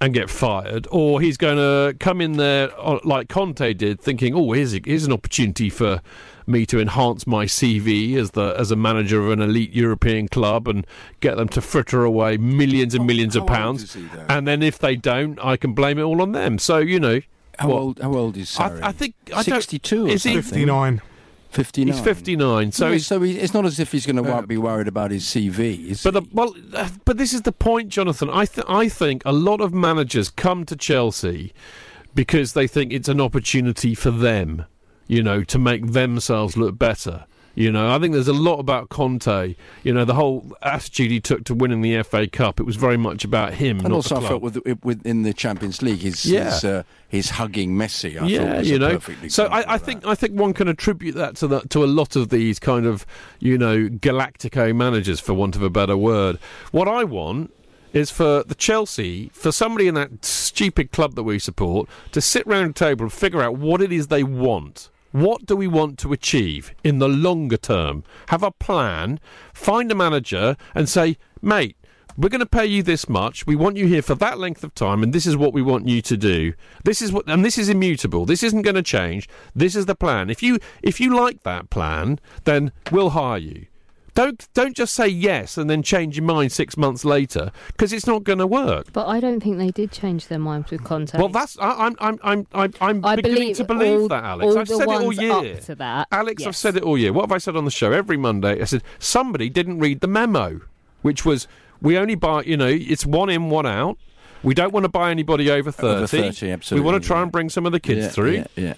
[SPEAKER 1] and get fired, or he's going to come in there uh, like Conte did, thinking, "Oh, here's, a, here's an opportunity for me to enhance my CV as the as a manager of an elite European club and get them to fritter away millions and millions of
[SPEAKER 5] how old
[SPEAKER 1] pounds."
[SPEAKER 5] is he, though?
[SPEAKER 1] And then if they don't, I can blame it all on them. So you know,
[SPEAKER 5] How
[SPEAKER 1] what-
[SPEAKER 5] old? How old is Sarri?
[SPEAKER 1] I, I think I don't-
[SPEAKER 5] sixty-two.
[SPEAKER 1] Is he
[SPEAKER 5] Fifty-nine.
[SPEAKER 1] He's fifty-nine. So
[SPEAKER 5] So,
[SPEAKER 1] he's
[SPEAKER 5] so he, it's not as if he's going to be worried about his CV. Is but
[SPEAKER 1] the, well, uh, but this is the point, Jonathan. I th- I think a lot of managers come to Chelsea because they think it's an opportunity for them, you know, to make themselves look better. You know, I think there's a lot about Conte. You know, the whole attitude he took to winning the FA Cup. It was very much about him.
[SPEAKER 5] And
[SPEAKER 1] not the
[SPEAKER 5] also, I
[SPEAKER 1] club.
[SPEAKER 5] felt with, with in the Champions League, his
[SPEAKER 1] Yeah.
[SPEAKER 5] his, uh, his hugging Messi. I
[SPEAKER 1] yeah,
[SPEAKER 5] thought was
[SPEAKER 1] you
[SPEAKER 5] a
[SPEAKER 1] know.
[SPEAKER 5] perfect
[SPEAKER 1] So I, I think I think one can attribute that to that to a lot of these kind of you know galactico managers, for want of a better word. What I want is for the Chelsea, for somebody in that stupid club that we support, to sit round a table and figure out what it is they want. What do we want to achieve in the longer term? Have a plan, find a manager, and say, mate. We're going to pay you this much. We want you here for that length of time, and this is what we want you to do. This is what, and this is immutable. This isn't going to change. This is the plan. If you if you like that plan, then we'll hire you. Don't don't just say yes and then change your mind six months later because it's not going to work.
[SPEAKER 26] But I don't think they did change their minds with Conte.
[SPEAKER 1] Well, that's I, I'm I'm I'm I'm, I'm
[SPEAKER 26] I
[SPEAKER 1] beginning
[SPEAKER 26] believe
[SPEAKER 1] to believe
[SPEAKER 26] all-
[SPEAKER 1] that, Alex.
[SPEAKER 26] all
[SPEAKER 1] I've
[SPEAKER 26] the
[SPEAKER 1] said it all
[SPEAKER 26] ones
[SPEAKER 1] year.
[SPEAKER 26] up to that,
[SPEAKER 1] Alex, I've
[SPEAKER 26] yes.
[SPEAKER 1] said it all year. What have I said on the show every Monday? I said somebody didn't read the memo, which was we only buy. You know, it's one in, one out. We don't want to buy anybody over thirty.
[SPEAKER 5] Over 30, absolutely,
[SPEAKER 1] We want to try and bring some of the kids
[SPEAKER 5] Yeah,
[SPEAKER 1] through.
[SPEAKER 5] yeah, yeah.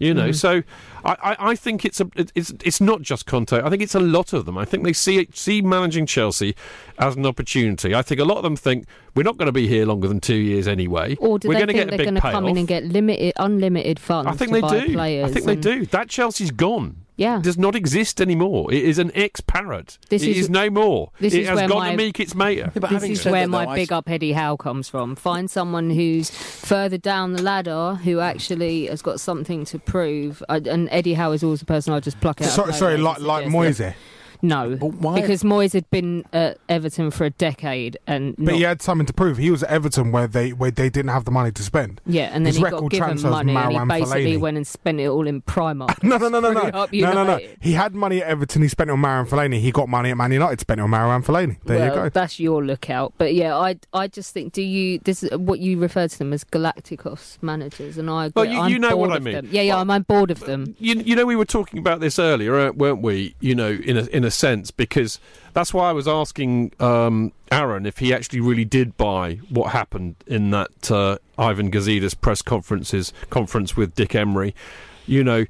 [SPEAKER 1] You know,
[SPEAKER 26] Mm-hmm.
[SPEAKER 1] so
[SPEAKER 5] Mhm.
[SPEAKER 1] I, I, I think it's a it- it's it's not just Conte. I think it's a lot of them. I think they see it, see managing Chelsea as an opportunity. I think a lot of them think we're not going to be here longer than two years anyway.
[SPEAKER 26] or do
[SPEAKER 1] we're
[SPEAKER 26] they
[SPEAKER 1] gonna
[SPEAKER 26] think
[SPEAKER 1] get a
[SPEAKER 26] they're
[SPEAKER 1] big
[SPEAKER 26] going to come in
[SPEAKER 1] payoff."
[SPEAKER 26] and get limited, unlimited funds
[SPEAKER 1] I think
[SPEAKER 26] to
[SPEAKER 1] they
[SPEAKER 26] buy
[SPEAKER 1] do.
[SPEAKER 26] players?
[SPEAKER 1] I think they
[SPEAKER 26] and-
[SPEAKER 1] do. That Chelsea's gone.
[SPEAKER 26] Yeah.
[SPEAKER 1] It does not exist anymore. It is an ex parrot. It
[SPEAKER 26] This
[SPEAKER 1] is
[SPEAKER 26] is-
[SPEAKER 1] no more.
[SPEAKER 26] this
[SPEAKER 1] it
[SPEAKER 26] is
[SPEAKER 1] has
[SPEAKER 26] where
[SPEAKER 1] gone
[SPEAKER 26] my-
[SPEAKER 1] to meek its mater.
[SPEAKER 26] this is where my big up Eddie Howe comes from. Find someone who's further down the ladder who actually has got something to prove. I, and Eddie Howe is always the person I just pluck out. of
[SPEAKER 4] Sorry,
[SPEAKER 26] nowhere
[SPEAKER 4] sorry,
[SPEAKER 26] and
[SPEAKER 4] like like
[SPEAKER 26] suggest
[SPEAKER 4] Moise.
[SPEAKER 26] that- No, because Moyes had been at Everton for a decade and
[SPEAKER 4] But
[SPEAKER 26] not-
[SPEAKER 4] he had something to prove. He was at Everton where they where they didn't have the money to spend.
[SPEAKER 26] yeah, and then
[SPEAKER 4] His
[SPEAKER 26] he
[SPEAKER 4] record
[SPEAKER 26] got given
[SPEAKER 4] transfer was
[SPEAKER 26] money and he
[SPEAKER 4] Marouane
[SPEAKER 26] basically
[SPEAKER 4] Fellaini.
[SPEAKER 26] went and spent it all in Primark.
[SPEAKER 4] <laughs> No, no, no, no, no,
[SPEAKER 26] Screwed up
[SPEAKER 4] no, no, no.
[SPEAKER 26] United.
[SPEAKER 4] He had money at Everton. He spent it on Marouane Fellaini. He got money at Man United. Spent it on Marouane Fellaini. There
[SPEAKER 26] well,
[SPEAKER 4] you go.
[SPEAKER 26] That's your lookout. But yeah, I I just think do you this is what you refer to them as Galacticos managers, and I agree.
[SPEAKER 1] Well, Oh, you-
[SPEAKER 26] I'm
[SPEAKER 1] you know what
[SPEAKER 26] bored
[SPEAKER 1] I
[SPEAKER 26] of
[SPEAKER 1] mean.
[SPEAKER 26] them. Yeah, yeah, I'm, I'm bored of them.
[SPEAKER 1] you, you know we were talking about this earlier uh, weren't we you know in a, in a sense because that's why i was asking um, aaron if he actually really did buy what happened in that uh, ivan gazidis press conferences conference with dick emery you know,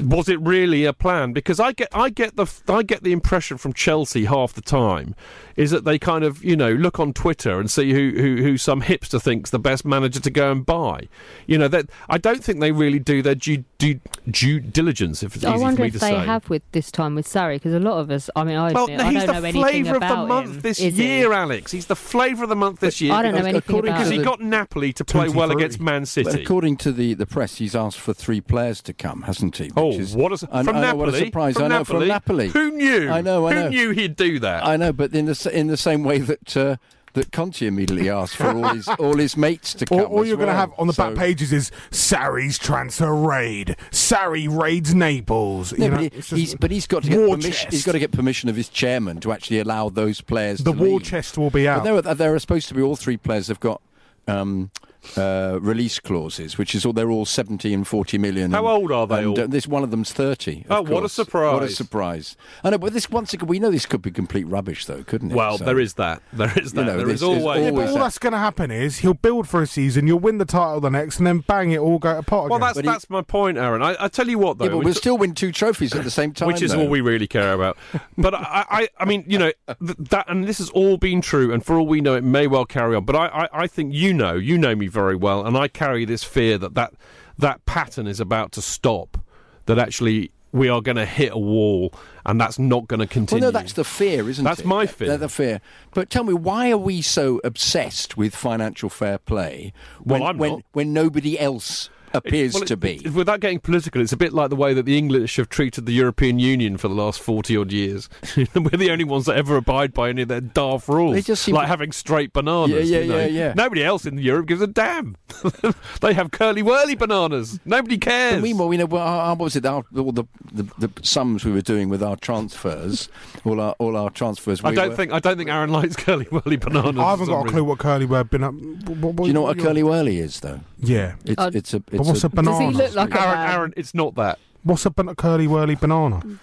[SPEAKER 1] was it really a plan? Because I get I get the I get the impression from Chelsea half the time is that they kind of you know look on Twitter and see who who, who some hipster thinks the best manager to go and buy. You know that I don't think they really do their due due, due diligence. If it's
[SPEAKER 26] I
[SPEAKER 1] easy
[SPEAKER 26] wonder
[SPEAKER 1] for me
[SPEAKER 26] if
[SPEAKER 1] to
[SPEAKER 26] they
[SPEAKER 1] say.
[SPEAKER 26] have with this time with Sarri because a lot of us. I mean, I,
[SPEAKER 1] well,
[SPEAKER 26] admit,
[SPEAKER 1] he's
[SPEAKER 26] I don't
[SPEAKER 1] the
[SPEAKER 26] know anything
[SPEAKER 1] flavour of
[SPEAKER 26] about
[SPEAKER 1] the month
[SPEAKER 26] him.
[SPEAKER 1] this
[SPEAKER 26] Is he?
[SPEAKER 1] year, Alex. He's the flavour of the month this year.
[SPEAKER 26] I don't know anything
[SPEAKER 1] According-
[SPEAKER 26] about
[SPEAKER 1] because he
[SPEAKER 26] him.
[SPEAKER 1] got Napoli to play well
[SPEAKER 5] 2030.
[SPEAKER 1] against Man
[SPEAKER 5] But
[SPEAKER 1] City.
[SPEAKER 5] according to the, the press, he's asked for three players to come, hasn't he?
[SPEAKER 1] Oh,
[SPEAKER 5] Which is-
[SPEAKER 1] what a, s-
[SPEAKER 5] I,
[SPEAKER 1] from
[SPEAKER 5] I know,
[SPEAKER 1] Napoli!
[SPEAKER 5] what a surprise!
[SPEAKER 1] From
[SPEAKER 5] I know
[SPEAKER 1] Napoli.
[SPEAKER 5] from Napoli.
[SPEAKER 1] Who knew?
[SPEAKER 5] I know. I
[SPEAKER 1] Who
[SPEAKER 5] know.
[SPEAKER 1] knew he'd do that?
[SPEAKER 5] I know, but in the s- in the same way that uh, that Conte immediately asked for all his all his mates to come.
[SPEAKER 4] All, all
[SPEAKER 5] as
[SPEAKER 4] you're going to
[SPEAKER 5] well.
[SPEAKER 4] have on the
[SPEAKER 5] So-
[SPEAKER 4] back pages is Sarri's transfer raid. Sarri raids Naples.
[SPEAKER 5] No,
[SPEAKER 4] you
[SPEAKER 5] but,
[SPEAKER 4] know,
[SPEAKER 5] he-
[SPEAKER 4] it's just
[SPEAKER 5] he's, but he's got to get
[SPEAKER 4] war
[SPEAKER 5] permission. He's
[SPEAKER 4] chest.
[SPEAKER 5] got to get permission of his chairman to actually allow those players.
[SPEAKER 4] The
[SPEAKER 5] to
[SPEAKER 4] war
[SPEAKER 5] leave.
[SPEAKER 4] chest will be out.
[SPEAKER 5] But there, are, there are supposed to be all three players have got um, uh, release clauses, which is all they're all seventy and forty million.
[SPEAKER 1] How
[SPEAKER 5] and-
[SPEAKER 1] old are they
[SPEAKER 5] and,
[SPEAKER 1] all?
[SPEAKER 5] uh, this one of them's thirty.
[SPEAKER 1] Oh,
[SPEAKER 5] of
[SPEAKER 1] what a
[SPEAKER 5] course.
[SPEAKER 1] surprise.
[SPEAKER 5] What a surprise! I know, but this once again, we know this could be complete rubbish, though, couldn't it?
[SPEAKER 1] well,
[SPEAKER 5] So-
[SPEAKER 1] there is that. There is that.
[SPEAKER 5] know,
[SPEAKER 1] there
[SPEAKER 5] this
[SPEAKER 1] is
[SPEAKER 5] is
[SPEAKER 1] always.
[SPEAKER 4] Yeah, but all that's going to happen is he'll build for a season, you'll win the title the next, and then bang, it all go apart
[SPEAKER 1] well,
[SPEAKER 4] again.
[SPEAKER 1] that's that's my point, Aaron. I, I tell you what, though,
[SPEAKER 5] Yeah, but
[SPEAKER 1] which-
[SPEAKER 5] we'll still win two trophies at the same time,
[SPEAKER 1] Which is
[SPEAKER 5] though.
[SPEAKER 1] all we really care about. But I, I, I mean, you know, th- that, and this has all been true, and for all we know, it may well carry on. But I, I, I think you know, you know me very well, and I carry this fear that that, that pattern is about to stop, that actually we are going to hit a wall, and that's not going to
[SPEAKER 5] Well,
[SPEAKER 1] continue.
[SPEAKER 5] no, that's the fear, isn't
[SPEAKER 1] That's
[SPEAKER 5] it?
[SPEAKER 1] my
[SPEAKER 5] Th-
[SPEAKER 1] fear.
[SPEAKER 5] The, fear. But tell me, why are we so obsessed with financial fair play when,
[SPEAKER 1] Well, I'm
[SPEAKER 5] when,
[SPEAKER 1] not.
[SPEAKER 5] when nobody else appears
[SPEAKER 1] Well, it-
[SPEAKER 5] to be?
[SPEAKER 1] it- without getting political, it's a bit like the way that the English have treated the European Union for the last 40 odd years. <laughs> We're the only ones that ever abide by any of their daft rules.
[SPEAKER 5] They just seem
[SPEAKER 1] like
[SPEAKER 5] to-
[SPEAKER 1] having straight bananas.
[SPEAKER 5] Yeah, yeah,
[SPEAKER 1] you know.
[SPEAKER 5] yeah, yeah.
[SPEAKER 1] Nobody else in Europe gives a damn. <laughs> they have curly whirly bananas. Nobody cares.
[SPEAKER 5] And meanwhile, we know well, our, what was it? Our, all the, the, the sums we were doing with our transfers, <laughs> all our all our transfers. We
[SPEAKER 1] I don't
[SPEAKER 5] were,
[SPEAKER 1] think I don't think Aaron likes <laughs> curly whirly bananas.
[SPEAKER 4] I
[SPEAKER 1] for
[SPEAKER 4] haven't
[SPEAKER 1] some
[SPEAKER 4] got a
[SPEAKER 1] reason.
[SPEAKER 4] clue what curly word been up. what- what-
[SPEAKER 5] Do you know what a
[SPEAKER 4] your-
[SPEAKER 5] curly whirly is, though?
[SPEAKER 4] Yeah.
[SPEAKER 5] It's
[SPEAKER 26] Uh,
[SPEAKER 5] it's a. It's
[SPEAKER 4] But what's a
[SPEAKER 26] Does he
[SPEAKER 4] banana?
[SPEAKER 26] look like a
[SPEAKER 1] Aaron,
[SPEAKER 26] man?
[SPEAKER 1] Aaron, it's not that.
[SPEAKER 4] What's a ban- curly whirly banana?
[SPEAKER 5] Mm.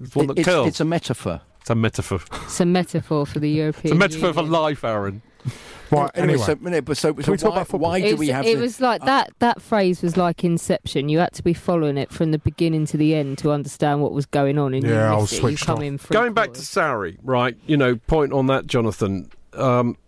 [SPEAKER 1] It's one that
[SPEAKER 5] it's,
[SPEAKER 1] curls.
[SPEAKER 5] it's a metaphor.
[SPEAKER 1] It's a metaphor. <laughs>
[SPEAKER 26] It's a metaphor for the European.
[SPEAKER 1] It's a metaphor for
[SPEAKER 26] Union.
[SPEAKER 1] life, Aaron.
[SPEAKER 4] Right, anyway.
[SPEAKER 5] so, no, but so, so
[SPEAKER 4] we talk
[SPEAKER 5] why,
[SPEAKER 4] about football?
[SPEAKER 5] why do
[SPEAKER 26] It's-
[SPEAKER 5] we have
[SPEAKER 26] it
[SPEAKER 5] the-
[SPEAKER 26] was like that that phrase was like inception you had to be following it from the beginning to the end to understand what was going on and
[SPEAKER 4] Yeah, I
[SPEAKER 26] you
[SPEAKER 4] was
[SPEAKER 26] missed it you
[SPEAKER 4] switched
[SPEAKER 26] come
[SPEAKER 4] off.
[SPEAKER 26] in free
[SPEAKER 1] Going back to
[SPEAKER 26] course.
[SPEAKER 1] Sarri, right? You know, point on that, Jonathan. Um,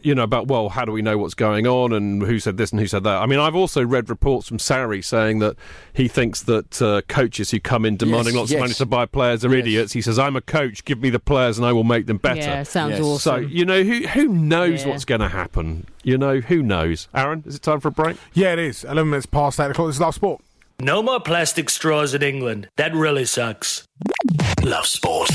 [SPEAKER 1] you know about well, how do we know what's going on and who said this and who said that? I mean, I've also read reports from Sarri saying that he thinks that uh, coaches who come in demanding
[SPEAKER 5] Yes,
[SPEAKER 1] lots
[SPEAKER 5] yes.
[SPEAKER 1] of money to buy players are
[SPEAKER 5] Yes.
[SPEAKER 1] idiots. He says, "I'm a coach. Give me the players, and I will make them better."
[SPEAKER 26] yeah sounds
[SPEAKER 5] Yes.
[SPEAKER 1] So
[SPEAKER 26] awesome
[SPEAKER 1] you know who who knows
[SPEAKER 26] Yeah.
[SPEAKER 1] what's going to happen. You know who knows. Aaron, is it time for a break?
[SPEAKER 4] yeah, it is. 11 minutes past 8 o'clock. This is Love Sport.
[SPEAKER 2] No more plastic straws in England. That really sucks.
[SPEAKER 7] Love sport.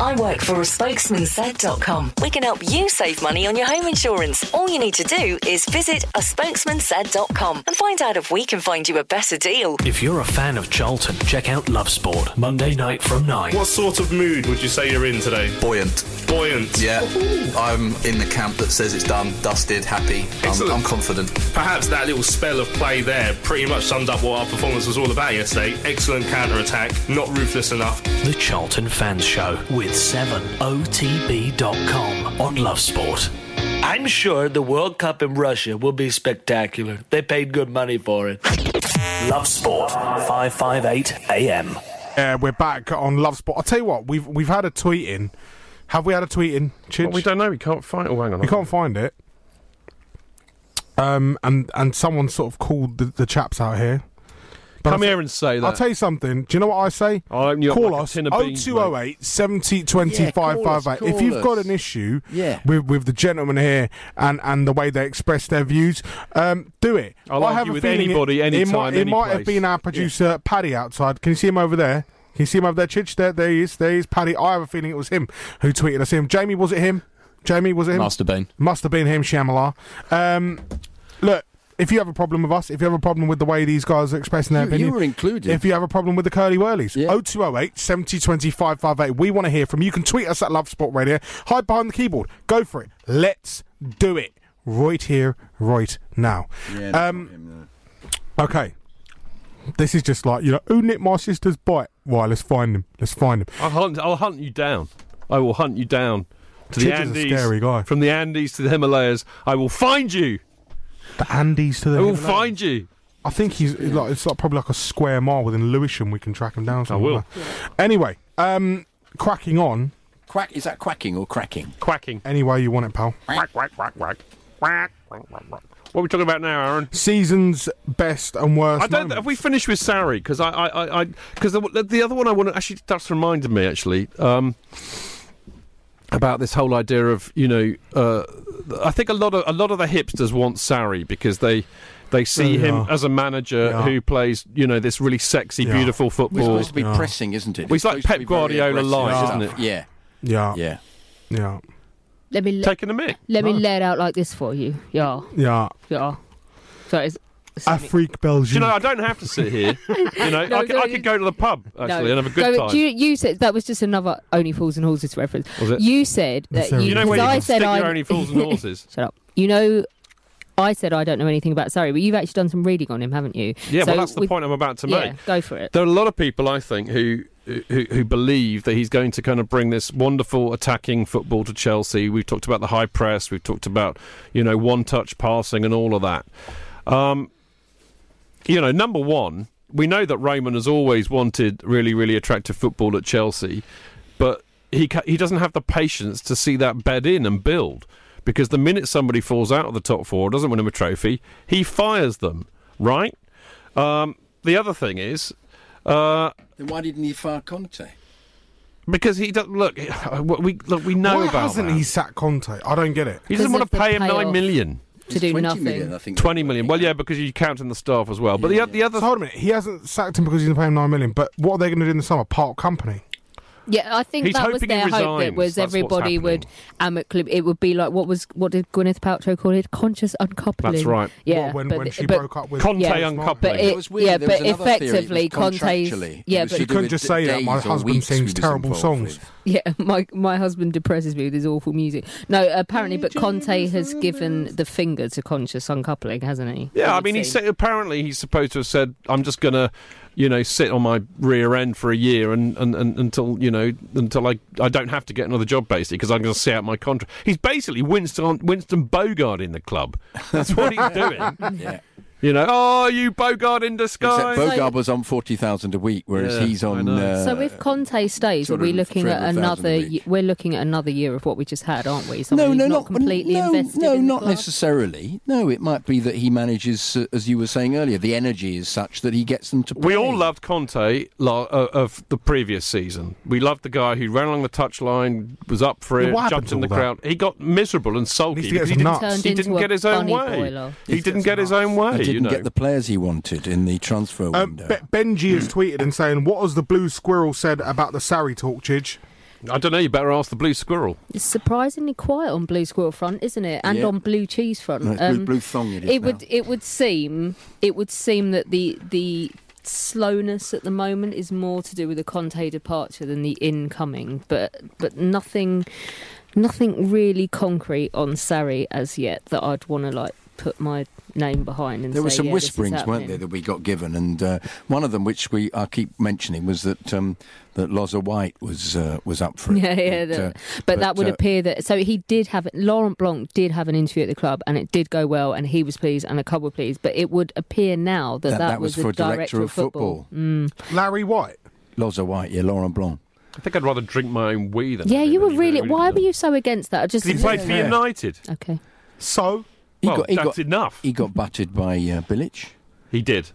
[SPEAKER 8] I work for a spokesmansaid.com. We can help you save money on your home insurance. All you need to do is visit a spokesmansaid.com and find out if we can find you a better deal.
[SPEAKER 7] If you're a fan of Charlton, check out Love Sport Monday night from nine.
[SPEAKER 19] What sort of mood would you say you're in today?
[SPEAKER 15] Buoyant.
[SPEAKER 19] Buoyant.
[SPEAKER 9] Yeah, I'm in the camp that says it's done, dusted, happy. I'm,
[SPEAKER 19] Excellent.
[SPEAKER 9] I'm confident.
[SPEAKER 19] Perhaps that little spell of play there pretty much summed up what our performance was all about yesterday. Excellent counter attack, not ruthless enough.
[SPEAKER 7] The Charlton Fans Show with 7otb.com on Love Sport.
[SPEAKER 2] I'm sure the World Cup in Russia will be spectacular. They paid good money for it.
[SPEAKER 7] Love Sport, 558 AM.
[SPEAKER 4] Yeah, we're back on Love Sport. I'll tell you what, we've we've had a tweet in. Have we had a tweet in, Chidge?
[SPEAKER 1] Well, we don't know. We can't find. Oh, hang on.
[SPEAKER 4] We can't find it. Um, and, and someone sort of called the, the chaps out here. But
[SPEAKER 1] Come
[SPEAKER 4] I-
[SPEAKER 1] here and say that.
[SPEAKER 4] I'll tell you something. Do you know what I say?
[SPEAKER 1] I'll open you up
[SPEAKER 4] call
[SPEAKER 1] like a
[SPEAKER 4] us
[SPEAKER 1] tin of beans, mate.
[SPEAKER 4] 0208 70 20
[SPEAKER 5] Yeah, call us,
[SPEAKER 4] 558. If you've
[SPEAKER 5] call
[SPEAKER 4] got
[SPEAKER 5] us.
[SPEAKER 4] an issue
[SPEAKER 5] Yeah.
[SPEAKER 4] with, with the gentleman here and, and the way they express their views, um, do it.
[SPEAKER 1] I'll
[SPEAKER 4] I
[SPEAKER 1] argue
[SPEAKER 4] have a
[SPEAKER 1] with
[SPEAKER 4] feeling
[SPEAKER 1] anybody,
[SPEAKER 4] it, it
[SPEAKER 1] anytime,
[SPEAKER 4] might, it
[SPEAKER 1] any
[SPEAKER 4] might have
[SPEAKER 1] place.
[SPEAKER 4] been our producer Paddy outside. Can you see him over there? Can you see him over there, Chich? There, there he is. There he is, Paddy. I have a feeling it was him who tweeted us. Him, Jamie, was it him? Jamie, was it him?
[SPEAKER 14] Master Bane.
[SPEAKER 4] Must have been him, Shyamalan. Um, look, if you have a problem with us, if you have a problem with the way these guys are expressing their
[SPEAKER 5] You- you
[SPEAKER 4] opinion,
[SPEAKER 5] were included.
[SPEAKER 4] If you have a problem with the curly whirlies,
[SPEAKER 5] Yeah.
[SPEAKER 4] 0208 70 20 558. We want to hear from you. You can tweet us at Love Sport Radio. Hide behind the keyboard. Go for it. Let's do it right here, right now. um, okay. This is just like, you know, who nicked my sister's bike? Right, let's find him. Let's find him.
[SPEAKER 1] I'll hunt. I'll hunt you down. I will hunt you down to the
[SPEAKER 4] Chidge is a
[SPEAKER 1] Andes.
[SPEAKER 4] scary guy.
[SPEAKER 1] From the Andes to the Himalayas, I will find you.
[SPEAKER 4] The Andes to the
[SPEAKER 1] I will
[SPEAKER 4] Himalayas.
[SPEAKER 1] find you.
[SPEAKER 4] I think he's like it's like probably like a square mile within Lewisham. We can track him down.
[SPEAKER 27] I will.
[SPEAKER 4] somewhere. Anyway, um, cracking on.
[SPEAKER 5] Quack is that quacking or cracking?
[SPEAKER 27] Quacking.
[SPEAKER 4] Any way you want it, pal.
[SPEAKER 27] Quack, quack, quack, quack. Quack, quack, quack, quack. What are we talking about now, Aaron?
[SPEAKER 4] Season's best and worst.
[SPEAKER 1] I don't. Have we finished with Sari? Because I, I, I, because the, the other one I want to actually that's reminded me actually um, about this whole idea of you know uh, I think a lot of a lot of the hipsters want Sari because they. They see
[SPEAKER 4] Yeah.
[SPEAKER 1] him as a manager
[SPEAKER 4] Yeah.
[SPEAKER 1] who plays, you know, this really sexy,
[SPEAKER 4] Yeah.
[SPEAKER 1] beautiful
[SPEAKER 5] We're
[SPEAKER 1] football.
[SPEAKER 5] supposed to be pressing, isn't it?
[SPEAKER 1] Well, it's like
[SPEAKER 5] supposed to
[SPEAKER 1] Pep
[SPEAKER 5] be very
[SPEAKER 1] Guardiola
[SPEAKER 5] aggressive
[SPEAKER 1] live, isn't
[SPEAKER 5] stuff.
[SPEAKER 1] it?
[SPEAKER 5] Yeah,
[SPEAKER 4] Yeah,
[SPEAKER 5] yeah.
[SPEAKER 4] yeah,
[SPEAKER 3] Let me le-
[SPEAKER 1] Taking the mick.
[SPEAKER 3] let me
[SPEAKER 4] Nice.
[SPEAKER 3] lay it out like this for you. Yeah,
[SPEAKER 4] yeah.
[SPEAKER 3] yeah. So it's
[SPEAKER 4] Afrique
[SPEAKER 1] Do you
[SPEAKER 4] Belgium.
[SPEAKER 1] know, I don't have to sit here. You know,
[SPEAKER 3] <laughs> No,
[SPEAKER 1] I, could,
[SPEAKER 3] no,
[SPEAKER 1] I
[SPEAKER 3] you-
[SPEAKER 1] could go to the pub actually
[SPEAKER 3] no.
[SPEAKER 1] and have a good
[SPEAKER 3] Go-
[SPEAKER 1] time.
[SPEAKER 3] Do you, you said that was just another only fools and horses reference.
[SPEAKER 1] Was it?
[SPEAKER 3] You said that
[SPEAKER 4] That's
[SPEAKER 3] you,
[SPEAKER 1] You know
[SPEAKER 3] 'cause
[SPEAKER 1] where you
[SPEAKER 3] I
[SPEAKER 1] can
[SPEAKER 3] said
[SPEAKER 1] stick
[SPEAKER 3] I
[SPEAKER 1] your only fools
[SPEAKER 3] <laughs>
[SPEAKER 1] and horses.
[SPEAKER 3] Shut up. You know, I said I don't know anything about Surrey, but you've actually done some reading on him, haven't you?
[SPEAKER 1] Yeah,
[SPEAKER 3] So
[SPEAKER 1] well, that's the
[SPEAKER 3] with-
[SPEAKER 1] point I'm about to make.
[SPEAKER 3] Yeah, go for it.
[SPEAKER 1] There are a lot of people, I think, who, who who believe that he's going to kind of bring this wonderful attacking football to Chelsea. We've talked about the high press, we've talked about you know one touch passing and all of that. Um, you know, number one, we know that Roman has always wanted really, really attractive football at Chelsea, but he ca- he doesn't have the patience to see that bed in and build because the minute somebody falls out of the top four, doesn't win him a trophy, he fires them, right? Um, the other thing is, uh,
[SPEAKER 5] Then why didn't he fire Conte?
[SPEAKER 1] because he doesn't look. We look. We know
[SPEAKER 4] Why
[SPEAKER 1] about
[SPEAKER 4] hasn't
[SPEAKER 1] that.
[SPEAKER 4] he sacked Conte? I don't get it.
[SPEAKER 1] He doesn't
[SPEAKER 3] Because
[SPEAKER 1] want
[SPEAKER 3] of
[SPEAKER 1] to
[SPEAKER 3] the
[SPEAKER 1] pay him
[SPEAKER 3] payoff.
[SPEAKER 1] nine million.
[SPEAKER 3] To do nothing.
[SPEAKER 5] million, I think.
[SPEAKER 1] Twenty million. Well, yeah, because you count in the staff as well. But the, the other
[SPEAKER 4] So hold a minute. He hasn't sacked him because he's paying nine million. But what are they going to do in the summer? Part company.
[SPEAKER 3] Yeah, I think
[SPEAKER 1] He's
[SPEAKER 3] that was
[SPEAKER 1] hoping he
[SPEAKER 3] their hope. That
[SPEAKER 1] resigns.
[SPEAKER 3] was
[SPEAKER 1] That's what's
[SPEAKER 3] everybody would amicably. It would be like what was what did Gwyneth Paltrow call it? Conscious uncoupling.
[SPEAKER 1] That's right.
[SPEAKER 3] Yeah,
[SPEAKER 4] What, when
[SPEAKER 3] but,
[SPEAKER 4] when she
[SPEAKER 3] but-
[SPEAKER 4] broke up with
[SPEAKER 1] Conte
[SPEAKER 3] Yeah.
[SPEAKER 1] uncoupling.
[SPEAKER 3] But
[SPEAKER 5] That
[SPEAKER 3] it,
[SPEAKER 5] was weird.
[SPEAKER 3] yeah,
[SPEAKER 5] There was
[SPEAKER 3] but
[SPEAKER 5] another theory. It was
[SPEAKER 3] effectively, Conte's.
[SPEAKER 5] contractually. It
[SPEAKER 3] Yeah,
[SPEAKER 5] was
[SPEAKER 3] but
[SPEAKER 5] to do
[SPEAKER 4] couldn't
[SPEAKER 5] with
[SPEAKER 4] just
[SPEAKER 5] d-
[SPEAKER 4] say that.
[SPEAKER 5] days
[SPEAKER 4] My
[SPEAKER 5] or
[SPEAKER 4] husband
[SPEAKER 5] weeks
[SPEAKER 4] sings
[SPEAKER 5] he was
[SPEAKER 4] terrible
[SPEAKER 5] involved
[SPEAKER 4] songs.
[SPEAKER 5] with.
[SPEAKER 3] Yeah, <laughs> my my husband depresses me with his awful music. No, apparently, but Conte has given the finger to conscious uncoupling, hasn't he?
[SPEAKER 1] Yeah, I
[SPEAKER 3] would
[SPEAKER 1] mean, he
[SPEAKER 3] say.
[SPEAKER 1] said apparently he's supposed to have said, "I'm just gonna, you know, sit on my rear end for a year and, and, and until you know until I I don't have to get another job basically because I'm going to see out my contract." He's basically Winston Winston Bogart in the club. That's what he's doing.
[SPEAKER 5] <laughs> Yeah.
[SPEAKER 1] You know, oh, you Bogart in disguise.
[SPEAKER 5] Except Bogard was on forty thousand a week, whereas
[SPEAKER 1] Yeah,
[SPEAKER 5] he's
[SPEAKER 1] I
[SPEAKER 5] on.
[SPEAKER 1] know.
[SPEAKER 5] Uh,
[SPEAKER 3] So if Conte stays, are
[SPEAKER 5] sort
[SPEAKER 3] we
[SPEAKER 5] of
[SPEAKER 3] looking at
[SPEAKER 5] 300,000 a
[SPEAKER 3] another?
[SPEAKER 5] week.
[SPEAKER 3] y- We're looking at another year of what we just had, aren't we? Someone
[SPEAKER 5] no,
[SPEAKER 3] who's
[SPEAKER 5] no,
[SPEAKER 3] not,
[SPEAKER 5] not
[SPEAKER 3] completely
[SPEAKER 5] no,
[SPEAKER 3] invested.
[SPEAKER 5] No,
[SPEAKER 3] in the
[SPEAKER 5] not
[SPEAKER 3] club.
[SPEAKER 5] necessarily. No, it might be that he manages, uh, as you were saying earlier, the energy is such that he gets them to. Play.
[SPEAKER 1] We all loved Conte la- uh, of the previous season. We loved the guy who ran along the touchline, was up for
[SPEAKER 4] Yeah,
[SPEAKER 1] it,
[SPEAKER 4] what happened
[SPEAKER 1] jumped in
[SPEAKER 4] to
[SPEAKER 1] the
[SPEAKER 4] all that?
[SPEAKER 1] crowd. He got miserable and sulky.
[SPEAKER 4] Needs to get
[SPEAKER 1] because he
[SPEAKER 4] some
[SPEAKER 1] didn't,
[SPEAKER 4] nuts.
[SPEAKER 3] Turned
[SPEAKER 1] he
[SPEAKER 3] into
[SPEAKER 1] didn't
[SPEAKER 3] a
[SPEAKER 1] get his own
[SPEAKER 3] bunny
[SPEAKER 1] way.
[SPEAKER 3] boiler.
[SPEAKER 1] He
[SPEAKER 4] Needs to
[SPEAKER 1] didn't
[SPEAKER 4] get
[SPEAKER 1] get his
[SPEAKER 4] some
[SPEAKER 1] own way.
[SPEAKER 5] He didn't
[SPEAKER 1] you know.
[SPEAKER 5] get the players he wanted in the transfer
[SPEAKER 4] Um,
[SPEAKER 5] window.
[SPEAKER 4] Be- Benji
[SPEAKER 5] <clears throat>
[SPEAKER 4] has tweeted and saying, "What has the blue squirrel said about the Sari talk, Chidge?"
[SPEAKER 1] I don't know. You better ask the blue squirrel.
[SPEAKER 3] It's surprisingly quiet on blue squirrel front, isn't it? And
[SPEAKER 5] Yeah.
[SPEAKER 3] on blue cheese front.
[SPEAKER 5] No, it's blue- blue thong it is now.
[SPEAKER 3] would it would seem it would seem that the the slowness at the moment is more to do with the Conte departure than the incoming, but but nothing nothing really concrete on Sarri as yet that I'd want to like put my name behind and
[SPEAKER 5] There
[SPEAKER 3] say,
[SPEAKER 5] were some
[SPEAKER 3] "Yeah, this is
[SPEAKER 5] whisperings, weren't there,
[SPEAKER 3] happening."
[SPEAKER 5] that we got given, and uh, one of them, which we I keep mentioning, was that um, that Loza White was uh, was up for it.
[SPEAKER 3] Yeah, yeah,
[SPEAKER 5] But,
[SPEAKER 3] that-
[SPEAKER 5] uh,
[SPEAKER 3] but, that would
[SPEAKER 5] uh,
[SPEAKER 3] appear that so he did have Laurent Blanc did have an interview at the club and it did go well and he was pleased and a club were pleased, but it would appear now that
[SPEAKER 5] That-
[SPEAKER 3] that,
[SPEAKER 5] that was
[SPEAKER 3] the
[SPEAKER 5] for director of football.
[SPEAKER 3] Mm.
[SPEAKER 4] Larry White.
[SPEAKER 5] Loza White, yeah, Lauren Blanc.
[SPEAKER 1] I think I'd rather drink my own wee than.
[SPEAKER 3] Yeah,
[SPEAKER 1] than-
[SPEAKER 3] you were
[SPEAKER 1] than
[SPEAKER 3] really. Why
[SPEAKER 1] than-
[SPEAKER 3] were you so against that? I just
[SPEAKER 1] 'Cause He played for
[SPEAKER 4] Yeah.
[SPEAKER 1] United.
[SPEAKER 3] okay.
[SPEAKER 4] So
[SPEAKER 5] He
[SPEAKER 1] well,
[SPEAKER 5] got, he
[SPEAKER 1] that's
[SPEAKER 5] got
[SPEAKER 1] enough.
[SPEAKER 5] he got butted by uh, Bilic.
[SPEAKER 1] He did.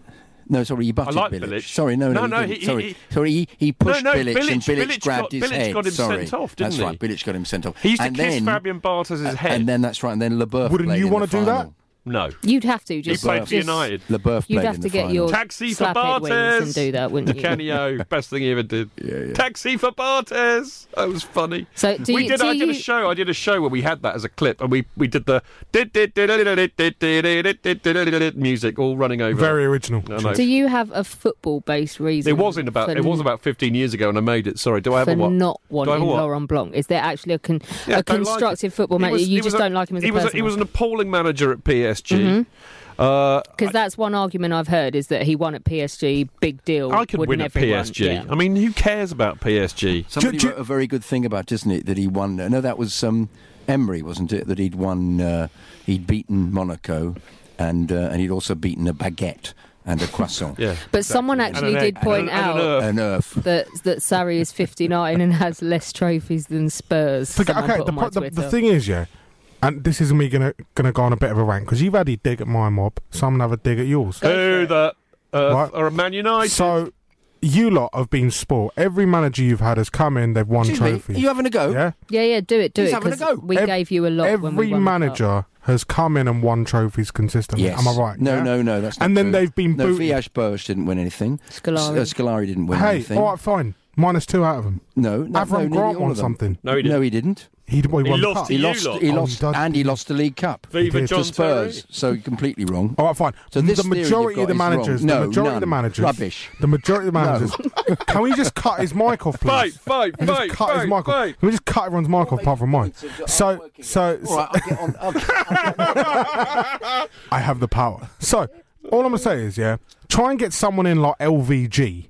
[SPEAKER 5] No, sorry, he butted
[SPEAKER 1] like
[SPEAKER 5] Bilic.
[SPEAKER 1] Bilic.
[SPEAKER 5] Sorry, no, no,
[SPEAKER 1] No, no,
[SPEAKER 5] he didn't.
[SPEAKER 1] he-
[SPEAKER 5] sorry,
[SPEAKER 1] he-
[SPEAKER 5] sorry, he, he pushed
[SPEAKER 1] no,
[SPEAKER 5] Bilic, and
[SPEAKER 1] Bilic-
[SPEAKER 5] Bilic
[SPEAKER 1] Bilic
[SPEAKER 5] grabbed
[SPEAKER 1] got-
[SPEAKER 5] his
[SPEAKER 1] Bilic
[SPEAKER 5] head.
[SPEAKER 1] got him
[SPEAKER 5] sorry,
[SPEAKER 1] sent off, didn't
[SPEAKER 5] that's
[SPEAKER 1] he?
[SPEAKER 5] right. Bilic got him sent off.
[SPEAKER 1] He used
[SPEAKER 5] and
[SPEAKER 1] to kiss
[SPEAKER 5] then,
[SPEAKER 1] Fabian Barthez' head.
[SPEAKER 5] And then that's right. And then LeBerf.
[SPEAKER 4] Wouldn't
[SPEAKER 5] played
[SPEAKER 4] you
[SPEAKER 5] in
[SPEAKER 4] wanna
[SPEAKER 5] the
[SPEAKER 4] do that?
[SPEAKER 5] final.
[SPEAKER 1] no,
[SPEAKER 3] You'd have to
[SPEAKER 1] he
[SPEAKER 3] just.
[SPEAKER 1] played for
[SPEAKER 3] just-
[SPEAKER 1] United.
[SPEAKER 5] LeBerf
[SPEAKER 3] You'd
[SPEAKER 5] played
[SPEAKER 3] have
[SPEAKER 5] in the
[SPEAKER 3] to get
[SPEAKER 5] final.
[SPEAKER 3] your
[SPEAKER 1] Taxi for
[SPEAKER 3] slap head wings and
[SPEAKER 1] Bartes.
[SPEAKER 3] do that, wouldn't you? <laughs>
[SPEAKER 1] Canio, best thing he ever did. Taxi for Bartes. That was funny.
[SPEAKER 3] So do
[SPEAKER 1] we
[SPEAKER 3] you-
[SPEAKER 1] did.
[SPEAKER 3] do
[SPEAKER 1] I did a
[SPEAKER 3] you-
[SPEAKER 1] show. I did a show where we had that as a clip, and we we did the music all running over.
[SPEAKER 4] very original.
[SPEAKER 1] No, no.
[SPEAKER 3] Do you have a football-based reason?
[SPEAKER 1] It wasn't about.
[SPEAKER 3] for
[SPEAKER 1] It was about 15 years ago, and I made it. Sorry, do I have
[SPEAKER 3] for
[SPEAKER 1] a what?
[SPEAKER 3] not
[SPEAKER 1] Do I have a
[SPEAKER 3] wanting
[SPEAKER 1] what?
[SPEAKER 3] Laurent Blanc? Is there actually a, con-
[SPEAKER 1] Yeah,
[SPEAKER 3] a
[SPEAKER 1] don't like
[SPEAKER 3] constructive
[SPEAKER 1] him.
[SPEAKER 3] football
[SPEAKER 1] He
[SPEAKER 3] manager?
[SPEAKER 1] was- he
[SPEAKER 3] You
[SPEAKER 1] was
[SPEAKER 3] just
[SPEAKER 1] a-
[SPEAKER 3] don't like him as
[SPEAKER 1] he
[SPEAKER 3] a
[SPEAKER 1] was
[SPEAKER 3] person. Mm-hmm.
[SPEAKER 1] he was an appalling manager at PSG. Uh,
[SPEAKER 3] Because that's one argument I've heard is that he won at PSG, big deal.
[SPEAKER 1] I could
[SPEAKER 3] wouldn't
[SPEAKER 1] win at
[SPEAKER 3] everyone?
[SPEAKER 1] PSG.
[SPEAKER 3] Yeah.
[SPEAKER 1] I mean, who cares about PSG?
[SPEAKER 5] Somebody
[SPEAKER 4] Ju- ju-
[SPEAKER 5] wrote a very good thing about, isn't it, that he won. No, that was um, Emery, wasn't it? That he'd won. Uh, he'd beaten Monaco, and uh, and he'd also beaten a baguette and a croissant.
[SPEAKER 1] yeah.
[SPEAKER 3] But someone actually did point out
[SPEAKER 5] an earth.
[SPEAKER 3] that that Sarri is 59 and has less trophies than Spurs.
[SPEAKER 4] Forget-
[SPEAKER 3] someone
[SPEAKER 4] okay,
[SPEAKER 3] put
[SPEAKER 4] the,
[SPEAKER 3] on my
[SPEAKER 4] pro- the, the
[SPEAKER 3] Twitter.
[SPEAKER 4] thing is, yeah, and this is me gonna gonna go on a bit of a rant because you've had a dig at my mob, so I'm gonna have a dig at yours.
[SPEAKER 1] Who the
[SPEAKER 4] Right.
[SPEAKER 1] earth are a Man United?
[SPEAKER 4] So you lot have been spoiled. Every manager you've had has come in, they've won
[SPEAKER 5] Excuse me,
[SPEAKER 4] trophies.
[SPEAKER 5] are you having a go?
[SPEAKER 4] Yeah.
[SPEAKER 3] Yeah, yeah, do it, do
[SPEAKER 5] He's
[SPEAKER 3] it.
[SPEAKER 5] having a
[SPEAKER 3] 'cause
[SPEAKER 5] go.
[SPEAKER 3] We gave you a lot when we
[SPEAKER 4] Every
[SPEAKER 3] won the cup.
[SPEAKER 4] manager has come in and won trophies consistently.
[SPEAKER 5] Yes.
[SPEAKER 4] Am I right?
[SPEAKER 5] No,
[SPEAKER 4] yeah?
[SPEAKER 5] no, no. That's not
[SPEAKER 4] And then
[SPEAKER 5] true.
[SPEAKER 4] they've been
[SPEAKER 5] No,
[SPEAKER 4] booted.
[SPEAKER 5] Ziyech Boas didn't win anything.
[SPEAKER 3] Scolari.
[SPEAKER 5] S- uh, Scolari didn't win
[SPEAKER 4] hey,
[SPEAKER 5] anything.
[SPEAKER 4] all right, fine. Minus two out of them.
[SPEAKER 5] No, no,
[SPEAKER 4] Avram
[SPEAKER 5] no, nearly
[SPEAKER 4] Grant
[SPEAKER 5] all
[SPEAKER 4] won
[SPEAKER 5] of them.
[SPEAKER 4] something.
[SPEAKER 5] No, he didn't. No, he didn't.
[SPEAKER 4] He, well, he
[SPEAKER 5] He
[SPEAKER 4] won the
[SPEAKER 5] lost
[SPEAKER 4] cup. Oh,
[SPEAKER 5] to He you lost- lot. he lost- and he lost the League Cup.
[SPEAKER 4] Viva
[SPEAKER 5] to
[SPEAKER 4] John
[SPEAKER 5] Spurs. So you're completely wrong.
[SPEAKER 4] All right, fine.
[SPEAKER 5] So this
[SPEAKER 4] the
[SPEAKER 5] theory you've
[SPEAKER 4] majority of the
[SPEAKER 5] got is wrong.
[SPEAKER 4] managers,
[SPEAKER 5] No,
[SPEAKER 4] the majority of the
[SPEAKER 5] none.
[SPEAKER 4] managers,
[SPEAKER 5] Rubbish.
[SPEAKER 4] The majority of the managers. Can we just cut his mic off, please?
[SPEAKER 1] Fight, fight,
[SPEAKER 4] Can we just
[SPEAKER 1] fight,
[SPEAKER 4] cut his
[SPEAKER 1] fight,
[SPEAKER 4] mic off?
[SPEAKER 1] fight.
[SPEAKER 4] Can we just cut everyone's mic off apart from mine? So, so,
[SPEAKER 5] All right,
[SPEAKER 4] so
[SPEAKER 5] I'll get on. I'll
[SPEAKER 4] <laughs> I have the power. So, all I'm gonna say is, yeah, try and get someone in like LVG.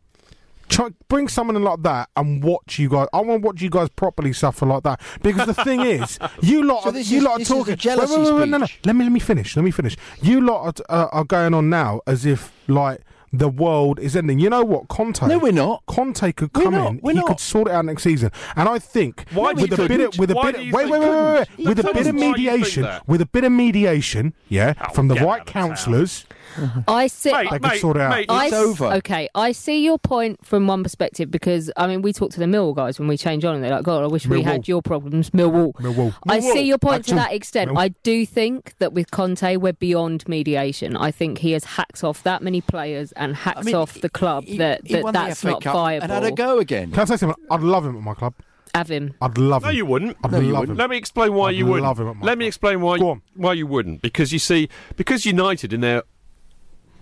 [SPEAKER 4] Try, bring someone in like that and watch you guys. I want to watch you guys properly suffer like that because the thing
[SPEAKER 5] <laughs>
[SPEAKER 4] is, you lot,
[SPEAKER 5] So
[SPEAKER 4] are,
[SPEAKER 5] this
[SPEAKER 4] you
[SPEAKER 5] is-
[SPEAKER 4] lot
[SPEAKER 5] this
[SPEAKER 4] are
[SPEAKER 5] is a
[SPEAKER 4] talking.
[SPEAKER 5] jealousy speech.
[SPEAKER 4] Let me let me finish. Let me finish. You lot are, uh, are going on now as if like the world is ending. You know what, Conte?
[SPEAKER 5] No, we're not.
[SPEAKER 4] Conte could come
[SPEAKER 5] not,
[SPEAKER 4] in.
[SPEAKER 5] we're
[SPEAKER 4] he
[SPEAKER 5] not.
[SPEAKER 4] could sort it out next season. And I think
[SPEAKER 1] Why do
[SPEAKER 4] with
[SPEAKER 1] you
[SPEAKER 4] a bit of,
[SPEAKER 1] couldn't?
[SPEAKER 4] with a
[SPEAKER 1] Why
[SPEAKER 4] bit
[SPEAKER 1] do
[SPEAKER 4] of,
[SPEAKER 1] you
[SPEAKER 4] wait
[SPEAKER 1] think
[SPEAKER 4] wait wait wait,
[SPEAKER 1] couldn't?
[SPEAKER 4] wait with a
[SPEAKER 1] Tell
[SPEAKER 4] bit
[SPEAKER 1] us
[SPEAKER 4] of
[SPEAKER 1] why you think
[SPEAKER 4] mediation
[SPEAKER 1] that.
[SPEAKER 4] with a bit of mediation, yeah, from the
[SPEAKER 1] get
[SPEAKER 4] right
[SPEAKER 1] out of town.
[SPEAKER 4] councillors.
[SPEAKER 5] Uh-huh.
[SPEAKER 3] I see.
[SPEAKER 1] Mate,
[SPEAKER 4] They could sort it out.
[SPEAKER 1] mate,
[SPEAKER 3] I
[SPEAKER 1] it's
[SPEAKER 3] s-
[SPEAKER 1] over.
[SPEAKER 3] Okay, I see your point from one perspective because I mean we talk to the Mill guys when we change on, and they're like, "God, I wish we
[SPEAKER 4] Millwall.
[SPEAKER 3] had your problems, Millwall."
[SPEAKER 4] Millwall.
[SPEAKER 3] I see your point to
[SPEAKER 4] Achoo.
[SPEAKER 3] that extent.
[SPEAKER 4] Millwall.
[SPEAKER 3] I do think that with Conte, we're beyond mediation. I think he has hacked off that many players and hacked
[SPEAKER 5] mean,
[SPEAKER 3] off the club
[SPEAKER 5] he-
[SPEAKER 3] that,
[SPEAKER 5] he
[SPEAKER 3] that
[SPEAKER 5] won the
[SPEAKER 3] that's
[SPEAKER 5] FA
[SPEAKER 3] not
[SPEAKER 5] Cup
[SPEAKER 3] viable.
[SPEAKER 5] And had a go again.
[SPEAKER 4] Can I say something? I'd love him at my club.
[SPEAKER 3] Have him.
[SPEAKER 4] I'd love him.
[SPEAKER 1] No, you wouldn't.
[SPEAKER 4] I'd
[SPEAKER 1] No, you
[SPEAKER 4] love him.
[SPEAKER 1] wouldn't. Let me explain why
[SPEAKER 4] I'd
[SPEAKER 1] you wouldn't.
[SPEAKER 4] love him at my
[SPEAKER 1] Let me
[SPEAKER 4] club.
[SPEAKER 1] explain why
[SPEAKER 4] Go on.
[SPEAKER 1] why you wouldn't. Because you see, because United in their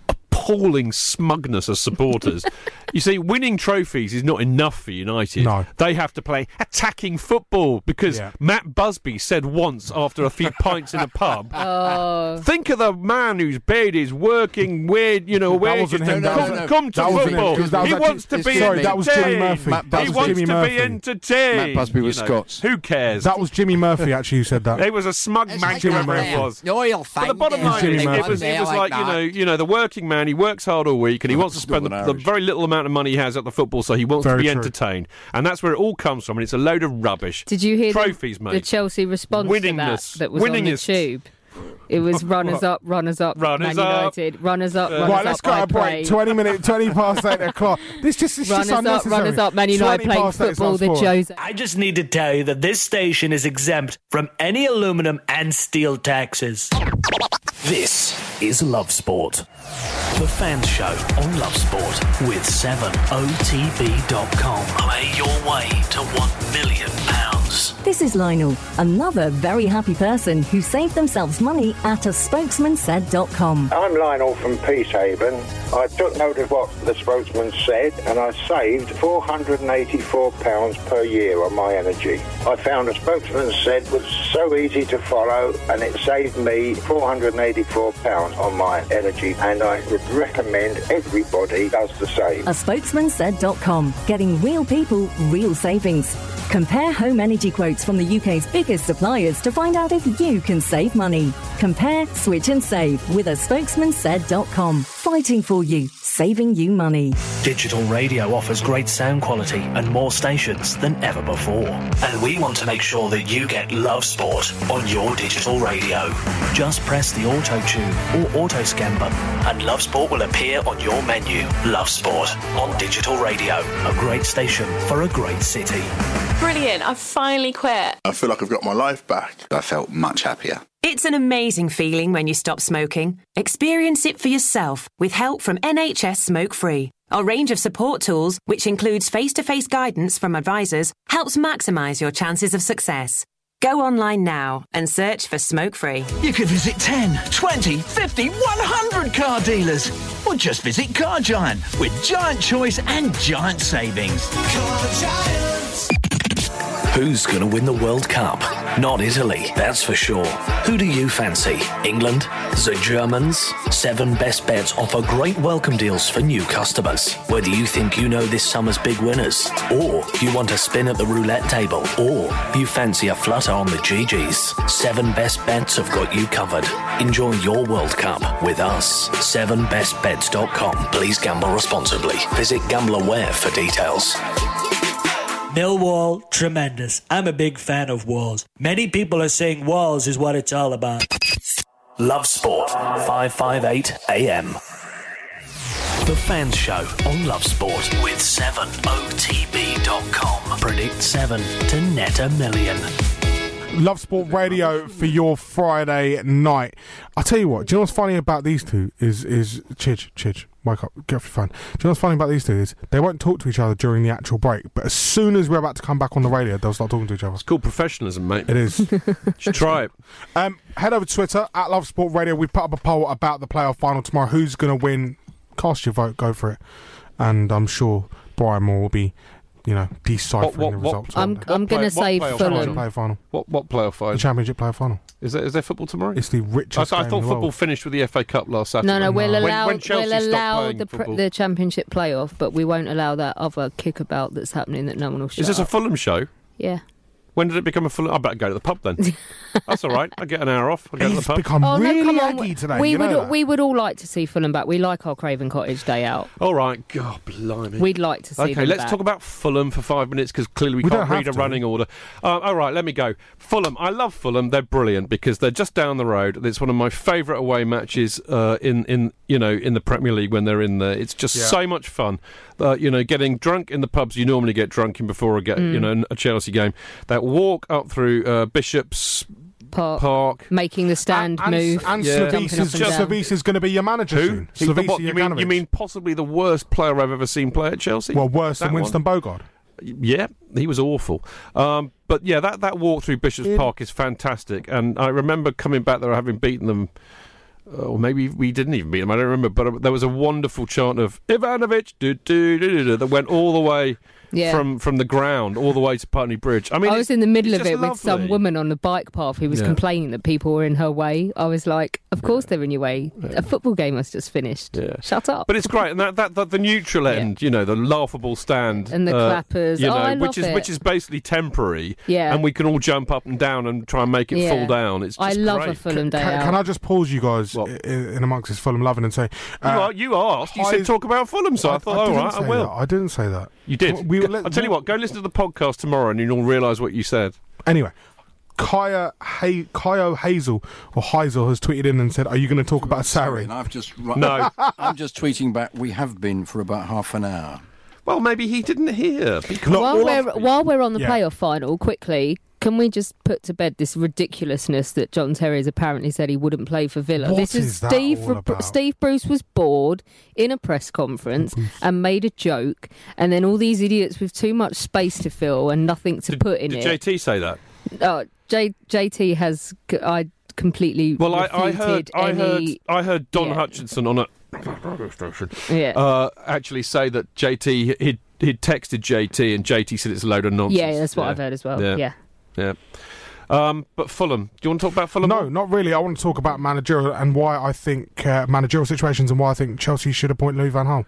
[SPEAKER 1] appalling smugness
[SPEAKER 4] <laughs>
[SPEAKER 1] as supporters, you see, winning trophies is not enough for United.
[SPEAKER 4] No.
[SPEAKER 1] They have to play attacking football because
[SPEAKER 4] Yeah.
[SPEAKER 1] Matt Busby said once after a few pints in a pub.
[SPEAKER 3] Oh,
[SPEAKER 1] Think of the man whose beard is working weird, you know, where
[SPEAKER 4] wasn't
[SPEAKER 1] just
[SPEAKER 4] him, that
[SPEAKER 1] come,
[SPEAKER 4] wasn't him.
[SPEAKER 1] come to
[SPEAKER 4] That wasn't him,
[SPEAKER 1] football.
[SPEAKER 4] 'cause that was
[SPEAKER 1] he
[SPEAKER 4] actually-
[SPEAKER 1] wants to
[SPEAKER 5] it's
[SPEAKER 1] be
[SPEAKER 5] Jimmy-
[SPEAKER 1] entertained.
[SPEAKER 5] sorry, that
[SPEAKER 4] was Jimmy Murphy.
[SPEAKER 5] Matt
[SPEAKER 1] he
[SPEAKER 5] Busby.
[SPEAKER 1] wants
[SPEAKER 4] Jimmy
[SPEAKER 1] to
[SPEAKER 4] Murphy.
[SPEAKER 1] be entertained.
[SPEAKER 5] Matt Busby was
[SPEAKER 1] you know.
[SPEAKER 5] Scots.
[SPEAKER 1] Who cares?
[SPEAKER 4] That was Jimmy Murphy actually who said that.
[SPEAKER 1] It was a smug mag, whoever it was.
[SPEAKER 3] Uh,
[SPEAKER 10] You'll
[SPEAKER 1] But the bottom line
[SPEAKER 4] Jimmy
[SPEAKER 1] is,
[SPEAKER 4] Murphy.
[SPEAKER 1] it was, it was like, you know, you know, the working man. He works hard all week, and he wants to spend the,
[SPEAKER 5] Northern
[SPEAKER 1] the
[SPEAKER 5] Irish.
[SPEAKER 1] very little amount of money he has at the football, so he wants
[SPEAKER 4] Very
[SPEAKER 1] to be
[SPEAKER 4] true.
[SPEAKER 1] entertained, and that's where it all comes from. And it's a load of rubbish.
[SPEAKER 3] did you hear
[SPEAKER 1] trophies,
[SPEAKER 3] the,
[SPEAKER 1] mate?
[SPEAKER 3] the Chelsea response
[SPEAKER 1] Winningness.
[SPEAKER 3] to that? That was on the
[SPEAKER 1] Winningness.
[SPEAKER 3] tube. It was runners up, runners up,
[SPEAKER 1] Runners
[SPEAKER 3] Man
[SPEAKER 1] up.
[SPEAKER 3] United, runners up,
[SPEAKER 1] Uh,
[SPEAKER 3] runners
[SPEAKER 4] Right, let's
[SPEAKER 3] up.
[SPEAKER 4] go
[SPEAKER 3] I
[SPEAKER 4] a break.
[SPEAKER 3] pray.
[SPEAKER 4] Twenty minute, twenty past eight
[SPEAKER 3] <laughs>
[SPEAKER 4] o'clock. This just is just
[SPEAKER 3] Runners up,
[SPEAKER 4] unnecessary.
[SPEAKER 3] runners up, Man
[SPEAKER 4] 20
[SPEAKER 3] United playing
[SPEAKER 4] past eight is
[SPEAKER 3] football, the
[SPEAKER 4] unsupported.
[SPEAKER 3] Jose.
[SPEAKER 7] I just need to tell you that this station is exempt from any aluminum and steel taxes.
[SPEAKER 2] This is Love Sport. The Fans Show on Love Sport with 7otb.com. Play your way to £1 million. pounds.
[SPEAKER 8] This is Lionel, another very happy person who saved themselves money at a spokesmansaid.com.
[SPEAKER 28] I'm Lionel from Peacehaven. I took note of what the spokesman said and I saved £484 per year on my energy. I found a spokesman said was so easy to follow and it saved me £484 on my energy and I would recommend everybody does the same.
[SPEAKER 8] A spokesmansaid.com, getting real people, real savings. Compare home energy quotes from the UK's biggest suppliers to find out if you can save money. Compare, switch and save with a spokesmansaid.com. Fighting for you, saving you money.
[SPEAKER 7] Digital radio offers great sound quality and more stations than ever before.
[SPEAKER 2] And we want to make sure that you get Love Sport on your digital radio.
[SPEAKER 7] Just press the auto tune or auto scan button.
[SPEAKER 2] And Love Sport will appear on your menu. Love Sport on digital radio.
[SPEAKER 7] A great station for a great city.
[SPEAKER 29] Brilliant. I finally quit.
[SPEAKER 23] I feel like I've got my life back. I felt much happier.
[SPEAKER 22] It's an amazing feeling when you stop smoking. Experience it for yourself with help from NHS Smoke Free. Our range of support tools, which includes face to face guidance from advisors, helps maximise your chances of success. Go online now and search for Smoke Free.
[SPEAKER 10] You could visit 10, 20, 50, 100 car dealers. Or just visit Car Giant with giant choice and giant savings.
[SPEAKER 2] Who's going to win the World Cup? Not Italy, that's for sure. Who do you fancy? England? The Germans? Seven Best Bets offer great welcome deals for new customers. Whether you think you know this summer's big winners, or you want a spin at the roulette table, or you fancy a flutter on the GGs, Seven Best Bets have got you covered. Enjoy your World Cup with us. 7bestbets.com. Please gamble responsibly. Visit GamblerWare for details.
[SPEAKER 7] Millwall, tremendous. I'm a big fan of Walls. Many people are saying Walls is what it's all about.
[SPEAKER 2] Love Sport, 558 AM.
[SPEAKER 30] The Fans Show on Love Sport with 7otb.com. Predict 7 to net a million.
[SPEAKER 4] Love Sport Radio for your Friday night. I tell you what, do you know what's funny about these two is is Chidge, Chidge, wake up, get off your phone. Do you know what's funny about these two is they won't talk to each other during the actual break, but as soon as we're about to come back on the radio, they'll start talking to each other.
[SPEAKER 1] It's called professionalism, mate.
[SPEAKER 4] It
[SPEAKER 3] <laughs>
[SPEAKER 4] is.
[SPEAKER 1] <laughs> should try it.
[SPEAKER 4] Um, head over to Twitter at Love Sport Radio. We put up a poll about the playoff final tomorrow. Who's gonna win? Cast your vote, go for it. And I'm sure Brian Moore will be you know, deciphering
[SPEAKER 1] What- what-
[SPEAKER 4] the
[SPEAKER 1] what-
[SPEAKER 4] results.
[SPEAKER 3] I'm- I'm gonna say
[SPEAKER 4] Championship
[SPEAKER 3] Fulham.
[SPEAKER 4] playoff final.
[SPEAKER 1] What what playoff final?
[SPEAKER 4] The Championship playoff final.
[SPEAKER 1] Is there, is there football tomorrow?
[SPEAKER 4] It's the richest.
[SPEAKER 1] I, thought- I
[SPEAKER 4] game
[SPEAKER 1] thought
[SPEAKER 4] in the
[SPEAKER 1] football
[SPEAKER 4] world.
[SPEAKER 1] finished with the FA Cup last Saturday.
[SPEAKER 3] No, no, we'll
[SPEAKER 1] When-
[SPEAKER 3] allow
[SPEAKER 1] when Chelsea
[SPEAKER 3] we'll
[SPEAKER 1] stopped
[SPEAKER 3] allow
[SPEAKER 1] playing
[SPEAKER 3] the, pr-
[SPEAKER 1] football.
[SPEAKER 3] the championship playoff, but we won't allow that other kickabout that's happening that no one will. Shut
[SPEAKER 1] Is this a
[SPEAKER 3] up.
[SPEAKER 1] Fulham show?
[SPEAKER 3] yeah?
[SPEAKER 1] When did it become a Fulham? I better go to the pub
[SPEAKER 3] <laughs>
[SPEAKER 1] then. That's all right. I get an hour off. I go to the
[SPEAKER 4] He's
[SPEAKER 1] pub.
[SPEAKER 4] become
[SPEAKER 3] Oh
[SPEAKER 4] really
[SPEAKER 3] no, come
[SPEAKER 4] aggy
[SPEAKER 3] on.
[SPEAKER 4] today.
[SPEAKER 3] we
[SPEAKER 4] you know
[SPEAKER 3] would
[SPEAKER 4] that?
[SPEAKER 3] we would all like to see Fulham back. We like our Craven Cottage day out.
[SPEAKER 1] all right. God, blimey.
[SPEAKER 3] We'd like to see.
[SPEAKER 1] Okay,
[SPEAKER 3] them
[SPEAKER 1] let's
[SPEAKER 3] back.
[SPEAKER 1] talk about Fulham for five minutes because clearly we,
[SPEAKER 4] We
[SPEAKER 1] can't
[SPEAKER 4] don't have
[SPEAKER 1] read a
[SPEAKER 4] to.
[SPEAKER 1] running order. Um, all right, let me go. Fulham, I love Fulham. They're brilliant because they're just down the road. It's one of my favourite away matches uh, in in you know in the Premier League when they're in there. It's just so much fun. Uh, you know, getting drunk in the pubs you normally get drunk in before a get
[SPEAKER 3] Mm.
[SPEAKER 1] you know a Chelsea game. That walk up through uh, Bishop's
[SPEAKER 3] Park,
[SPEAKER 1] Park.
[SPEAKER 3] making the stand
[SPEAKER 4] and,
[SPEAKER 3] move.
[SPEAKER 4] And
[SPEAKER 1] Yeah.
[SPEAKER 4] Savice
[SPEAKER 3] Jumping up
[SPEAKER 4] is
[SPEAKER 3] and
[SPEAKER 4] just
[SPEAKER 3] down.
[SPEAKER 4] Savice is going to be your manager
[SPEAKER 1] Who?
[SPEAKER 4] soon.
[SPEAKER 1] He- the
[SPEAKER 4] Savice
[SPEAKER 1] what- you, mean, you
[SPEAKER 4] Jokanovic.
[SPEAKER 1] mean possibly the worst player I've ever seen play at Chelsea?
[SPEAKER 4] well worse than
[SPEAKER 1] That one.
[SPEAKER 4] Winston Bogard?
[SPEAKER 1] Yeah, he was awful. Um, but yeah, that, that walk through Bishop's Park is fantastic. And I remember coming back there having beaten them, uh, or maybe we didn't even beat them, I don't remember. But uh, there was a wonderful chant of Ivanovic do, do, do, do, do, that went all the way
[SPEAKER 3] Yeah.
[SPEAKER 1] from, from the ground all the way to Putney Bridge. I
[SPEAKER 3] I,
[SPEAKER 1] mean,
[SPEAKER 3] was
[SPEAKER 1] it's-
[SPEAKER 3] in the middle
[SPEAKER 1] it's
[SPEAKER 3] of it
[SPEAKER 1] just
[SPEAKER 3] with some
[SPEAKER 1] lovely.
[SPEAKER 3] woman on the bike path who was
[SPEAKER 1] Yeah.
[SPEAKER 3] complaining that people were in her way. I was like, "Of course they're in your way. A football game has just finished.
[SPEAKER 1] Yeah.
[SPEAKER 3] Shut up."
[SPEAKER 1] But it's great, and that, that, that the neutral end, you know, the laughable stand, uh,
[SPEAKER 3] And the clappers.
[SPEAKER 1] you know,
[SPEAKER 3] Oh, I
[SPEAKER 1] which
[SPEAKER 3] love
[SPEAKER 1] is which
[SPEAKER 3] it.
[SPEAKER 1] is basically temporary.
[SPEAKER 3] Yeah.
[SPEAKER 1] and we can all jump up and down and try and make it
[SPEAKER 3] Yeah.
[SPEAKER 1] fall down. It's just
[SPEAKER 3] I love
[SPEAKER 1] great.
[SPEAKER 3] a Fulham day
[SPEAKER 4] Can,
[SPEAKER 3] out.
[SPEAKER 4] can I just pause you guys
[SPEAKER 1] What?
[SPEAKER 4] i- i- in amongst this Fulham loving and say?
[SPEAKER 1] You,
[SPEAKER 4] uh,
[SPEAKER 1] are- you asked. You said
[SPEAKER 4] I-
[SPEAKER 1] talk about Fulham, so I, thought, all
[SPEAKER 4] didn't
[SPEAKER 1] right, I
[SPEAKER 4] say
[SPEAKER 1] will.
[SPEAKER 4] that. I didn't say that.
[SPEAKER 1] You did.
[SPEAKER 4] We-
[SPEAKER 1] Go-
[SPEAKER 4] let-
[SPEAKER 1] I'll tell you what. Go listen to the podcast tomorrow, and you'll realise what you said.
[SPEAKER 4] Anyway, Kaya ha- Kyo Hazel or Heisel has tweeted in and said, "Are you going to talk about Sarri?"
[SPEAKER 5] And I've just ru-
[SPEAKER 1] No.
[SPEAKER 5] <laughs> I'm just tweeting back. We have been for about half an hour.
[SPEAKER 1] Well, maybe he didn't hear. Because
[SPEAKER 4] Look,
[SPEAKER 3] while
[SPEAKER 4] all
[SPEAKER 3] we're
[SPEAKER 4] I've-
[SPEAKER 3] while we're on the
[SPEAKER 4] Yeah.
[SPEAKER 3] playoff final, quickly, can we just put to bed this ridiculousness that John Terry has apparently said he wouldn't play for Villa?
[SPEAKER 4] What
[SPEAKER 3] this
[SPEAKER 4] is that
[SPEAKER 3] Steve.
[SPEAKER 4] all about?
[SPEAKER 3] Steve Bruce was bored in a press conference and made a joke, and then all these idiots with too much space to fill and nothing to
[SPEAKER 1] did,
[SPEAKER 3] put in
[SPEAKER 1] did
[SPEAKER 3] it.
[SPEAKER 1] JT say that?
[SPEAKER 3] Oh, J- JT has c- I completely
[SPEAKER 1] Well, I, I
[SPEAKER 3] refuted
[SPEAKER 1] heard, I heard,
[SPEAKER 3] <laughs> any
[SPEAKER 1] I heard Don
[SPEAKER 3] Yeah.
[SPEAKER 1] Hutchinson on a radio station
[SPEAKER 3] Yeah.
[SPEAKER 1] uh, actually say that JT he'd, he'd texted JT and JT said it's a load of nonsense.
[SPEAKER 3] yeah that's what I've heard as well
[SPEAKER 1] Yeah.
[SPEAKER 3] yeah,
[SPEAKER 1] Yeah. Um, but Fulham, do you want to talk about <laughs> Fulham?
[SPEAKER 4] No, not really. I want to talk about managerial and why I think uh, managerial situations and why I think Chelsea should appoint Louis Van Gaal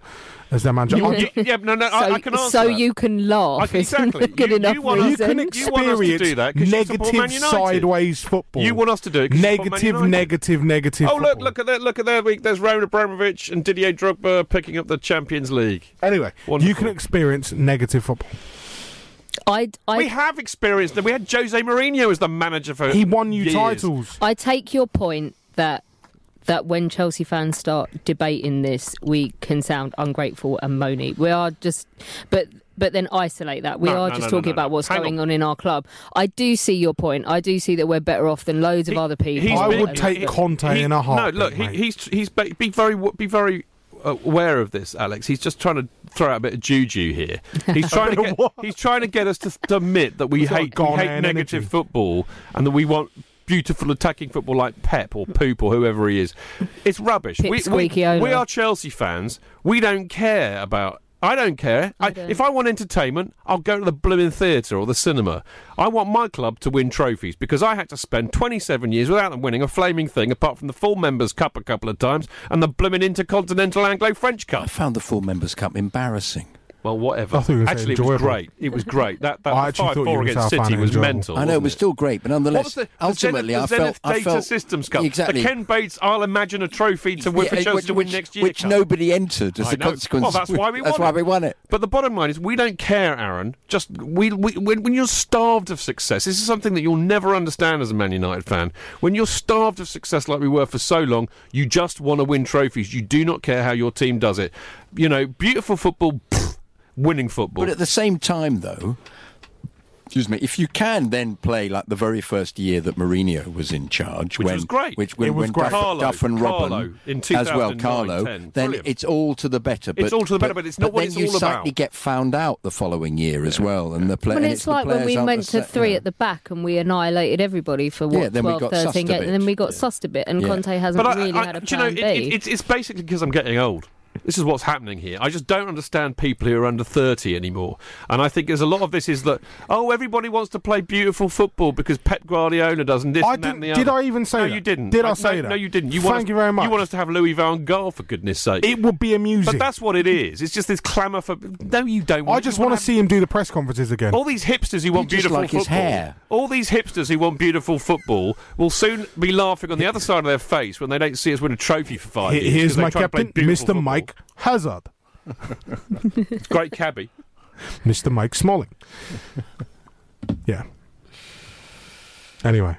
[SPEAKER 4] as their manager.
[SPEAKER 1] You-
[SPEAKER 4] I-
[SPEAKER 1] you- <laughs> yeah, no, no,
[SPEAKER 3] so,
[SPEAKER 1] I, I can answer.
[SPEAKER 3] so
[SPEAKER 1] that.
[SPEAKER 3] you can laugh
[SPEAKER 1] I can-
[SPEAKER 3] isn't
[SPEAKER 1] exactly.
[SPEAKER 3] a <laughs> good
[SPEAKER 1] You- you
[SPEAKER 3] enough
[SPEAKER 1] want us-
[SPEAKER 4] you
[SPEAKER 3] reason.
[SPEAKER 4] can
[SPEAKER 1] You want us
[SPEAKER 4] experience
[SPEAKER 1] to do that 'cause you support
[SPEAKER 4] negative
[SPEAKER 1] Man United.
[SPEAKER 4] sideways football.
[SPEAKER 1] You want us to do it 'cause you support Man
[SPEAKER 4] negative,
[SPEAKER 1] United.
[SPEAKER 4] negative, negative.
[SPEAKER 1] Oh look!
[SPEAKER 4] football.
[SPEAKER 1] Look at that! Look at that! We, there's Roman Abramovich and Didier Drogba picking up the Champions League.
[SPEAKER 4] Anyway,
[SPEAKER 1] Wonderful.
[SPEAKER 4] you can experience negative football.
[SPEAKER 3] I, I
[SPEAKER 1] we have experienced that. We had Jose Mourinho as the manager for.
[SPEAKER 4] He won you
[SPEAKER 1] years.
[SPEAKER 4] titles.
[SPEAKER 3] I take your point that that when Chelsea fans start debating this, we can sound ungrateful and moany. We are just, but but then isolate that. We
[SPEAKER 1] No,
[SPEAKER 3] are
[SPEAKER 1] no,
[SPEAKER 3] just
[SPEAKER 1] no, no,
[SPEAKER 3] talking
[SPEAKER 1] no,
[SPEAKER 3] about
[SPEAKER 1] no.
[SPEAKER 3] what's
[SPEAKER 1] Hang
[SPEAKER 3] going
[SPEAKER 1] on.
[SPEAKER 3] on. in our club. I do see your point. I do see that we're better off than loads
[SPEAKER 1] He-
[SPEAKER 3] of other people.
[SPEAKER 1] he's
[SPEAKER 4] I
[SPEAKER 1] been-
[SPEAKER 4] would take
[SPEAKER 1] he-
[SPEAKER 4] Conte
[SPEAKER 1] he-
[SPEAKER 4] in a heartbeat,
[SPEAKER 1] No, look, he,
[SPEAKER 4] mate.
[SPEAKER 1] he's he's ba- be very wa- be very uh, aware of this, Alex. He's just trying to throw out a bit of juju here.
[SPEAKER 4] <laughs>
[SPEAKER 1] He's trying to
[SPEAKER 4] bit
[SPEAKER 1] get,
[SPEAKER 4] of what?
[SPEAKER 1] he's trying to get us to, to admit that we
[SPEAKER 4] It's like
[SPEAKER 1] hate we
[SPEAKER 4] Ghanaian
[SPEAKER 1] hate negative
[SPEAKER 4] energy.
[SPEAKER 1] football and that we want. Beautiful attacking football like Pep or Poop or whoever he is. It's rubbish.
[SPEAKER 3] Pip
[SPEAKER 1] We, we,
[SPEAKER 3] Squeaky owner.
[SPEAKER 1] we are Chelsea fans. We don't care about I don't care. I if I want entertainment, I'll go to the blooming theatre or the cinema. I want my club to win trophies because I had to spend 27 years without them winning a flaming thing apart from the Full Members Cup a couple of times and the blooming Intercontinental Anglo French Cup. I
[SPEAKER 5] found the Full Members Cup embarrassing.
[SPEAKER 1] Well, whatever.
[SPEAKER 4] I thought you were gonna say
[SPEAKER 1] actually, it was
[SPEAKER 4] enjoyable.
[SPEAKER 1] great. It was great. That that
[SPEAKER 4] I actually
[SPEAKER 1] five
[SPEAKER 4] thought you
[SPEAKER 1] four
[SPEAKER 4] were
[SPEAKER 1] against
[SPEAKER 4] Southampton
[SPEAKER 1] City was
[SPEAKER 4] enjoyable.
[SPEAKER 1] mental.
[SPEAKER 5] I know it
[SPEAKER 1] wasn't
[SPEAKER 5] was still great, but nonetheless,
[SPEAKER 1] What was the,
[SPEAKER 5] ultimately,
[SPEAKER 1] the Zenith, the
[SPEAKER 5] I felt,
[SPEAKER 1] Zenith
[SPEAKER 5] I
[SPEAKER 1] Data
[SPEAKER 5] felt
[SPEAKER 1] Systems Cup.
[SPEAKER 5] exactly
[SPEAKER 1] The Ken Bates, I'll imagine a trophy to win for
[SPEAKER 5] Yeah,
[SPEAKER 1] Chelsea
[SPEAKER 5] which,
[SPEAKER 1] to win
[SPEAKER 5] which-
[SPEAKER 1] next year.
[SPEAKER 5] which
[SPEAKER 1] Cup.
[SPEAKER 5] nobody entered as
[SPEAKER 1] I
[SPEAKER 5] a
[SPEAKER 1] know.
[SPEAKER 5] consequence.
[SPEAKER 1] Well, that's why we
[SPEAKER 5] That's
[SPEAKER 1] won
[SPEAKER 5] why
[SPEAKER 1] it.
[SPEAKER 5] we won it.
[SPEAKER 1] But the bottom line is, we don't care, Aaron. Just we, we when, when you're starved of success, this is something that you'll never understand as a Man United fan. When you're starved of success, like we were for so long, you just want to win trophies. You do not care how your team does it. You know, beautiful football, pfft, winning football.
[SPEAKER 5] But at the same time, though, excuse me, if you can then play like the very first year that Mourinho was in charge,
[SPEAKER 1] Which
[SPEAKER 5] when,
[SPEAKER 1] was great.
[SPEAKER 5] which when,
[SPEAKER 1] It was
[SPEAKER 5] when
[SPEAKER 1] great.
[SPEAKER 5] Duff,
[SPEAKER 1] Carlo,
[SPEAKER 5] Duff and Robin
[SPEAKER 1] Carlo in
[SPEAKER 5] as well,
[SPEAKER 1] 2009,
[SPEAKER 5] Carlo,
[SPEAKER 1] 10.
[SPEAKER 5] then
[SPEAKER 1] Brilliant.
[SPEAKER 5] it's all to the better. But,
[SPEAKER 1] It's all to the better, but it's not what
[SPEAKER 5] then
[SPEAKER 1] it's
[SPEAKER 5] you
[SPEAKER 1] all about.
[SPEAKER 5] slightly get found out the following year as well, and the play.
[SPEAKER 3] Well,
[SPEAKER 5] and
[SPEAKER 3] it's, like
[SPEAKER 5] the
[SPEAKER 3] when
[SPEAKER 5] players
[SPEAKER 3] we
[SPEAKER 5] aren't the
[SPEAKER 3] went to
[SPEAKER 5] set-
[SPEAKER 3] three at the back and we annihilated everybody for what
[SPEAKER 5] Yeah, then we
[SPEAKER 3] 12,
[SPEAKER 5] got sussed
[SPEAKER 3] 13
[SPEAKER 5] a
[SPEAKER 3] games, and then
[SPEAKER 5] bit.
[SPEAKER 3] we got sussed a bit, and
[SPEAKER 5] Yeah.
[SPEAKER 3] Conte hasn't
[SPEAKER 1] But I-
[SPEAKER 3] really
[SPEAKER 1] I-
[SPEAKER 3] had a
[SPEAKER 1] do
[SPEAKER 3] plan
[SPEAKER 1] you know, it-
[SPEAKER 3] B.
[SPEAKER 1] it- it's, it's basically because I'm getting old. This is what's happening here. I just don't understand people who are under 30 anymore. And I think there's a lot of this is that, oh, everybody wants to play beautiful football because Pep Guardiola doesn't this
[SPEAKER 4] I
[SPEAKER 1] and that and the
[SPEAKER 4] didn't- did
[SPEAKER 1] other.
[SPEAKER 4] I even say
[SPEAKER 1] No,
[SPEAKER 4] that?
[SPEAKER 1] you didn't. Uh,
[SPEAKER 4] Did I
[SPEAKER 1] no,
[SPEAKER 4] say that?
[SPEAKER 1] No, you didn't. You want
[SPEAKER 4] Thank
[SPEAKER 1] us,
[SPEAKER 4] you very much.
[SPEAKER 1] You want us to have Louis Van Gaal, for goodness sake.
[SPEAKER 4] It would be amusing.
[SPEAKER 1] but that's what it is. It's just this clamour for. No, you don't.
[SPEAKER 4] I
[SPEAKER 1] want it.
[SPEAKER 4] just
[SPEAKER 1] You
[SPEAKER 4] want to
[SPEAKER 1] have-
[SPEAKER 4] see him do the press conferences again.
[SPEAKER 1] all these hipsters who want
[SPEAKER 5] just
[SPEAKER 1] beautiful
[SPEAKER 5] like his
[SPEAKER 1] football,
[SPEAKER 5] hair.
[SPEAKER 1] all these hipsters who want beautiful football, will soon be laughing on the other side of their face when they don't see us win a trophy for five
[SPEAKER 4] Here-
[SPEAKER 1] years. 'cause
[SPEAKER 4] Here's
[SPEAKER 1] they
[SPEAKER 4] my
[SPEAKER 1] try to play
[SPEAKER 4] captain, Mr.
[SPEAKER 1] beautiful football.
[SPEAKER 4] Mike Hazard,
[SPEAKER 1] <laughs>
[SPEAKER 5] <laughs>
[SPEAKER 1] Great cabbie.
[SPEAKER 4] Mr. Mike
[SPEAKER 1] <laughs>
[SPEAKER 4] Smalling. yeah. Anyway,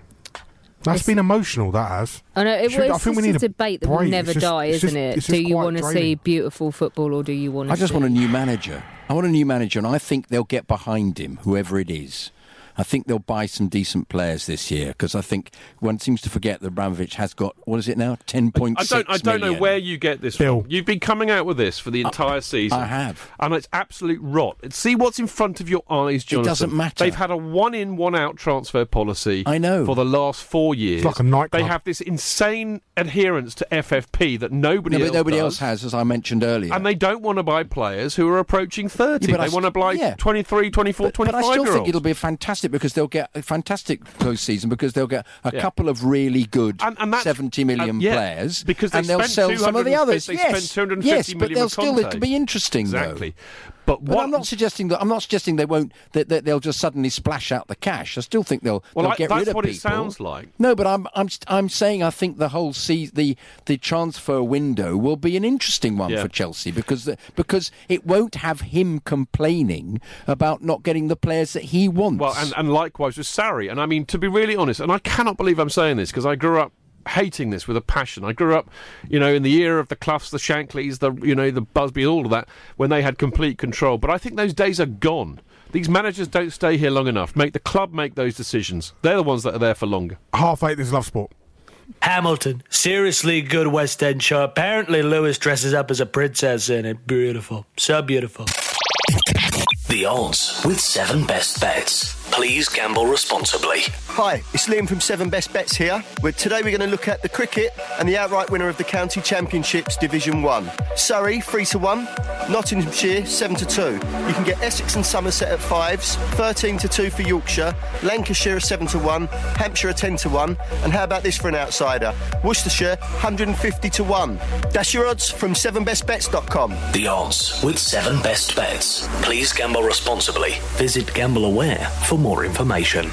[SPEAKER 4] that's been emotional. That has.
[SPEAKER 3] I know it,
[SPEAKER 4] Should-
[SPEAKER 3] it's
[SPEAKER 4] I think
[SPEAKER 3] just
[SPEAKER 4] we need
[SPEAKER 3] a
[SPEAKER 4] a
[SPEAKER 3] debate that will
[SPEAKER 4] break.
[SPEAKER 3] never
[SPEAKER 4] It's just-
[SPEAKER 3] die,
[SPEAKER 4] it's
[SPEAKER 3] isn't
[SPEAKER 4] just-
[SPEAKER 3] it?
[SPEAKER 4] it's
[SPEAKER 3] Do
[SPEAKER 4] just
[SPEAKER 3] you
[SPEAKER 4] quite
[SPEAKER 3] want to see
[SPEAKER 4] draining.
[SPEAKER 3] beautiful football, or do you want?
[SPEAKER 5] I just want a new manager. I want a new manager, and I think they'll get behind him, whoever it is. I think they'll buy some decent players this year because I think one seems to forget that Abramovich has got what is it now ten point
[SPEAKER 1] I
[SPEAKER 5] six
[SPEAKER 1] don't. I don't know where you get this.
[SPEAKER 4] Bill.
[SPEAKER 1] from. You've been coming out with this for the entire season.
[SPEAKER 5] I have.
[SPEAKER 1] and it's absolute rot. See what's in front of your eyes, Jonathan.
[SPEAKER 5] doesn't matter.
[SPEAKER 1] They've had a one-in, one-out transfer policy.
[SPEAKER 5] I know.
[SPEAKER 1] for the last four years.
[SPEAKER 4] like a nightclub.
[SPEAKER 1] They have this insane adherence to FFP that nobody
[SPEAKER 5] No, but
[SPEAKER 1] else
[SPEAKER 5] nobody
[SPEAKER 1] does.
[SPEAKER 5] else has, as I mentioned earlier.
[SPEAKER 1] And they don't want to buy players who are approaching 30.
[SPEAKER 5] Yeah, but I
[SPEAKER 1] they want to
[SPEAKER 5] st-
[SPEAKER 1] buy
[SPEAKER 5] yeah.
[SPEAKER 1] 23, 24,
[SPEAKER 5] but, but I
[SPEAKER 1] 25
[SPEAKER 5] still
[SPEAKER 1] year
[SPEAKER 5] think
[SPEAKER 1] olds.
[SPEAKER 5] it'll be fantastic because they'll get a fantastic close season because they'll get a
[SPEAKER 1] Yeah.
[SPEAKER 5] couple of really good
[SPEAKER 1] And- and that's-
[SPEAKER 5] seventy million
[SPEAKER 1] and yeah,
[SPEAKER 5] players
[SPEAKER 1] because they
[SPEAKER 5] and they'll
[SPEAKER 1] spent
[SPEAKER 5] sell some of the
[SPEAKER 1] 250
[SPEAKER 5] others.
[SPEAKER 1] they
[SPEAKER 5] yes,
[SPEAKER 1] spent 250
[SPEAKER 5] yes, but
[SPEAKER 1] million
[SPEAKER 5] they'll
[SPEAKER 1] with
[SPEAKER 5] still
[SPEAKER 1] Conte.
[SPEAKER 5] it'll be interesting
[SPEAKER 1] Exactly.
[SPEAKER 5] though.
[SPEAKER 1] But
[SPEAKER 5] But
[SPEAKER 1] what
[SPEAKER 5] I'm not suggesting that I'm not suggesting they won't that, that they'll just suddenly splash out the cash. I still think they'll,
[SPEAKER 1] Well,
[SPEAKER 5] they'll
[SPEAKER 1] I-
[SPEAKER 5] get
[SPEAKER 1] that's
[SPEAKER 5] rid of
[SPEAKER 1] what it
[SPEAKER 5] people.
[SPEAKER 1] sounds like.
[SPEAKER 5] No, but I'm I'm st- I'm saying I think the whole se- the the transfer window will be an interesting one
[SPEAKER 1] Yeah.
[SPEAKER 5] for Chelsea because the, because it won't have him complaining about not getting the players that he wants.
[SPEAKER 1] Well, and, and likewise with Sarri. And I mean, to be really honest, and I cannot believe I'm saying this because I grew up hating this with a passion. I grew up, you know, in the era of the Cloughs, the Shankleys, the you know, the Busbys, all of that, when they had complete control. But I think those days are gone. These managers don't stay here long enough. Make the club make those decisions. They're the ones that are there for longer.
[SPEAKER 4] Half eight. This love sport.
[SPEAKER 7] Hamilton, seriously good West End show. Apparently, Lewis dresses up as a princess in it. Beautiful. So beautiful.
[SPEAKER 2] The odds with seven best bets. Please gamble responsibly.
[SPEAKER 14] Hi, it's Liam from Seven Best Bets here. Where today we're going to look at the cricket and the outright winner of the County Championships Division One. Surrey three to one, Nottinghamshire seven to two. You can get Essex and Somerset at fives, thirteen to two for Yorkshire, Lancashire are seven to one, Hampshire are ten to one, and how about this for an outsider? Worcestershire 150 to one. That's your odds from sevenbestbets.com.
[SPEAKER 2] The odds with seven best bets. Please gamble responsibly. Visit GambleAware for more information.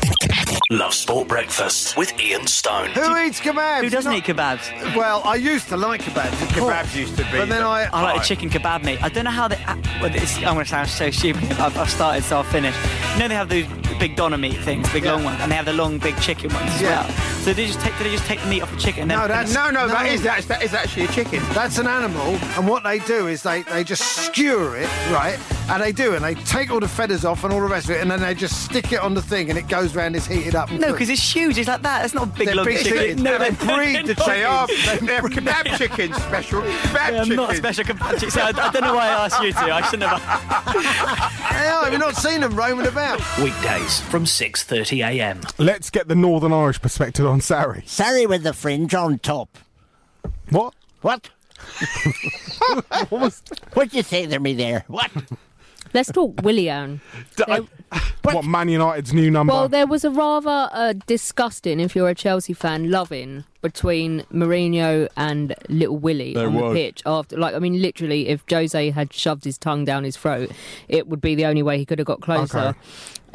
[SPEAKER 2] Love Sport Breakfast with Ian Stone.
[SPEAKER 16] Who eats kebabs?
[SPEAKER 17] Who doesn't
[SPEAKER 16] Not-
[SPEAKER 17] eat kebabs?
[SPEAKER 16] Well, I used to like kebabs.
[SPEAKER 17] Kebabs used to be.
[SPEAKER 16] But then I.
[SPEAKER 17] I like
[SPEAKER 16] oh,
[SPEAKER 17] the chicken kebab meat. I don't know how they. ah, Well, it's, I'm going to sound so stupid. I've, I've started, so I'll finish. You know they have those big doner meat things, big long ones, and they have the long big chicken ones as
[SPEAKER 16] Yeah.
[SPEAKER 17] well. So do they just take? Do they just take the meat off the chicken? And
[SPEAKER 16] No,
[SPEAKER 17] then
[SPEAKER 16] that,
[SPEAKER 17] and
[SPEAKER 16] no, no, that is
[SPEAKER 17] that.
[SPEAKER 16] that, that is actually a chicken. That's an animal, and what they do is they, they just skewer it, right? And they do, and they take all the feathers off and all the rest of it, and then they just stick it on the thing, and it goes round. It's heated up. And
[SPEAKER 17] No,
[SPEAKER 16] cooked.
[SPEAKER 17] because it's huge. It's like that. It's not a big
[SPEAKER 16] They're
[SPEAKER 17] long
[SPEAKER 16] big
[SPEAKER 17] chicken.
[SPEAKER 16] chickens.
[SPEAKER 17] No,
[SPEAKER 16] They're
[SPEAKER 17] they're-
[SPEAKER 16] breed
[SPEAKER 17] they're
[SPEAKER 16] that they
[SPEAKER 17] not. <laughs>
[SPEAKER 16] are. They're kebab chickens, special kebab
[SPEAKER 17] They're not
[SPEAKER 16] chickens.
[SPEAKER 17] special kebab chicken. So I, I don't know why I asked you to. I shouldn't have.
[SPEAKER 16] Hell, have you not seen them roaming about?
[SPEAKER 2] Weekdays from 6:30 a.m.
[SPEAKER 4] Let's get the Northern Irish perspective on Sarri.
[SPEAKER 31] Sorry with the fringe on top.
[SPEAKER 4] What?
[SPEAKER 31] What?
[SPEAKER 15] <laughs> what was... What'd you say to me there? What?
[SPEAKER 3] Let's talk Willian.
[SPEAKER 4] What? Man United's new number?
[SPEAKER 3] Well, there was a rather uh, disgusting, if you're a Chelsea fan, loving between Mourinho and Little Willie
[SPEAKER 1] There
[SPEAKER 3] on
[SPEAKER 1] was.
[SPEAKER 3] the pitch. After, like, I mean, literally, if Jose had shoved his tongue down his throat, it would be the only way he could have got closer.
[SPEAKER 4] Okay.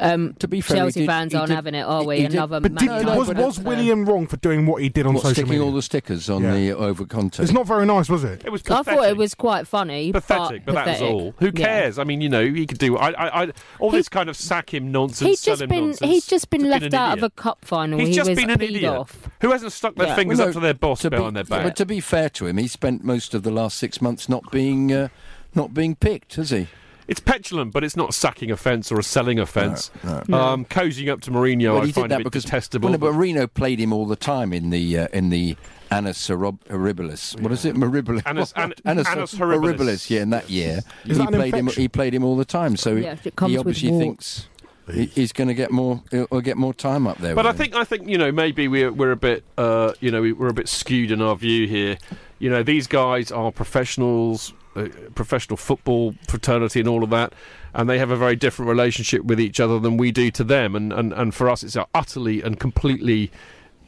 [SPEAKER 3] Um, to
[SPEAKER 4] be
[SPEAKER 3] be
[SPEAKER 4] fair,
[SPEAKER 3] fair,
[SPEAKER 4] he
[SPEAKER 3] Chelsea
[SPEAKER 4] did-
[SPEAKER 3] fans
[SPEAKER 4] he
[SPEAKER 3] aren't
[SPEAKER 4] did-
[SPEAKER 3] having it, are we?
[SPEAKER 4] he did-
[SPEAKER 3] Another
[SPEAKER 4] but
[SPEAKER 3] Man
[SPEAKER 4] did-
[SPEAKER 3] United
[SPEAKER 4] was,
[SPEAKER 3] player.
[SPEAKER 4] was William wrong for doing what he did on
[SPEAKER 5] What,
[SPEAKER 4] social
[SPEAKER 5] sticking
[SPEAKER 4] media?
[SPEAKER 5] all the stickers on
[SPEAKER 4] Yeah.
[SPEAKER 5] the over content.
[SPEAKER 4] It's not very nice, was it?
[SPEAKER 1] It was
[SPEAKER 3] I
[SPEAKER 1] pathetic.
[SPEAKER 3] thought it was quite funny.
[SPEAKER 1] pathetic, but that was
[SPEAKER 3] pathetic.
[SPEAKER 1] all. Who
[SPEAKER 3] Yeah.
[SPEAKER 1] cares? I mean, you know, he could do. I, I, I all this kind of sack him nonsense.
[SPEAKER 3] He's
[SPEAKER 1] sell
[SPEAKER 3] just
[SPEAKER 1] him
[SPEAKER 3] been
[SPEAKER 1] nonsense.
[SPEAKER 3] he's just been
[SPEAKER 1] He's
[SPEAKER 3] left
[SPEAKER 1] an
[SPEAKER 3] out of
[SPEAKER 1] idiot.
[SPEAKER 3] a cup final.
[SPEAKER 1] He's
[SPEAKER 3] he
[SPEAKER 1] just
[SPEAKER 3] was
[SPEAKER 1] been an
[SPEAKER 3] peed
[SPEAKER 1] idiot
[SPEAKER 3] off.
[SPEAKER 1] who hasn't stuck their
[SPEAKER 3] Yeah.
[SPEAKER 1] fingers
[SPEAKER 3] Well,
[SPEAKER 1] up to their boss behind their back.
[SPEAKER 5] But to be fair to him, he spent most of the last six months not being uh, not being picked, has he?
[SPEAKER 1] It's petulant, but it's not a sacking offence or a selling offence.
[SPEAKER 5] No, no.
[SPEAKER 1] Um, cozying up to Mourinho,
[SPEAKER 5] Well,
[SPEAKER 1] I
[SPEAKER 5] he did
[SPEAKER 1] find a
[SPEAKER 5] that
[SPEAKER 1] bit
[SPEAKER 5] because
[SPEAKER 1] detestable.
[SPEAKER 5] Well, no, but Reno played him all the time in the uh, in the Annus Horrib- Horribilis. What is it, Maribilis?
[SPEAKER 1] Oh, Annus- an-
[SPEAKER 5] <laughs> Annus
[SPEAKER 1] Annus
[SPEAKER 5] Horribilis.
[SPEAKER 1] Horribilis,
[SPEAKER 5] Yeah, in that year,
[SPEAKER 1] Is
[SPEAKER 5] he
[SPEAKER 1] that an
[SPEAKER 5] played him.
[SPEAKER 1] infection?
[SPEAKER 5] He played him all the time. So
[SPEAKER 1] Yeah, if it comes
[SPEAKER 5] he
[SPEAKER 1] with
[SPEAKER 5] obviously
[SPEAKER 1] warts.
[SPEAKER 5] thinks he- he's going to get more. He'll get more time up there.
[SPEAKER 1] But I
[SPEAKER 5] with him.
[SPEAKER 1] think I think you know maybe we're we're a bit uh, you know we- we're a bit skewed in our view here. You know these guys are professionals, uh, professional football fraternity and all of that, and they have a very different relationship with each other than we do to them. And and, and for us, it's utterly and completely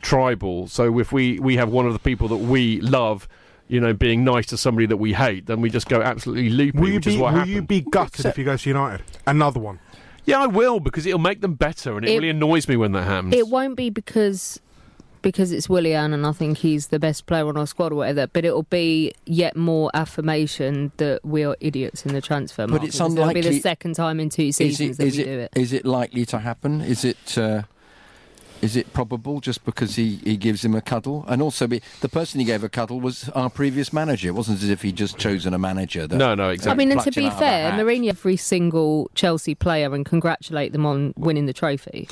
[SPEAKER 1] tribal. So if we we have one of the people that we love. You know, being nice to somebody that we hate, then we just go absolutely loopy,
[SPEAKER 4] Will you
[SPEAKER 1] which
[SPEAKER 4] be
[SPEAKER 1] is what
[SPEAKER 4] Will
[SPEAKER 1] happened.
[SPEAKER 4] you be gutted if he goes to United? Another one.
[SPEAKER 1] Yeah, I will because it'll make them better, and it,
[SPEAKER 3] It-
[SPEAKER 1] really annoys me when that happens.
[SPEAKER 3] It won't be because because it's Willian and I think he's the best player on our squad or whatever, but it'll be yet more affirmation that we are idiots in the transfer
[SPEAKER 5] But
[SPEAKER 3] market.
[SPEAKER 5] it's
[SPEAKER 3] because It'll be
[SPEAKER 5] unlikely-
[SPEAKER 3] the second time in two seasons that
[SPEAKER 5] is
[SPEAKER 3] we do it.
[SPEAKER 5] Is it likely to happen? Is it? Uh, is it probable just because he, he gives him a cuddle? And also, be, the person he gave a cuddle was our previous manager. It wasn't as if he'd just chosen a manager. That
[SPEAKER 1] No, no,
[SPEAKER 3] I mean, and to
[SPEAKER 5] plucked him
[SPEAKER 3] be
[SPEAKER 5] out of a
[SPEAKER 3] fair,
[SPEAKER 5] hat.
[SPEAKER 3] Mourinho every single Chelsea player and congratulate them on winning the trophy.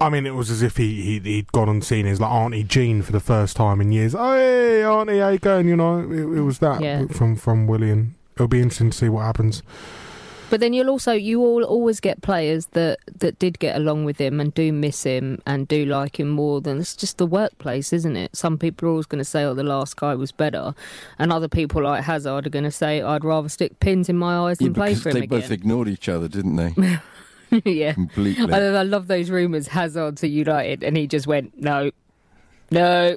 [SPEAKER 4] I mean, it was as if he, he he'd gone and seen his like Auntie Jean for the first time in years. Oh, hey, Auntie, how you going? You know, it, it was that
[SPEAKER 3] Yeah.
[SPEAKER 4] from from William. It'll be interesting to see what happens.
[SPEAKER 3] But then you'll also you all always get players that that did get along with him and do miss him and do like him more than it's just the workplace, isn't it? Some people are always going to say, "Oh, the last guy was better," and other people like Hazard are going to say, "I'd rather stick pins in my eyes
[SPEAKER 5] Yeah,
[SPEAKER 3] than play
[SPEAKER 5] because
[SPEAKER 3] for
[SPEAKER 5] they
[SPEAKER 3] him
[SPEAKER 5] both
[SPEAKER 3] again."
[SPEAKER 5] ignored each other, didn't
[SPEAKER 3] <laughs>
[SPEAKER 5] they?
[SPEAKER 3] yeah,
[SPEAKER 5] Completely.
[SPEAKER 3] I, I love those rumours. Hazard to United, and he just went, "No, no,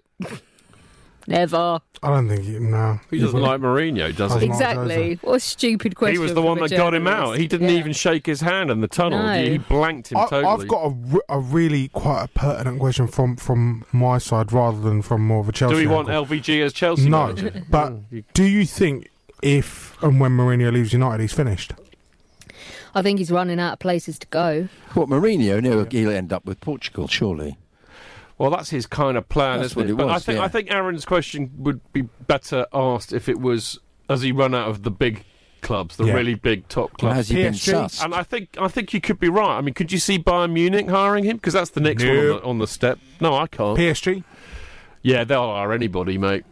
[SPEAKER 3] never."
[SPEAKER 4] I don't think you, no.
[SPEAKER 1] He doesn't like Mourinho, does he?
[SPEAKER 3] Exactly. What a stupid question.
[SPEAKER 1] He was the one
[SPEAKER 3] from a
[SPEAKER 1] that got him
[SPEAKER 3] journalist.
[SPEAKER 1] out. He didn't even shake his hand in the tunnel.
[SPEAKER 3] No.
[SPEAKER 1] He blanked him
[SPEAKER 4] I,
[SPEAKER 1] totally.
[SPEAKER 4] I've got a, re- a really quite a pertinent question from from my side rather than from more of a Chelsea.
[SPEAKER 1] Do we want Oh,
[SPEAKER 4] angle.
[SPEAKER 1] LVG as Chelsea?
[SPEAKER 4] No,
[SPEAKER 1] manager?
[SPEAKER 4] <laughs>
[SPEAKER 1] <laughs>
[SPEAKER 4] but do you think if and when Mourinho leaves United, he's finished?
[SPEAKER 3] I think he's running out of places to go.
[SPEAKER 5] What Mourinho? No, he'll end up with Portugal, surely.
[SPEAKER 1] Well, that's his kind of plan,
[SPEAKER 5] That's
[SPEAKER 1] isn't
[SPEAKER 5] what
[SPEAKER 1] it?
[SPEAKER 5] it
[SPEAKER 1] but I
[SPEAKER 5] was,
[SPEAKER 1] think
[SPEAKER 5] yeah.
[SPEAKER 1] I think Aaron's question would be better asked if it was has he run out of the big clubs, the
[SPEAKER 5] Yeah.
[SPEAKER 1] really big top
[SPEAKER 5] Well,
[SPEAKER 1] clubs?
[SPEAKER 5] has he been PSG? sussed?
[SPEAKER 1] And I think I think you could be right. I mean, could you see Bayern Munich hiring him? Because that's the next one on
[SPEAKER 4] No.
[SPEAKER 1] the, on the step. No, I can't.
[SPEAKER 4] PSG.
[SPEAKER 1] Yeah, they'll hire anybody, mate.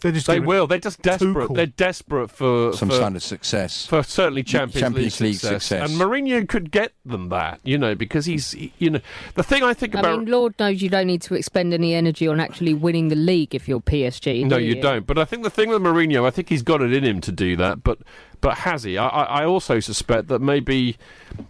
[SPEAKER 4] They just
[SPEAKER 1] they
[SPEAKER 4] give it-
[SPEAKER 1] will. They're just desperate.
[SPEAKER 4] Tuchel.
[SPEAKER 1] They're desperate for
[SPEAKER 5] Some
[SPEAKER 1] for,
[SPEAKER 5] sign of success.
[SPEAKER 1] for certainly Champions,
[SPEAKER 5] Champions
[SPEAKER 1] League,
[SPEAKER 5] League
[SPEAKER 1] success.
[SPEAKER 5] success.
[SPEAKER 1] And Mourinho could get them that, you know, because he's, he- you know, the thing I think
[SPEAKER 3] I
[SPEAKER 1] about.
[SPEAKER 3] mean, Lord knows you don't need to expend any energy on actually winning the league if you're PSG.
[SPEAKER 1] no,
[SPEAKER 3] do
[SPEAKER 1] you don't. But I think the thing with Mourinho, I think he's got it in him to do that. But but has he? I, I I also suspect that maybe,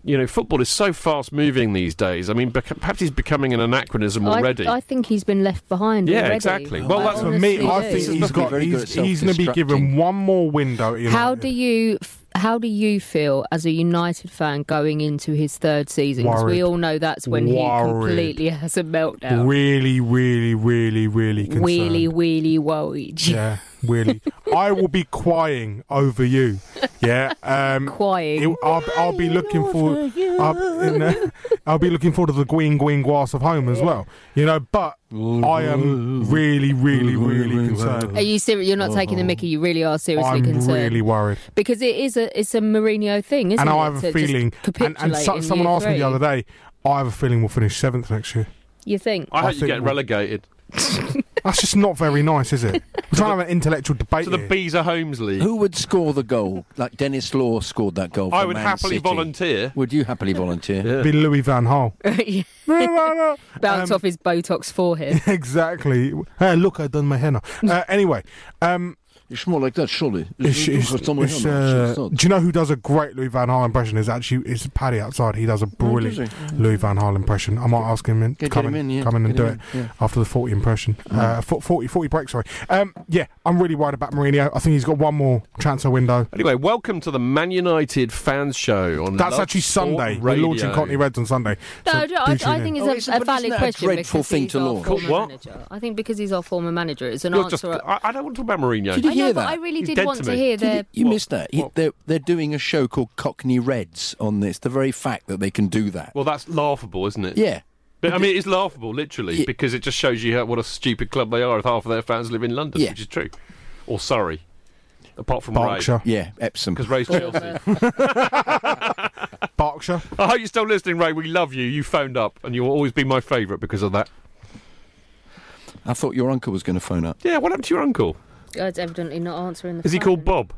[SPEAKER 1] you know, football is so fast moving these days. I mean, bec- perhaps he's becoming an anachronism
[SPEAKER 3] I-
[SPEAKER 1] already.
[SPEAKER 3] I, think he's been left behind.
[SPEAKER 1] Yeah,
[SPEAKER 3] already.
[SPEAKER 1] exactly. Well,
[SPEAKER 3] I
[SPEAKER 1] that's-
[SPEAKER 4] For me,
[SPEAKER 3] honestly
[SPEAKER 4] I
[SPEAKER 3] do.
[SPEAKER 4] think he's got.
[SPEAKER 5] very good
[SPEAKER 4] He's,
[SPEAKER 5] at
[SPEAKER 4] he's going to be given one more window. at United.
[SPEAKER 3] How do you? f- How do you feel as a United fan going into his third season? 'Cause
[SPEAKER 4] Worried.
[SPEAKER 3] we all know that's when
[SPEAKER 4] Worried.
[SPEAKER 3] he completely <laughs> has a meltdown.
[SPEAKER 4] Really, really, really, really concerned.
[SPEAKER 3] Wheelie, wheelie, worried.
[SPEAKER 4] Yeah, really. I will be crying over you. Yeah. Um,
[SPEAKER 3] crying.
[SPEAKER 4] I'll, I'll be looking for. I'll, in, uh, I'll be looking forward to the green, green grass of home as well. You know, but I am really, really, really concerned. Uh-huh.
[SPEAKER 3] Are you serious? You're not taking the Mickey. You really are seriously
[SPEAKER 4] I'm
[SPEAKER 3] concerned.
[SPEAKER 4] really worried.
[SPEAKER 3] Because it is a it's a Mourinho thing, isn't
[SPEAKER 4] and
[SPEAKER 3] it?
[SPEAKER 4] I have
[SPEAKER 3] to
[SPEAKER 4] a
[SPEAKER 3] just
[SPEAKER 4] feeling. And, and
[SPEAKER 3] capitulate
[SPEAKER 4] so-
[SPEAKER 3] in
[SPEAKER 4] someone
[SPEAKER 3] year
[SPEAKER 4] asked me
[SPEAKER 3] three?
[SPEAKER 4] the other day. I have a feeling we'll finish seventh next year.
[SPEAKER 3] You think?
[SPEAKER 1] I hope
[SPEAKER 4] I
[SPEAKER 1] you
[SPEAKER 4] think
[SPEAKER 1] get
[SPEAKER 4] we-
[SPEAKER 1] relegated
[SPEAKER 4] That's just not very nice, is it? We're trying to have an intellectual debate.
[SPEAKER 1] to the
[SPEAKER 4] here.
[SPEAKER 1] Bees of Homes League.
[SPEAKER 5] Who would score the goal? Like Dennis Law scored that goal. For
[SPEAKER 1] I would
[SPEAKER 5] Man
[SPEAKER 1] happily
[SPEAKER 5] City.
[SPEAKER 1] volunteer.
[SPEAKER 5] Would you happily volunteer?
[SPEAKER 4] Be Louis Van Gaal.
[SPEAKER 3] <laughs> Yeah. Bounce off
[SPEAKER 4] <laughs>
[SPEAKER 3] his Botox forehead.
[SPEAKER 15] <laughs>
[SPEAKER 4] exactly. Hey, look, I've done my henna. Uh, anyway, um,
[SPEAKER 15] It's more like that, surely.
[SPEAKER 4] It's, it's,
[SPEAKER 15] It's not
[SPEAKER 4] it's,
[SPEAKER 15] him, actually,
[SPEAKER 4] uh,
[SPEAKER 15] it's not.
[SPEAKER 4] do you know who does a great Louis Van Gaal impression? Is actually it's Paddy outside. He does a brilliant
[SPEAKER 15] Oh, he?
[SPEAKER 4] Louis Van Gaal impression. I might ask him in,
[SPEAKER 15] Get- get
[SPEAKER 4] come
[SPEAKER 15] him
[SPEAKER 4] in,
[SPEAKER 15] in, yeah,
[SPEAKER 4] come in and
[SPEAKER 15] get
[SPEAKER 4] do
[SPEAKER 15] him
[SPEAKER 4] it
[SPEAKER 15] in, yeah. Mm.
[SPEAKER 4] after the forty impression. Uh,
[SPEAKER 15] Yeah.
[SPEAKER 4] fo- 40, 40 break. Sorry. Um, yeah, I'm really worried about Mourinho. I think he's got one more transfer window.
[SPEAKER 1] Anyway, welcome to the Man United fans show on.
[SPEAKER 4] That's
[SPEAKER 1] Love
[SPEAKER 4] actually
[SPEAKER 1] Sport
[SPEAKER 4] Sunday. We're
[SPEAKER 1] Radio.
[SPEAKER 4] launching Cockney Reds on Sunday.
[SPEAKER 3] <laughs> No,
[SPEAKER 4] So
[SPEAKER 3] I,
[SPEAKER 4] do
[SPEAKER 3] don't- I-
[SPEAKER 4] tune
[SPEAKER 3] I
[SPEAKER 4] in.
[SPEAKER 3] think
[SPEAKER 1] Oh,
[SPEAKER 3] it's
[SPEAKER 1] isn't-
[SPEAKER 3] a, a
[SPEAKER 1] but
[SPEAKER 3] valid
[SPEAKER 1] isn't that a
[SPEAKER 3] question
[SPEAKER 1] dreadful
[SPEAKER 3] because
[SPEAKER 1] thing
[SPEAKER 3] he's
[SPEAKER 1] to
[SPEAKER 3] our
[SPEAKER 1] launch?
[SPEAKER 3] former
[SPEAKER 1] What?
[SPEAKER 3] manager. I think because he's our former manager, it's an
[SPEAKER 1] You're just-
[SPEAKER 3] answer.
[SPEAKER 1] I, I don't want to talk about Mourinho.
[SPEAKER 3] Did you I know, hear but that? I really
[SPEAKER 1] He's
[SPEAKER 3] did
[SPEAKER 1] dead
[SPEAKER 3] want to
[SPEAKER 1] me.
[SPEAKER 3] hear their-
[SPEAKER 5] You missed that. You- They're, they're doing a show called Cockney Reds on this. The very fact that they can do that.
[SPEAKER 1] Well, that's laughable, isn't it?
[SPEAKER 5] Yeah.
[SPEAKER 1] But, I mean, it's laughable, literally, because it just shows you how, what a stupid club they are if half of their fans live in London, which is true. Or Surrey, apart from
[SPEAKER 5] Berkshire.
[SPEAKER 1] Ray.
[SPEAKER 5] Yeah, Epsom.
[SPEAKER 1] Because
[SPEAKER 4] <laughs>
[SPEAKER 1] Ray's Chelsea.
[SPEAKER 4] Berkshire.
[SPEAKER 1] I hope you're still listening, Ray. We love you. You phoned up, and you'll always be my favourite because of that.
[SPEAKER 5] I thought your uncle was going to phone up.
[SPEAKER 1] Yeah, what happened to your uncle?
[SPEAKER 3] God's evidently not answering the
[SPEAKER 5] Is he
[SPEAKER 3] phone.
[SPEAKER 5] called
[SPEAKER 1] Bob?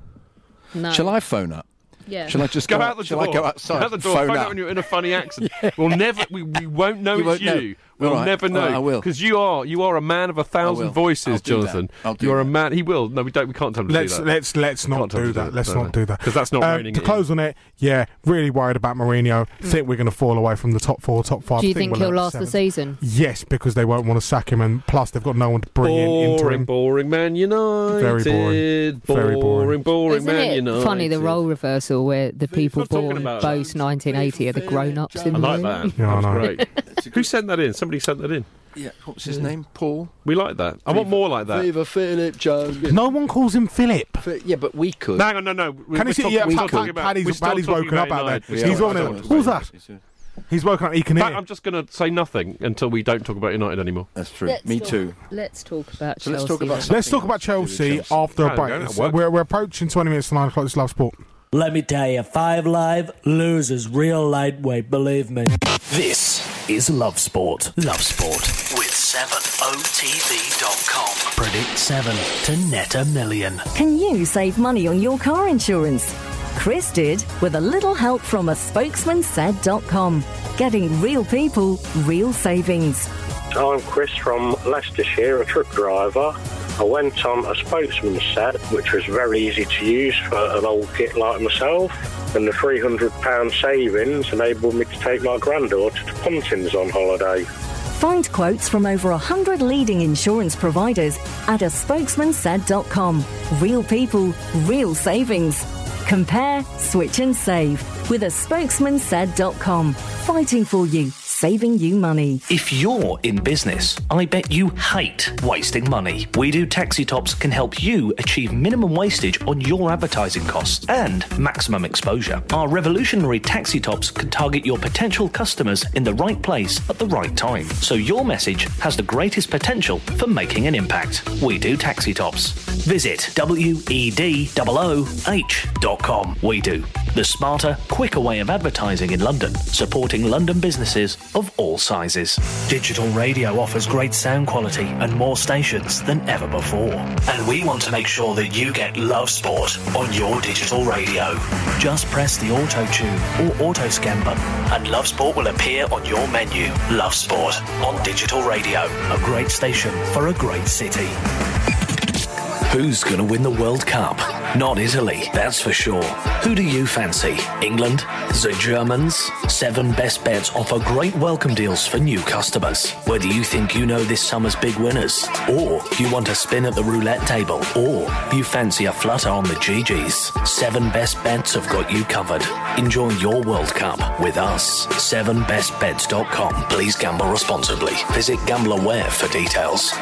[SPEAKER 3] No.
[SPEAKER 5] Shall I phone up?
[SPEAKER 3] Yeah.
[SPEAKER 5] Shall I just go,
[SPEAKER 1] out the
[SPEAKER 5] shall
[SPEAKER 1] door?
[SPEAKER 5] I go outside?
[SPEAKER 1] Out the
[SPEAKER 5] and
[SPEAKER 1] door.
[SPEAKER 5] Phone,
[SPEAKER 1] Phone,
[SPEAKER 5] up?
[SPEAKER 1] out when you're in a funny
[SPEAKER 5] <laughs>
[SPEAKER 1] accent. We'll never. We, we won't know
[SPEAKER 5] You
[SPEAKER 1] it's
[SPEAKER 5] won't know.
[SPEAKER 1] you. We'll
[SPEAKER 5] All right.
[SPEAKER 1] never
[SPEAKER 5] All
[SPEAKER 1] know.
[SPEAKER 5] right, I will.
[SPEAKER 1] Because you are you are a man of a thousand
[SPEAKER 5] will.
[SPEAKER 1] voices,
[SPEAKER 5] I'll do that.
[SPEAKER 1] Jonathan.
[SPEAKER 5] I'll do
[SPEAKER 1] you're a
[SPEAKER 5] that.
[SPEAKER 1] man. He will. No, we don't. We can't tell him
[SPEAKER 4] Let's
[SPEAKER 1] to do that.
[SPEAKER 4] let's let's
[SPEAKER 1] Can't
[SPEAKER 4] not
[SPEAKER 1] tell him
[SPEAKER 4] do
[SPEAKER 1] to
[SPEAKER 4] that. Let's
[SPEAKER 1] No, no.
[SPEAKER 4] not do that.
[SPEAKER 1] Because that's not
[SPEAKER 4] Um,
[SPEAKER 1] raining.
[SPEAKER 4] to
[SPEAKER 1] it in.
[SPEAKER 4] close on it. Yeah, really worried about Mourinho. Think we're going to fall away from the top four, top five.
[SPEAKER 3] Mm. Do you
[SPEAKER 4] Think
[SPEAKER 3] think
[SPEAKER 4] we'll
[SPEAKER 3] he'll
[SPEAKER 4] end
[SPEAKER 3] last the
[SPEAKER 4] seventh.
[SPEAKER 3] season?
[SPEAKER 4] Yes, because they won't want to sack him, and plus they've got no one to bring in
[SPEAKER 1] Boring,
[SPEAKER 4] interim.
[SPEAKER 1] boring Man United.
[SPEAKER 4] Very boring. Very
[SPEAKER 1] Boring,
[SPEAKER 4] boring.
[SPEAKER 1] boring,
[SPEAKER 3] Isn't
[SPEAKER 1] Man
[SPEAKER 3] it
[SPEAKER 1] United.
[SPEAKER 3] funny the role reversal where the people born
[SPEAKER 1] about
[SPEAKER 3] post 1980 are the grown-ups
[SPEAKER 1] I
[SPEAKER 3] in the
[SPEAKER 1] like
[SPEAKER 3] room?
[SPEAKER 1] that.
[SPEAKER 3] <laughs>
[SPEAKER 1] That was great. Who sent that in? Somebody sent that in.
[SPEAKER 5] Yeah, what was his name? Paul.
[SPEAKER 1] We like that. I want more like that.
[SPEAKER 5] Viva Philip Jones.
[SPEAKER 4] No one calls him Philip.
[SPEAKER 5] Yeah, but we could.
[SPEAKER 1] Hang on, no, no. we-
[SPEAKER 4] Can
[SPEAKER 1] we're
[SPEAKER 4] you see?
[SPEAKER 1] talking-
[SPEAKER 4] Yeah,
[SPEAKER 1] we're
[SPEAKER 4] Pat-
[SPEAKER 1] talking
[SPEAKER 4] Pat-
[SPEAKER 1] about- we're
[SPEAKER 4] Paddy's,
[SPEAKER 1] still
[SPEAKER 4] Paddy's
[SPEAKER 1] talking
[SPEAKER 4] woken up
[SPEAKER 1] about
[SPEAKER 4] out
[SPEAKER 1] United.
[SPEAKER 4] there.
[SPEAKER 1] Yeah,
[SPEAKER 4] He's
[SPEAKER 1] I
[SPEAKER 4] on
[SPEAKER 1] don't
[SPEAKER 4] it.
[SPEAKER 1] want to
[SPEAKER 4] Who's
[SPEAKER 1] say
[SPEAKER 4] that? He's woken up. He can
[SPEAKER 1] In
[SPEAKER 4] hear.
[SPEAKER 1] fact, I'm just going to say nothing until we don't talk about United anymore.
[SPEAKER 5] That's true.
[SPEAKER 3] Let's talk- Let's talk about
[SPEAKER 4] So
[SPEAKER 3] Chelsea.
[SPEAKER 4] let's talk about
[SPEAKER 3] then.
[SPEAKER 4] let's talk about Chelsea after
[SPEAKER 1] No,
[SPEAKER 4] a
[SPEAKER 1] no, no,
[SPEAKER 4] break.
[SPEAKER 1] work.
[SPEAKER 4] We're, we're approaching 20 minutes to nine o'clock. It's Love Sport.
[SPEAKER 7] Let me tell you, Five Live loses real lightweight, believe me. This is Love Sport. Love Sport.
[SPEAKER 2] With 7OTV.com.
[SPEAKER 8] Predict
[SPEAKER 2] seven
[SPEAKER 8] to net a
[SPEAKER 2] million.
[SPEAKER 8] Can you save money on your car insurance? Chris did with a little help from a spokesman said.com. Getting real people, real savings.
[SPEAKER 12] I'm Chris from Leicestershire, a truck driver. I went on a spokesman's set, which was very easy to use for an old git like myself. And the £300 savings enabled me to take my granddaughter to Pontins on holiday.
[SPEAKER 8] Find quotes from over 100 leading insurance providers at a spokesman said.com. Real people, real savings. Compare, switch and save with a spokesman said.com. Fighting for you, saving you money.
[SPEAKER 2] If you're in business, I bet you hate wasting money. We do Taxi Tops can help you achieve minimum wastage on your advertising costs and maximum exposure. Our revolutionary Taxi Tops can target your potential customers in the right place at the right time. So your message has the greatest potential for making an impact. We do Taxi Tops. Visit E wedooh.com. We do. The smarter, quicker way of advertising in London, supporting London businesses of all sizes.
[SPEAKER 7] Digital radio offers great sound quality and more stations than ever before.
[SPEAKER 2] And we want to make sure that you get Love Sport on your digital radio. Just press the auto tune or auto scan button, and Love Sport will appear on your menu. Love Sport on digital radio. A great station for a great city. Who's going to win the World Cup? Not Italy, that's for sure. Who do you fancy? England? The Germans? Seven Best Bets offer great welcome deals for new customers. Whether you think you know this summer's big winners, or you want a spin at the roulette table, or you fancy a flutter on the GGs, Seven Best Bets have got you covered. Enjoy your World Cup with us. 7bestbets.com. Please gamble responsibly. Visit GambleAware for details.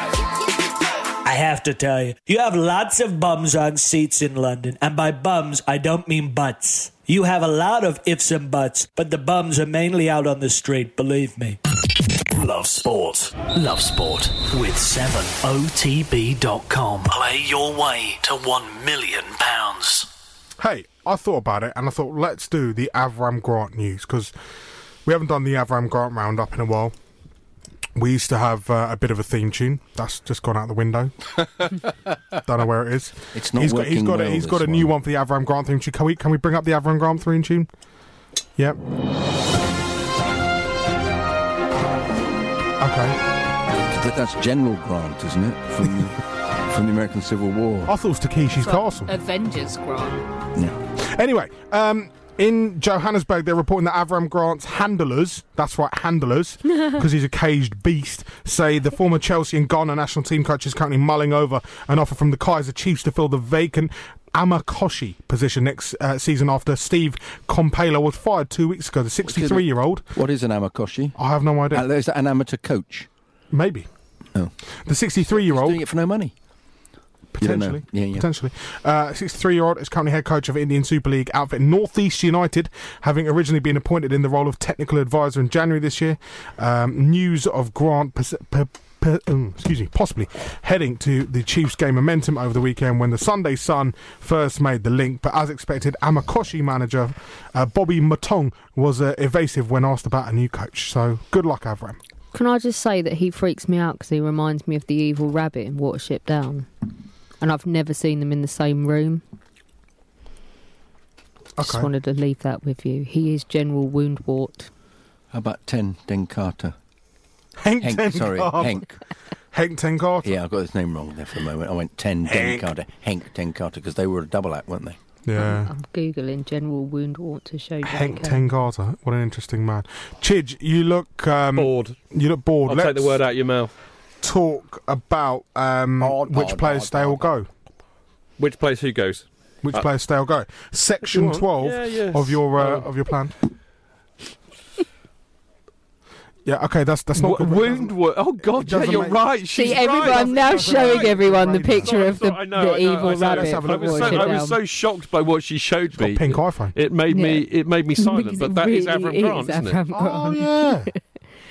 [SPEAKER 7] I have to tell you, you have lots of bums on seats in London. And by bums, I don't mean butts. You have a lot of ifs and buts, but the bums are mainly out on the street, believe me.
[SPEAKER 2] Love Sport. Love Sport with 7otb.com. Play your way to 1 million pounds.
[SPEAKER 4] Hey, I thought about it and I thought let's do the Avram Grant news because we haven't done the Avram Grant roundup in a while. We used to have uh, a bit of a theme tune that's just gone out the <laughs> window. Don't know where it is.
[SPEAKER 5] It's not
[SPEAKER 4] He's got,
[SPEAKER 5] working
[SPEAKER 4] he's got a,
[SPEAKER 5] well,
[SPEAKER 4] he's got a
[SPEAKER 5] this
[SPEAKER 4] new one for the Avram Grant theme tune. Can we can we bring up the Avram Grant theme tune? Yep. Okay.
[SPEAKER 5] That's General Grant, isn't it? From from the American Civil War.
[SPEAKER 4] I thought it was Takeshi's Castle.
[SPEAKER 3] Avengers Grant.
[SPEAKER 4] Anyway, um, in Johannesburg, they're reporting that Avram Grant's handlers, that's right, handlers, because he's a caged beast, say the former Chelsea and Ghana national team coach is currently mulling over an offer from the Kaiser Chiefs to fill the vacant Amakoshi position next uh, season after Steve Compala was fired two weeks ago. The 63 year old.
[SPEAKER 5] What is an amakoshi?
[SPEAKER 4] I have no idea.
[SPEAKER 5] Uh, is that an amateur coach?
[SPEAKER 4] Maybe.
[SPEAKER 5] Oh.
[SPEAKER 4] The 63 year old. doing
[SPEAKER 5] it for no money. You don't know.
[SPEAKER 4] Potentially.
[SPEAKER 5] Yeah, yeah.
[SPEAKER 4] Potentially. Uh, 63 year old is currently head coach of Indian Super League outfit Northeast United, having originally been appointed in the role of technical advisor in January this year. Um, news of Grant. Pers- per- per- um, excuse me, possibly heading to the Chiefs game momentum over the weekend when the Sunday Sun first made the link. But as expected, Amakoshi manager uh, Bobby Matong was uh, evasive when asked about a new coach. So good luck, Avram.
[SPEAKER 3] Can I just say that he freaks me out because he reminds me of the evil rabbit in Watership Down, and I've never seen them in the same room. Just
[SPEAKER 5] Okay.
[SPEAKER 3] wanted to leave that with you. He is General Woundwort.
[SPEAKER 5] How about 10 Denkata?
[SPEAKER 4] Hank, Ten
[SPEAKER 5] sorry,
[SPEAKER 4] Carter.
[SPEAKER 5] Hank.
[SPEAKER 4] Hank Ten Carter.
[SPEAKER 5] Yeah, I got his name wrong there for a moment. I went 10 Den
[SPEAKER 3] Hank.
[SPEAKER 5] Carter. Hank Den Carter, because they were a double act, weren't they?
[SPEAKER 4] Yeah.
[SPEAKER 3] I'm googling General Woundwort to show you.
[SPEAKER 4] Hank Ten Carter. What an interesting man. Chidge, you look um, bored. You look bored.
[SPEAKER 1] I'll
[SPEAKER 4] Let's
[SPEAKER 1] take the word out of your mouth.
[SPEAKER 4] Talk about um,
[SPEAKER 3] Oh,
[SPEAKER 4] which
[SPEAKER 1] bored,
[SPEAKER 4] players they will go.
[SPEAKER 1] Which place who goes?
[SPEAKER 4] Which
[SPEAKER 1] Uh,
[SPEAKER 4] players they will go. Section
[SPEAKER 1] want.
[SPEAKER 4] twelve
[SPEAKER 1] Yeah, yes.
[SPEAKER 4] of your uh, of your plan. yeah. Okay. That's that's not
[SPEAKER 1] Wo-
[SPEAKER 4] good.
[SPEAKER 1] wound wo- Oh God, yeah,
[SPEAKER 4] doesn't
[SPEAKER 1] you're
[SPEAKER 4] make-
[SPEAKER 1] right.
[SPEAKER 3] See,
[SPEAKER 1] She's
[SPEAKER 3] everyone-
[SPEAKER 1] right.
[SPEAKER 3] I'm now showing everyone the picture of the,
[SPEAKER 1] I know, I
[SPEAKER 3] the
[SPEAKER 1] know,
[SPEAKER 3] evil
[SPEAKER 1] I know.
[SPEAKER 3] rabbit.
[SPEAKER 1] I was, so,
[SPEAKER 3] from
[SPEAKER 1] I was
[SPEAKER 3] Watership
[SPEAKER 1] so shocked by what she showed me.
[SPEAKER 4] pink iPhone.
[SPEAKER 1] It made me. It made me silent.
[SPEAKER 3] <laughs> Because
[SPEAKER 1] But
[SPEAKER 3] it
[SPEAKER 1] that is
[SPEAKER 3] really
[SPEAKER 1] Avram
[SPEAKER 3] is
[SPEAKER 1] Grant, isn't
[SPEAKER 3] Avram
[SPEAKER 1] it?
[SPEAKER 3] Grant.
[SPEAKER 4] Oh,
[SPEAKER 3] <laughs>
[SPEAKER 4] yeah.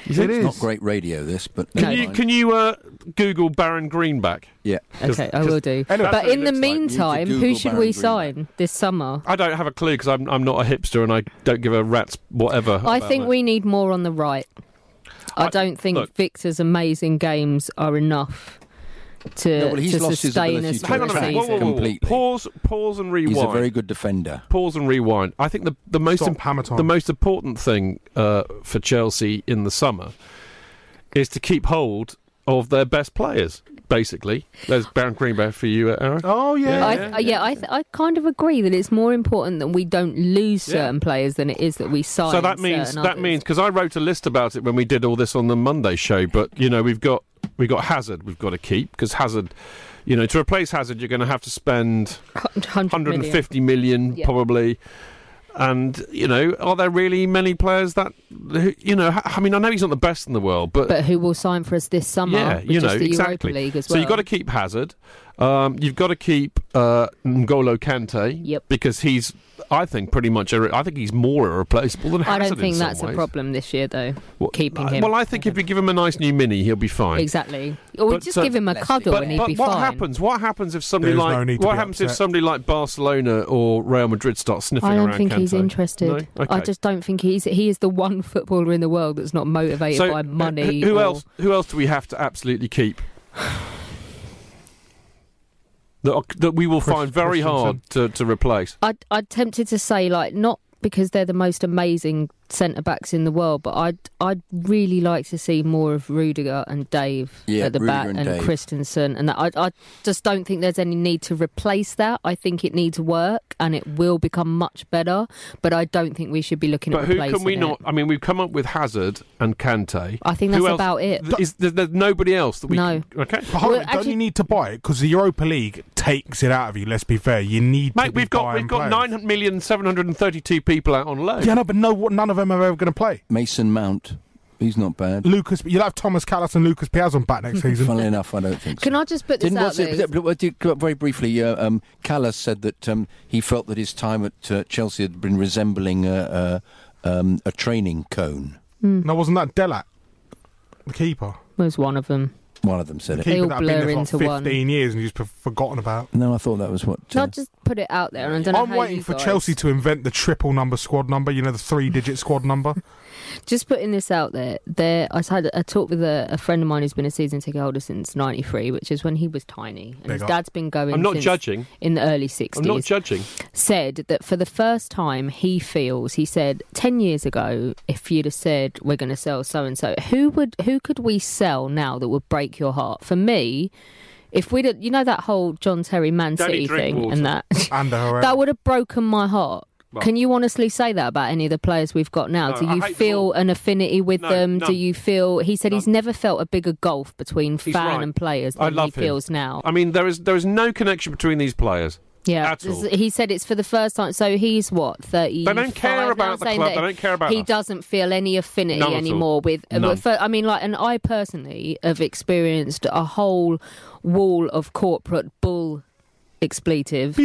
[SPEAKER 5] it's not great radio, this, but.
[SPEAKER 1] Can
[SPEAKER 5] never
[SPEAKER 1] you
[SPEAKER 5] mind.
[SPEAKER 1] can you uh, Google Baron Greenback?
[SPEAKER 5] Yeah.
[SPEAKER 3] Okay, I will do. But in the meantime, who should we sign this summer?
[SPEAKER 1] I don't have a clue because I'm I'm not a hipster and I don't give a rat's whatever.
[SPEAKER 3] I
[SPEAKER 1] about
[SPEAKER 3] think
[SPEAKER 1] that.
[SPEAKER 3] we need more on the right. I, don't think
[SPEAKER 1] look-
[SPEAKER 3] Victor's amazing games are enough to,
[SPEAKER 5] No, well, he's
[SPEAKER 3] to
[SPEAKER 5] lost his
[SPEAKER 3] sustain
[SPEAKER 5] ability
[SPEAKER 3] us.
[SPEAKER 5] to
[SPEAKER 3] for
[SPEAKER 1] Hang on a minute.
[SPEAKER 3] season.
[SPEAKER 1] Whoa, whoa, whoa, whoa.
[SPEAKER 5] Completely.
[SPEAKER 1] Pause, pause, and rewind.
[SPEAKER 5] He's a very good defender.
[SPEAKER 1] pause and rewind. I think the the most
[SPEAKER 4] Stop, hammer time.
[SPEAKER 1] the most important thing uh, for Chelsea in the summer is to keep hold of their best players. Basically, there's Baron Greenback for you, uh, Aaron.
[SPEAKER 4] Oh
[SPEAKER 3] I, yeah, I, th- I kind of agree that it's more important that we don't lose certain players than it is that we sign.
[SPEAKER 1] So that means
[SPEAKER 3] certain
[SPEAKER 1] that
[SPEAKER 3] others.
[SPEAKER 1] means because I wrote a list about it when we did all this on the Monday show. But you know we've got we have got Hazard we've got to keep because Hazard, you know, to replace Hazard you're going to have to spend
[SPEAKER 3] 100
[SPEAKER 1] 150
[SPEAKER 3] million.
[SPEAKER 1] million million
[SPEAKER 3] Yeah.
[SPEAKER 1] probably. And you know, are there really many players that who- you know? I mean, I know he's not the best in the world, but
[SPEAKER 3] But who will sign for us this summer?
[SPEAKER 1] yeah,
[SPEAKER 3] which
[SPEAKER 1] you
[SPEAKER 3] is
[SPEAKER 1] know
[SPEAKER 3] the
[SPEAKER 1] exactly.
[SPEAKER 3] Europa League as
[SPEAKER 1] So
[SPEAKER 3] well.
[SPEAKER 1] you've got to keep Hazard. Um, you've got to keep uh, N'Golo Kante
[SPEAKER 3] Yep.
[SPEAKER 1] because he's, I think, pretty much. irre- I think he's more irreplaceable than
[SPEAKER 3] I
[SPEAKER 1] Hazard.
[SPEAKER 3] don't
[SPEAKER 1] in
[SPEAKER 3] think
[SPEAKER 1] some
[SPEAKER 3] that's
[SPEAKER 1] ways.
[SPEAKER 3] a problem this year, though.
[SPEAKER 1] Well,
[SPEAKER 3] keeping
[SPEAKER 1] uh,
[SPEAKER 3] him.
[SPEAKER 1] Well, I think if you give him a nice new mini, he'll be fine.
[SPEAKER 3] Exactly. Or we
[SPEAKER 1] But,
[SPEAKER 3] just
[SPEAKER 1] uh,
[SPEAKER 3] give him a cuddle
[SPEAKER 1] But,
[SPEAKER 3] and he'd
[SPEAKER 1] but
[SPEAKER 3] be
[SPEAKER 1] what
[SPEAKER 3] fine.
[SPEAKER 1] happens? What happens if somebody
[SPEAKER 4] There's
[SPEAKER 1] like
[SPEAKER 4] no need to
[SPEAKER 1] what
[SPEAKER 4] be
[SPEAKER 1] happens if
[SPEAKER 4] upset.
[SPEAKER 1] somebody like Barcelona or Real Madrid start sniffing
[SPEAKER 3] I don't
[SPEAKER 1] around
[SPEAKER 3] think he's
[SPEAKER 1] Kante?
[SPEAKER 3] interested.
[SPEAKER 1] No? Okay.
[SPEAKER 3] I just don't think he's. He is the one footballer in the world that's not motivated
[SPEAKER 1] so,
[SPEAKER 3] by
[SPEAKER 1] uh,
[SPEAKER 3] money.
[SPEAKER 1] Who
[SPEAKER 3] or-
[SPEAKER 1] else? Who else do we have to absolutely keep? <sighs> That, are- that we will
[SPEAKER 32] Chris-
[SPEAKER 1] find very hard to, to replace.
[SPEAKER 3] I'd, I'd tempted to say like not because they're the most amazing centre backs in the world, but I'd I'd really like to see more of Rudiger and Dave
[SPEAKER 5] Yeah,
[SPEAKER 3] at the
[SPEAKER 5] Rudiger
[SPEAKER 3] back
[SPEAKER 5] and
[SPEAKER 3] and,
[SPEAKER 5] Dave.
[SPEAKER 3] Christensen, and that. I I just don't think there's any need to replace that. I think it needs work and it will become much better, but I don't think we should be looking
[SPEAKER 1] But
[SPEAKER 3] at
[SPEAKER 1] who
[SPEAKER 3] replacing
[SPEAKER 1] can we
[SPEAKER 3] it.
[SPEAKER 1] not? I mean, we've come up with Hazard and Kante.
[SPEAKER 3] I think
[SPEAKER 1] Who
[SPEAKER 3] that's
[SPEAKER 1] else-
[SPEAKER 3] about it.
[SPEAKER 1] th- Is, there, there's nobody else that we
[SPEAKER 3] No.
[SPEAKER 1] can- okay.
[SPEAKER 4] But hold on, don't you need to buy it because the Europa League takes it out of you? Let's be fair. You need. to
[SPEAKER 1] Mate,
[SPEAKER 4] be
[SPEAKER 1] we've got
[SPEAKER 4] buying
[SPEAKER 1] we've got
[SPEAKER 4] players.
[SPEAKER 1] nine million seven hundred and thirty-two people out on loan.
[SPEAKER 4] Yeah, no, but no, what- none of them are ever going to play.
[SPEAKER 5] Mason Mount. He's not bad. Hmm.
[SPEAKER 4] Lucas, you'll have Thomas Callas and Lucas Piazon back next season.
[SPEAKER 5] Funnily enough, I don't think
[SPEAKER 3] Can I just put this
[SPEAKER 5] Didn't
[SPEAKER 3] out
[SPEAKER 5] what's it-
[SPEAKER 3] there?
[SPEAKER 5] but- but- but very briefly? Uh, um, Callas said that um, he felt that his time at uh, Chelsea had been resembling a, a, um, a training cone.
[SPEAKER 4] No, wasn't that Delac, the keeper?
[SPEAKER 3] Was Hmm. one of them.
[SPEAKER 5] One of them said
[SPEAKER 4] The
[SPEAKER 5] it.
[SPEAKER 4] keeper that had been there for like
[SPEAKER 3] into one.
[SPEAKER 4] 15 years and he's just forgotten about.
[SPEAKER 5] No, I thought that was what.
[SPEAKER 3] Can I just put it out there? And I don't know
[SPEAKER 4] I'm
[SPEAKER 3] how
[SPEAKER 4] waiting
[SPEAKER 3] you
[SPEAKER 4] for
[SPEAKER 3] guys-
[SPEAKER 4] Chelsea to invent the triple number squad number, you know, the three digit squad
[SPEAKER 3] <laughs>
[SPEAKER 4] number.
[SPEAKER 3] Just putting this out there, there I had a talk with a, a friend of mine who's been a season ticket holder since '93, which is when he was tiny, and
[SPEAKER 1] Big
[SPEAKER 3] his
[SPEAKER 1] up.
[SPEAKER 3] dad's been going.
[SPEAKER 1] I'm not
[SPEAKER 3] since
[SPEAKER 1] judging.
[SPEAKER 3] In the early '60s,
[SPEAKER 1] I'm not judging.
[SPEAKER 3] Said that for the first time, he feels. He said ten years ago, if you'd have said we're going to sell so and so, who would who could we sell now that would break your heart? For me, If we'd, you know, that whole John Terry Man
[SPEAKER 4] Don't
[SPEAKER 3] City
[SPEAKER 4] he drink
[SPEAKER 3] thing
[SPEAKER 4] water?
[SPEAKER 3] and that, <laughs>
[SPEAKER 4] And her.
[SPEAKER 3] that would have broken my heart.
[SPEAKER 4] Well-
[SPEAKER 3] Can you honestly say that about any of the players we've got now?
[SPEAKER 4] No,
[SPEAKER 3] Do
[SPEAKER 4] I
[SPEAKER 3] you
[SPEAKER 4] hate them
[SPEAKER 3] feel an affinity with
[SPEAKER 1] No,
[SPEAKER 3] them? Do
[SPEAKER 1] none.
[SPEAKER 3] you feel? He said he's never felt a bigger gulf between
[SPEAKER 1] He's
[SPEAKER 3] fan
[SPEAKER 1] right.
[SPEAKER 3] and players than
[SPEAKER 1] I love
[SPEAKER 3] he
[SPEAKER 1] him.
[SPEAKER 3] feels now.
[SPEAKER 1] I mean, there is there is no connection between these players.
[SPEAKER 3] Yeah,
[SPEAKER 1] at all.
[SPEAKER 3] this- he said it's for the first time. So he's what thirty.
[SPEAKER 1] They don't care about the club, they don't care about
[SPEAKER 3] He
[SPEAKER 1] us.
[SPEAKER 3] doesn't feel any affinity
[SPEAKER 1] None at all.
[SPEAKER 3] anymore with.
[SPEAKER 1] None.
[SPEAKER 3] but for- I mean, like, and I personally have experienced a whole wall of corporate bull expletive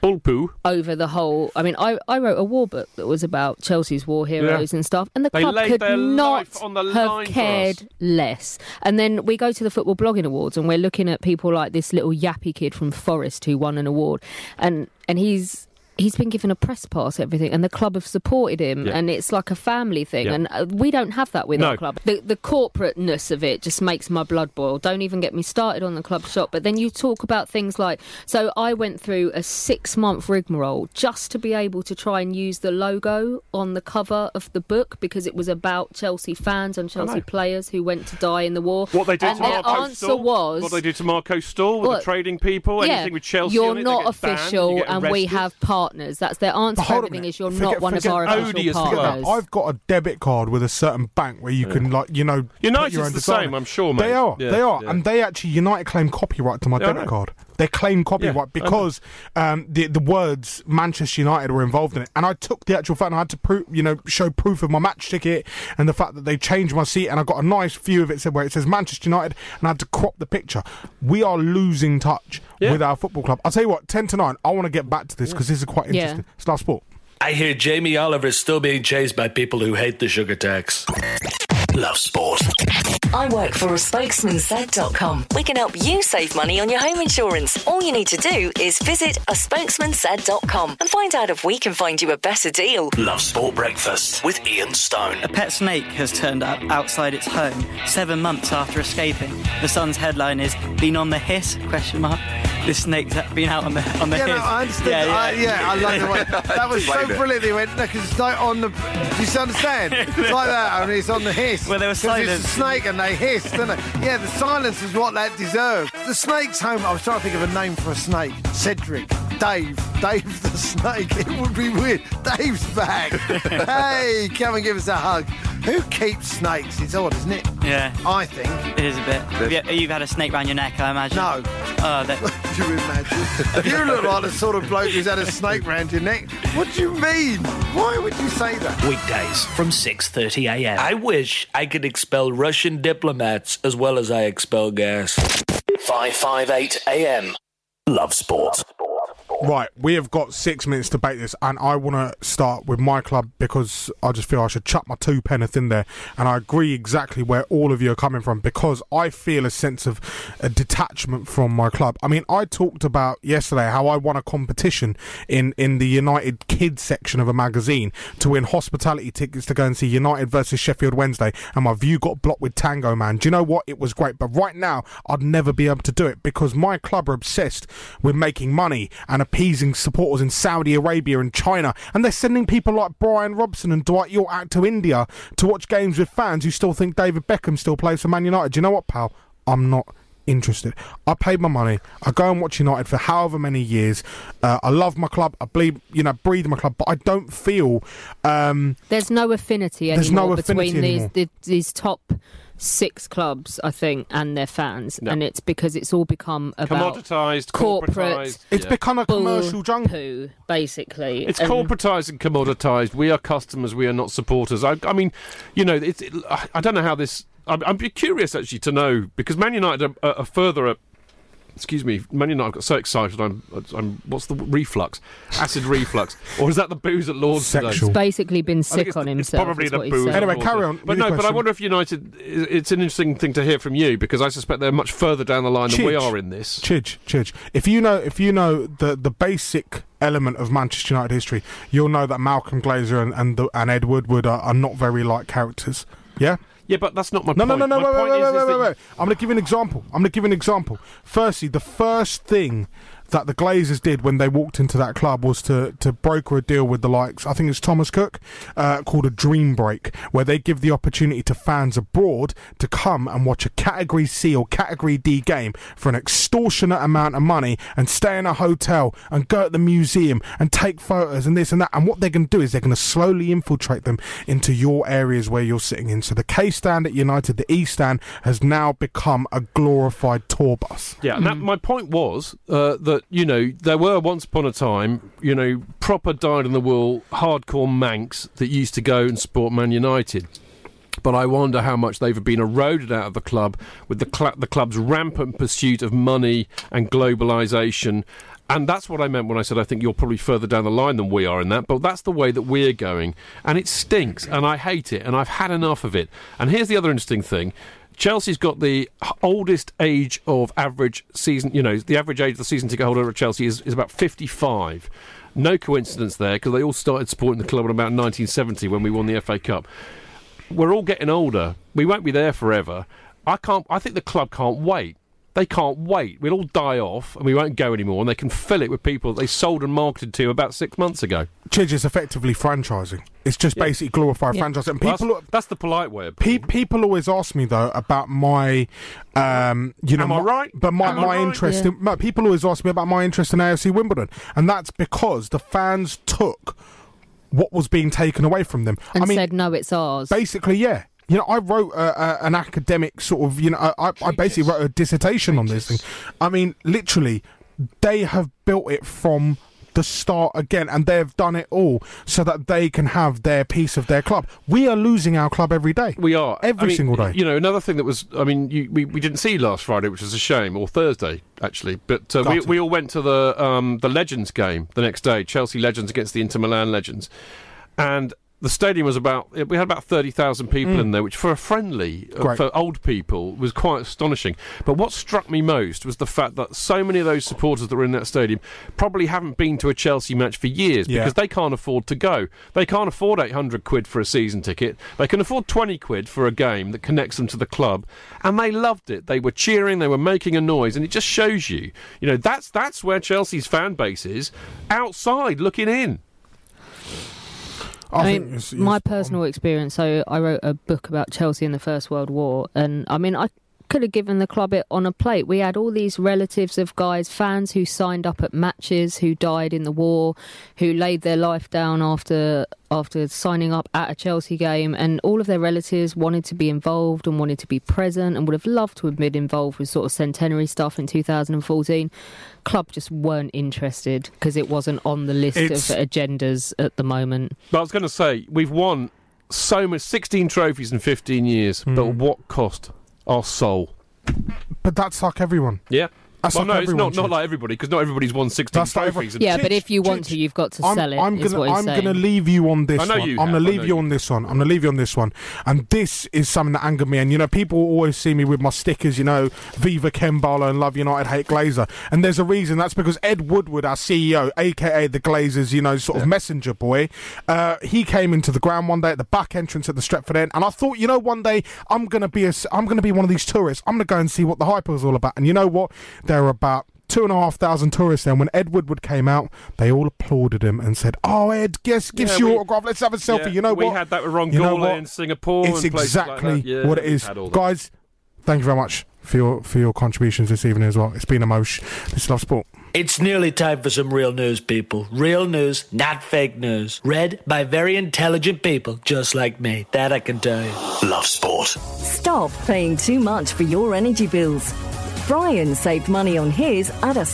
[SPEAKER 1] bull poo
[SPEAKER 3] over the whole i mean I, I wrote a war book that was about chelsea's war heroes
[SPEAKER 1] Yeah.
[SPEAKER 3] and stuff and the
[SPEAKER 1] They
[SPEAKER 3] club
[SPEAKER 1] laid
[SPEAKER 3] could
[SPEAKER 1] their
[SPEAKER 3] not
[SPEAKER 1] life on the
[SPEAKER 3] have
[SPEAKER 1] line for
[SPEAKER 3] cared
[SPEAKER 1] us.
[SPEAKER 3] less and then we go to the football blogging awards and we're looking at people like this little yappy kid from forest who won an award and and he's he's been given a press pass everything and the club have supported him
[SPEAKER 24] Yeah.
[SPEAKER 3] and it's like a family thing
[SPEAKER 24] Yeah.
[SPEAKER 3] and uh, we don't have that with
[SPEAKER 24] No.
[SPEAKER 3] our club the, the corporateness of it just makes my blood boil don't even get me started on the club shop but then you talk about things like so i went through a six month rigmarole just to be able to try and use the logo on the cover of the book because it was about chelsea fans and chelsea
[SPEAKER 1] know.
[SPEAKER 3] players who went to die in the war
[SPEAKER 1] What they do
[SPEAKER 3] and
[SPEAKER 1] to
[SPEAKER 3] their
[SPEAKER 1] Marco
[SPEAKER 3] answer
[SPEAKER 1] Store,
[SPEAKER 3] was
[SPEAKER 1] what they do to Marco Store with
[SPEAKER 3] Well,
[SPEAKER 1] the trading people,
[SPEAKER 3] yeah,
[SPEAKER 1] anything with Chelsea.
[SPEAKER 3] You're
[SPEAKER 1] on it, they
[SPEAKER 3] not
[SPEAKER 1] get banned,
[SPEAKER 3] official,
[SPEAKER 1] you get
[SPEAKER 3] and we
[SPEAKER 1] arrested.
[SPEAKER 3] have partners. That's their answer for everything. Is you're not one of our official partners.
[SPEAKER 4] I've got a debit card with a certain bank where you can, like, you know, put
[SPEAKER 1] United's
[SPEAKER 4] your own
[SPEAKER 1] the
[SPEAKER 4] design.
[SPEAKER 1] same, I'm sure, mate.
[SPEAKER 4] They are,
[SPEAKER 1] Yeah,
[SPEAKER 4] they are,
[SPEAKER 1] yeah.
[SPEAKER 4] and they actually United claim copyright to my
[SPEAKER 1] Yeah, I
[SPEAKER 4] debit
[SPEAKER 1] know.
[SPEAKER 4] card. They claim copyright
[SPEAKER 1] Yeah, I know.
[SPEAKER 4] because um, the the words Manchester United were involved in it, and I took the actual fact. And I had to prove, you know, show proof of my match ticket and the fact that they changed my seat, and I got a nice view of it said where it says Manchester United, and I had to crop the picture. We are losing touch with our football club. I'll tell you what, ten to nine. I want to get back to this because this is quite
[SPEAKER 3] Yeah.
[SPEAKER 4] interesting. It's last sport.
[SPEAKER 7] I hear Jamie Oliver is still being chased by people who hate the sugar tax. Love sport.
[SPEAKER 24] I work for a spokesman
[SPEAKER 8] spokesmansaid.com. We can help you save money on your home insurance. All you need to do is visit a spokesmansaid.com and find out if we can find you a better deal.
[SPEAKER 2] Love Sport Breakfast with Ian Stone.
[SPEAKER 17] A pet snake has turned up outside its home seven months after escaping. The Sun's headline is "Been on the hiss?" Question mark. This snake's been out on the on the
[SPEAKER 16] Yeah,
[SPEAKER 17] hiss.
[SPEAKER 16] no, I understand. Yeah, I, yeah, I love <laughs> the
[SPEAKER 17] <laughs>
[SPEAKER 16] way. That was so
[SPEAKER 17] Blame it.
[SPEAKER 16] brilliant. They went, no, because it's like on the. Do you <laughs> understand? It's like that, and it's on the hiss. Well, there was
[SPEAKER 17] silence.
[SPEAKER 16] It's a snake, and they hissed, didn't it? Yeah, the silence is what that deserved. The snake's home. I was trying to think of a name for a snake. Cedric. Dave. Dave the snake. It would be weird. Dave's <laughs> back. hey, come and give us a hug. Who keeps snakes? It's odd, isn't it?
[SPEAKER 17] Yeah.
[SPEAKER 16] I think.
[SPEAKER 17] It is a bit. Have you- You've had a snake round your neck, I imagine. No. Oh, that...
[SPEAKER 16] <laughs> you imagine? You look like the sort of bloke who's had a snake round your neck. What do you mean? Why would you say that?
[SPEAKER 2] Weekdays from 6:30 a.m.
[SPEAKER 7] I wish I could expel Russian diplomats as well as I expel gas.
[SPEAKER 2] 558 a.m. Love sport.
[SPEAKER 4] Right, we have got six minutes to bait this, and I want to start with my club because I just feel I should chuck my two penneth in there, and I agree exactly where all of you are coming from because I feel a sense of a detachment from my club. I mean, I talked about yesterday how I won a competition in in the United Kids section of a magazine to win hospitality tickets to go and see United versus Sheffield Wednesday, and my view got blocked with Tango Man. Do you know what? It was great, but right now I'd never be able to do it because my club are obsessed with making money and appeasing supporters in Saudi Arabia and China, and they're sending people like Brian Robson and Dwight York out to India to watch games with fans who still think David Beckham still plays for Man United. Do you know what, pal? I'm not interested. I paid my money. I go and watch United for however many years. Uh, I love my club. I believe, you know, breathe my club, but I don't feel. Um,
[SPEAKER 3] There's no affinity
[SPEAKER 4] There's no
[SPEAKER 3] anymore
[SPEAKER 4] affinity
[SPEAKER 3] between
[SPEAKER 4] anymore.
[SPEAKER 3] these the, these top six clubs, I think, and their fans,
[SPEAKER 1] No.
[SPEAKER 3] and it's because it's all become about
[SPEAKER 1] Commoditised,
[SPEAKER 3] corporate.
[SPEAKER 1] corporatised, It's yeah. become
[SPEAKER 4] a commercial
[SPEAKER 3] jungle, basically.
[SPEAKER 1] It's
[SPEAKER 3] And-
[SPEAKER 1] corporatized and commoditized. We are customers. We are not supporters. I, I mean, you know, it's, it, I I don't know how this. I'm, I'm curious actually to know because Man United are, are further up. Excuse me, Man United. I got so excited. I'm. I'm. What's the reflux? Acid <laughs> reflux, or is that the booze at Lord's? today?
[SPEAKER 3] He's basically been
[SPEAKER 1] I think
[SPEAKER 3] sick
[SPEAKER 1] it's-
[SPEAKER 3] on
[SPEAKER 1] it's
[SPEAKER 3] himself.
[SPEAKER 1] Probably
[SPEAKER 3] is
[SPEAKER 1] the
[SPEAKER 3] what he
[SPEAKER 1] booze.
[SPEAKER 3] said.
[SPEAKER 1] of course. But no, but I wonder if United. i- It's an interesting thing to hear from you because I suspect they're much further down the line than we
[SPEAKER 4] Chidge.
[SPEAKER 1] are in this.
[SPEAKER 4] Chidge, Chidge. If you know, if you know the the basic element of Manchester United history, you'll know that Malcolm Glazer and and, the, and Ed Woodward are, are not very like characters. Yeah.
[SPEAKER 1] Yeah, but that's not my
[SPEAKER 4] no,
[SPEAKER 1] point.
[SPEAKER 4] No, no, no,
[SPEAKER 1] My
[SPEAKER 4] wait, wait,
[SPEAKER 1] point
[SPEAKER 4] wait,
[SPEAKER 1] is-
[SPEAKER 4] wait,
[SPEAKER 1] is
[SPEAKER 4] wait,
[SPEAKER 1] that
[SPEAKER 4] wait. I'm going to give you an example. I'm going to give you an example. Firstly, the first thing that the Glazers did when they walked into that club was to to broker a deal with the likes. I think it's Thomas Cook uh, called a Dream Break, where they give the opportunity to fans abroad to come and watch a Category C or Category D game for an extortionate amount of money and stay in a hotel and go at the museum and take photos and this and that. And what they're going to do is they're going to slowly infiltrate them into your areas where you're sitting in. So the K stand at United, the E stand, has now become a glorified tour bus.
[SPEAKER 1] Yeah, and that, my point was uh, that you know there were once upon a time you know proper dyed in the wool hardcore Manx that used to go and support Man United. But I wonder how much they've been eroded out of the club with the, cl- the club's rampant pursuit of money and globalisation. And that's what I meant when I said I think you're probably further down the line than we are in that, but that's the way that we're going. And it stinks, and I hate it, and I've had enough of it. And here's the other interesting thing Chelsea's got the oldest age of average season. You know, the average age of the season ticket holder at Chelsea is, is about 55. No coincidence there, because they all started supporting the club in about 1970 when we won the FA Cup. We're all getting older. We won't be there forever. I can't. I think the club can't wait. They can't wait. We'll all die off, and we won't go anymore. And they can fill it with people that they sold and marketed to about six months ago.
[SPEAKER 4] Chidge is effectively franchising. It's just basically glorified
[SPEAKER 1] Yeah.
[SPEAKER 4] franchising. And
[SPEAKER 1] Well,
[SPEAKER 4] people,
[SPEAKER 1] that's, that's the polite way. Of,
[SPEAKER 4] Pe- people always ask me though about my, um, you know,
[SPEAKER 1] Am I
[SPEAKER 4] my-
[SPEAKER 1] right?
[SPEAKER 4] But my,
[SPEAKER 1] Am I
[SPEAKER 4] my
[SPEAKER 1] right?
[SPEAKER 4] interest.
[SPEAKER 1] Yeah.
[SPEAKER 4] In, no, people always ask me about my interest in AFC Wimbledon, and that's because the fans took what was being taken away from them.
[SPEAKER 26] and
[SPEAKER 4] I mean,
[SPEAKER 26] said, "No, it's ours."
[SPEAKER 4] basically, yeah. You know, I wrote uh, uh, an academic sort of, you know, I, I basically wrote a dissertation on this thing. I mean, literally, they have built it from the start again, and they have done it all so that they can have their piece of their club. We are losing our club every day.
[SPEAKER 1] We are
[SPEAKER 4] every
[SPEAKER 1] I mean,
[SPEAKER 4] single day.
[SPEAKER 1] You know, another thing that was, I mean, you, we, we didn't see last Friday, which was a shame, or Thursday actually. But uh, we,
[SPEAKER 4] Gutted.
[SPEAKER 1] we all went to the um, the Legends game the next day, Chelsea Legends against the Inter Milan Legends, and the stadium was about we had about thirty thousand people
[SPEAKER 3] Mm.
[SPEAKER 1] in there, which for a friendly uh,
[SPEAKER 3] Great.
[SPEAKER 1] for old people was quite astonishing. But what struck me most was the fact that so many of those supporters that were in that stadium probably haven't been to a Chelsea match for years
[SPEAKER 3] Yeah.
[SPEAKER 1] because they can't afford to go. They can't afford 800 quid for a season ticket. They can afford 20 quid for a game that connects them to the club. And they loved it. They were cheering, they were making a noise, and it just shows you, you know, that's that's where Chelsea's fan base is, outside looking in.
[SPEAKER 26] I, mean, my personal experience. So I wrote a book about Chelsea in the First World War, and I mean, I could have given the club it on a plate. We had all these relatives of guys, fans who signed up at matches, who died in the war, who laid their life down after after signing up at a Chelsea game, and all of their relatives wanted to be involved and wanted to be present, and would have loved to have been involved with sort of centenary stuff in 2014. Club just weren't interested because it wasn't on the list
[SPEAKER 1] It's-
[SPEAKER 26] of agendas at the moment.
[SPEAKER 1] But I was going to say, we've won so much 16 trophies in 15 years, but what cost? Our soul.
[SPEAKER 4] But that's like everyone.
[SPEAKER 1] Yeah.
[SPEAKER 4] That's
[SPEAKER 1] well,
[SPEAKER 4] like
[SPEAKER 1] no,
[SPEAKER 4] everyone,
[SPEAKER 1] it's not,
[SPEAKER 4] Chidge.
[SPEAKER 1] not like everybody, because not everybody's won 16 trophies. and-
[SPEAKER 26] Yeah, but if you want to, you've got to
[SPEAKER 4] I'm,
[SPEAKER 26] sell it.
[SPEAKER 4] I'm
[SPEAKER 26] is
[SPEAKER 4] gonna,
[SPEAKER 26] what he's
[SPEAKER 4] I'm
[SPEAKER 26] saying.
[SPEAKER 4] gonna leave you on this
[SPEAKER 1] I know
[SPEAKER 4] one.
[SPEAKER 1] you
[SPEAKER 4] I'm
[SPEAKER 1] have,
[SPEAKER 4] gonna
[SPEAKER 1] I
[SPEAKER 4] leave
[SPEAKER 1] know
[SPEAKER 4] you,
[SPEAKER 1] you
[SPEAKER 4] on this one. I'm gonna leave you on this one. And this is something that angered me. And you know, people always see me with my stickers. You know, Viva Ken Barlow and Love United, Hate Glazer. And there's a reason. That's because Ed Woodward, our E CEO, aka the Glazers, you know, sort of messenger boy, uh, he came into the ground one day at the back entrance at the Stretford End, and I thought, you know, one day I'm gonna be a, s- I'm gonna be one of these tourists. I'm gonna go and see what the hype was all about. And you know what? There are about two and a half thousand tourists there. And when Ed Woodward came out, they all applauded him and said, "Oh, Ed, yes, give us
[SPEAKER 1] Yeah,
[SPEAKER 4] your
[SPEAKER 1] we-
[SPEAKER 4] autograph. Let's have a selfie."
[SPEAKER 1] yeah,
[SPEAKER 4] you know
[SPEAKER 1] we
[SPEAKER 4] what?
[SPEAKER 1] had that with Ron
[SPEAKER 4] You know
[SPEAKER 1] Gourlay
[SPEAKER 4] what?
[SPEAKER 1] in Singapore
[SPEAKER 4] It's
[SPEAKER 1] and places like
[SPEAKER 4] exactly
[SPEAKER 1] that. Yeah,
[SPEAKER 4] what it
[SPEAKER 1] we've
[SPEAKER 4] is,
[SPEAKER 1] had all that.
[SPEAKER 4] guys. Thank you very much for your for your contributions this evening as well. It's been a mosh. This is love sport.
[SPEAKER 21] It's nearly time for some real news, people. Real news, not fake news. Read by very intelligent people just like me. That I can tell you. Love sport.
[SPEAKER 8] Stop paying too much for your energy bills. Brian saved money on his at a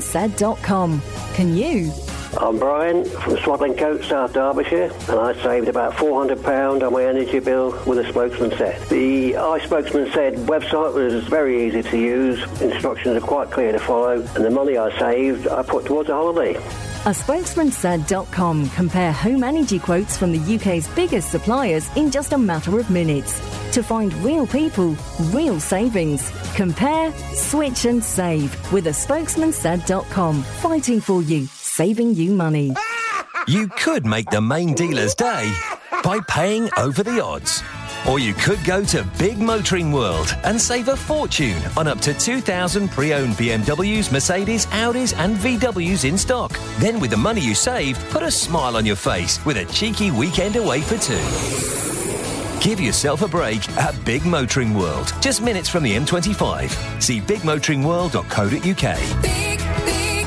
[SPEAKER 8] spokesmansaid.com. Can you?
[SPEAKER 9] I'm Brian from Swaddling Coat, South Derbyshire, and I saved about £400 on my energy bill with a spokesman said. The iSpokesman said website was very easy to use, instructions are quite clear to follow, and the money I saved I put towards a holiday.
[SPEAKER 8] A spokesman said.com compare home energy quotes from the UK's biggest suppliers in just a matter of minutes to find real people, real savings. Compare, switch and save with a spokesman said.com fighting for you, saving you money.
[SPEAKER 3] You could make the main dealer's day by paying over the odds.
[SPEAKER 26] Or you could go to Big Motoring World and save a fortune on up to 2,000 pre owned BMWs, Mercedes, Audis, and VWs in stock. Then, with the money you saved, put a smile on your face with a cheeky weekend away for two. Give yourself a break at Big Motoring World, just minutes from the M25. See bigmotoringworld.co.uk.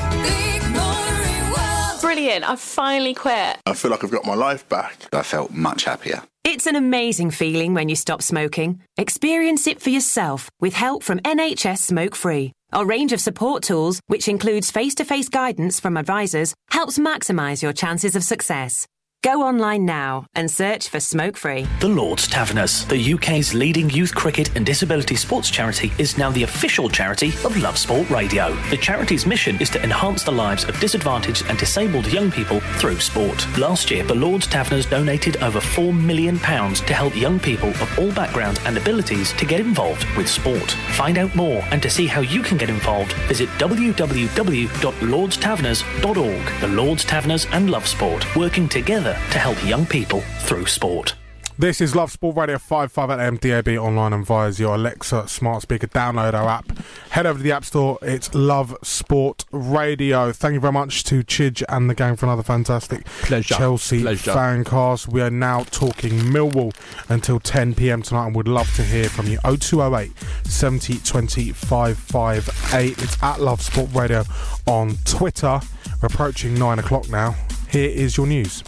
[SPEAKER 33] Brilliant. I've finally quit.
[SPEAKER 23] I feel like I've got my life back. I felt much happier.
[SPEAKER 22] It's an amazing feeling when you stop smoking. Experience it for yourself with help from NHS Smoke Free. Our range of support tools, which includes face to face guidance from advisors, helps maximise your chances of success. Go online now and search for Smoke Free.
[SPEAKER 2] The Lord's Taverners, the UK's leading youth cricket and disability sports charity, is now the official charity of Love Sport Radio. The charity's mission is to enhance the lives of disadvantaged and disabled young people through sport. Last year, the Lord's Taverners donated over £4 million to help young people of all backgrounds and abilities to get involved with sport. Find out more and to see how you can get involved, visit www.lordstaverners.org. The Lord's Taverners and Love Sport, working together to help young people through sport.
[SPEAKER 4] This is Love Sport Radio 55 AM DAB online and via your Alexa smart speaker. Download our app. Head over to the App Store. It's Love Sport Radio. Thank you very much to Chidge and the gang for another fantastic
[SPEAKER 5] Pleasure.
[SPEAKER 4] Chelsea
[SPEAKER 5] Pleasure.
[SPEAKER 4] fancast. We are now talking Millwall until 10 pm tonight and would love to hear from you. 0208 70 20 558. It's at Love Sport Radio on Twitter. We're approaching 9 o'clock now. Here is your news.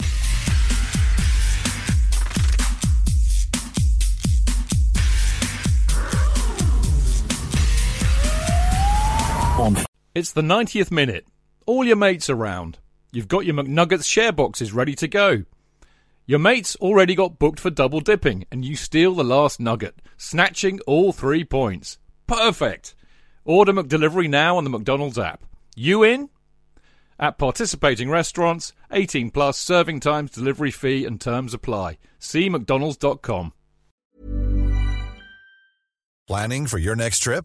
[SPEAKER 1] It's the 90th minute. All your mates around. You've got your McNuggets share boxes ready to go. Your mates already got booked for double dipping, and you steal the last nugget, snatching all three points. Perfect! Order McDelivery now on the McDonald's app. You in? At participating restaurants, 18 plus serving times, delivery fee, and terms apply. See McDonald's.com.
[SPEAKER 34] Planning for your next trip?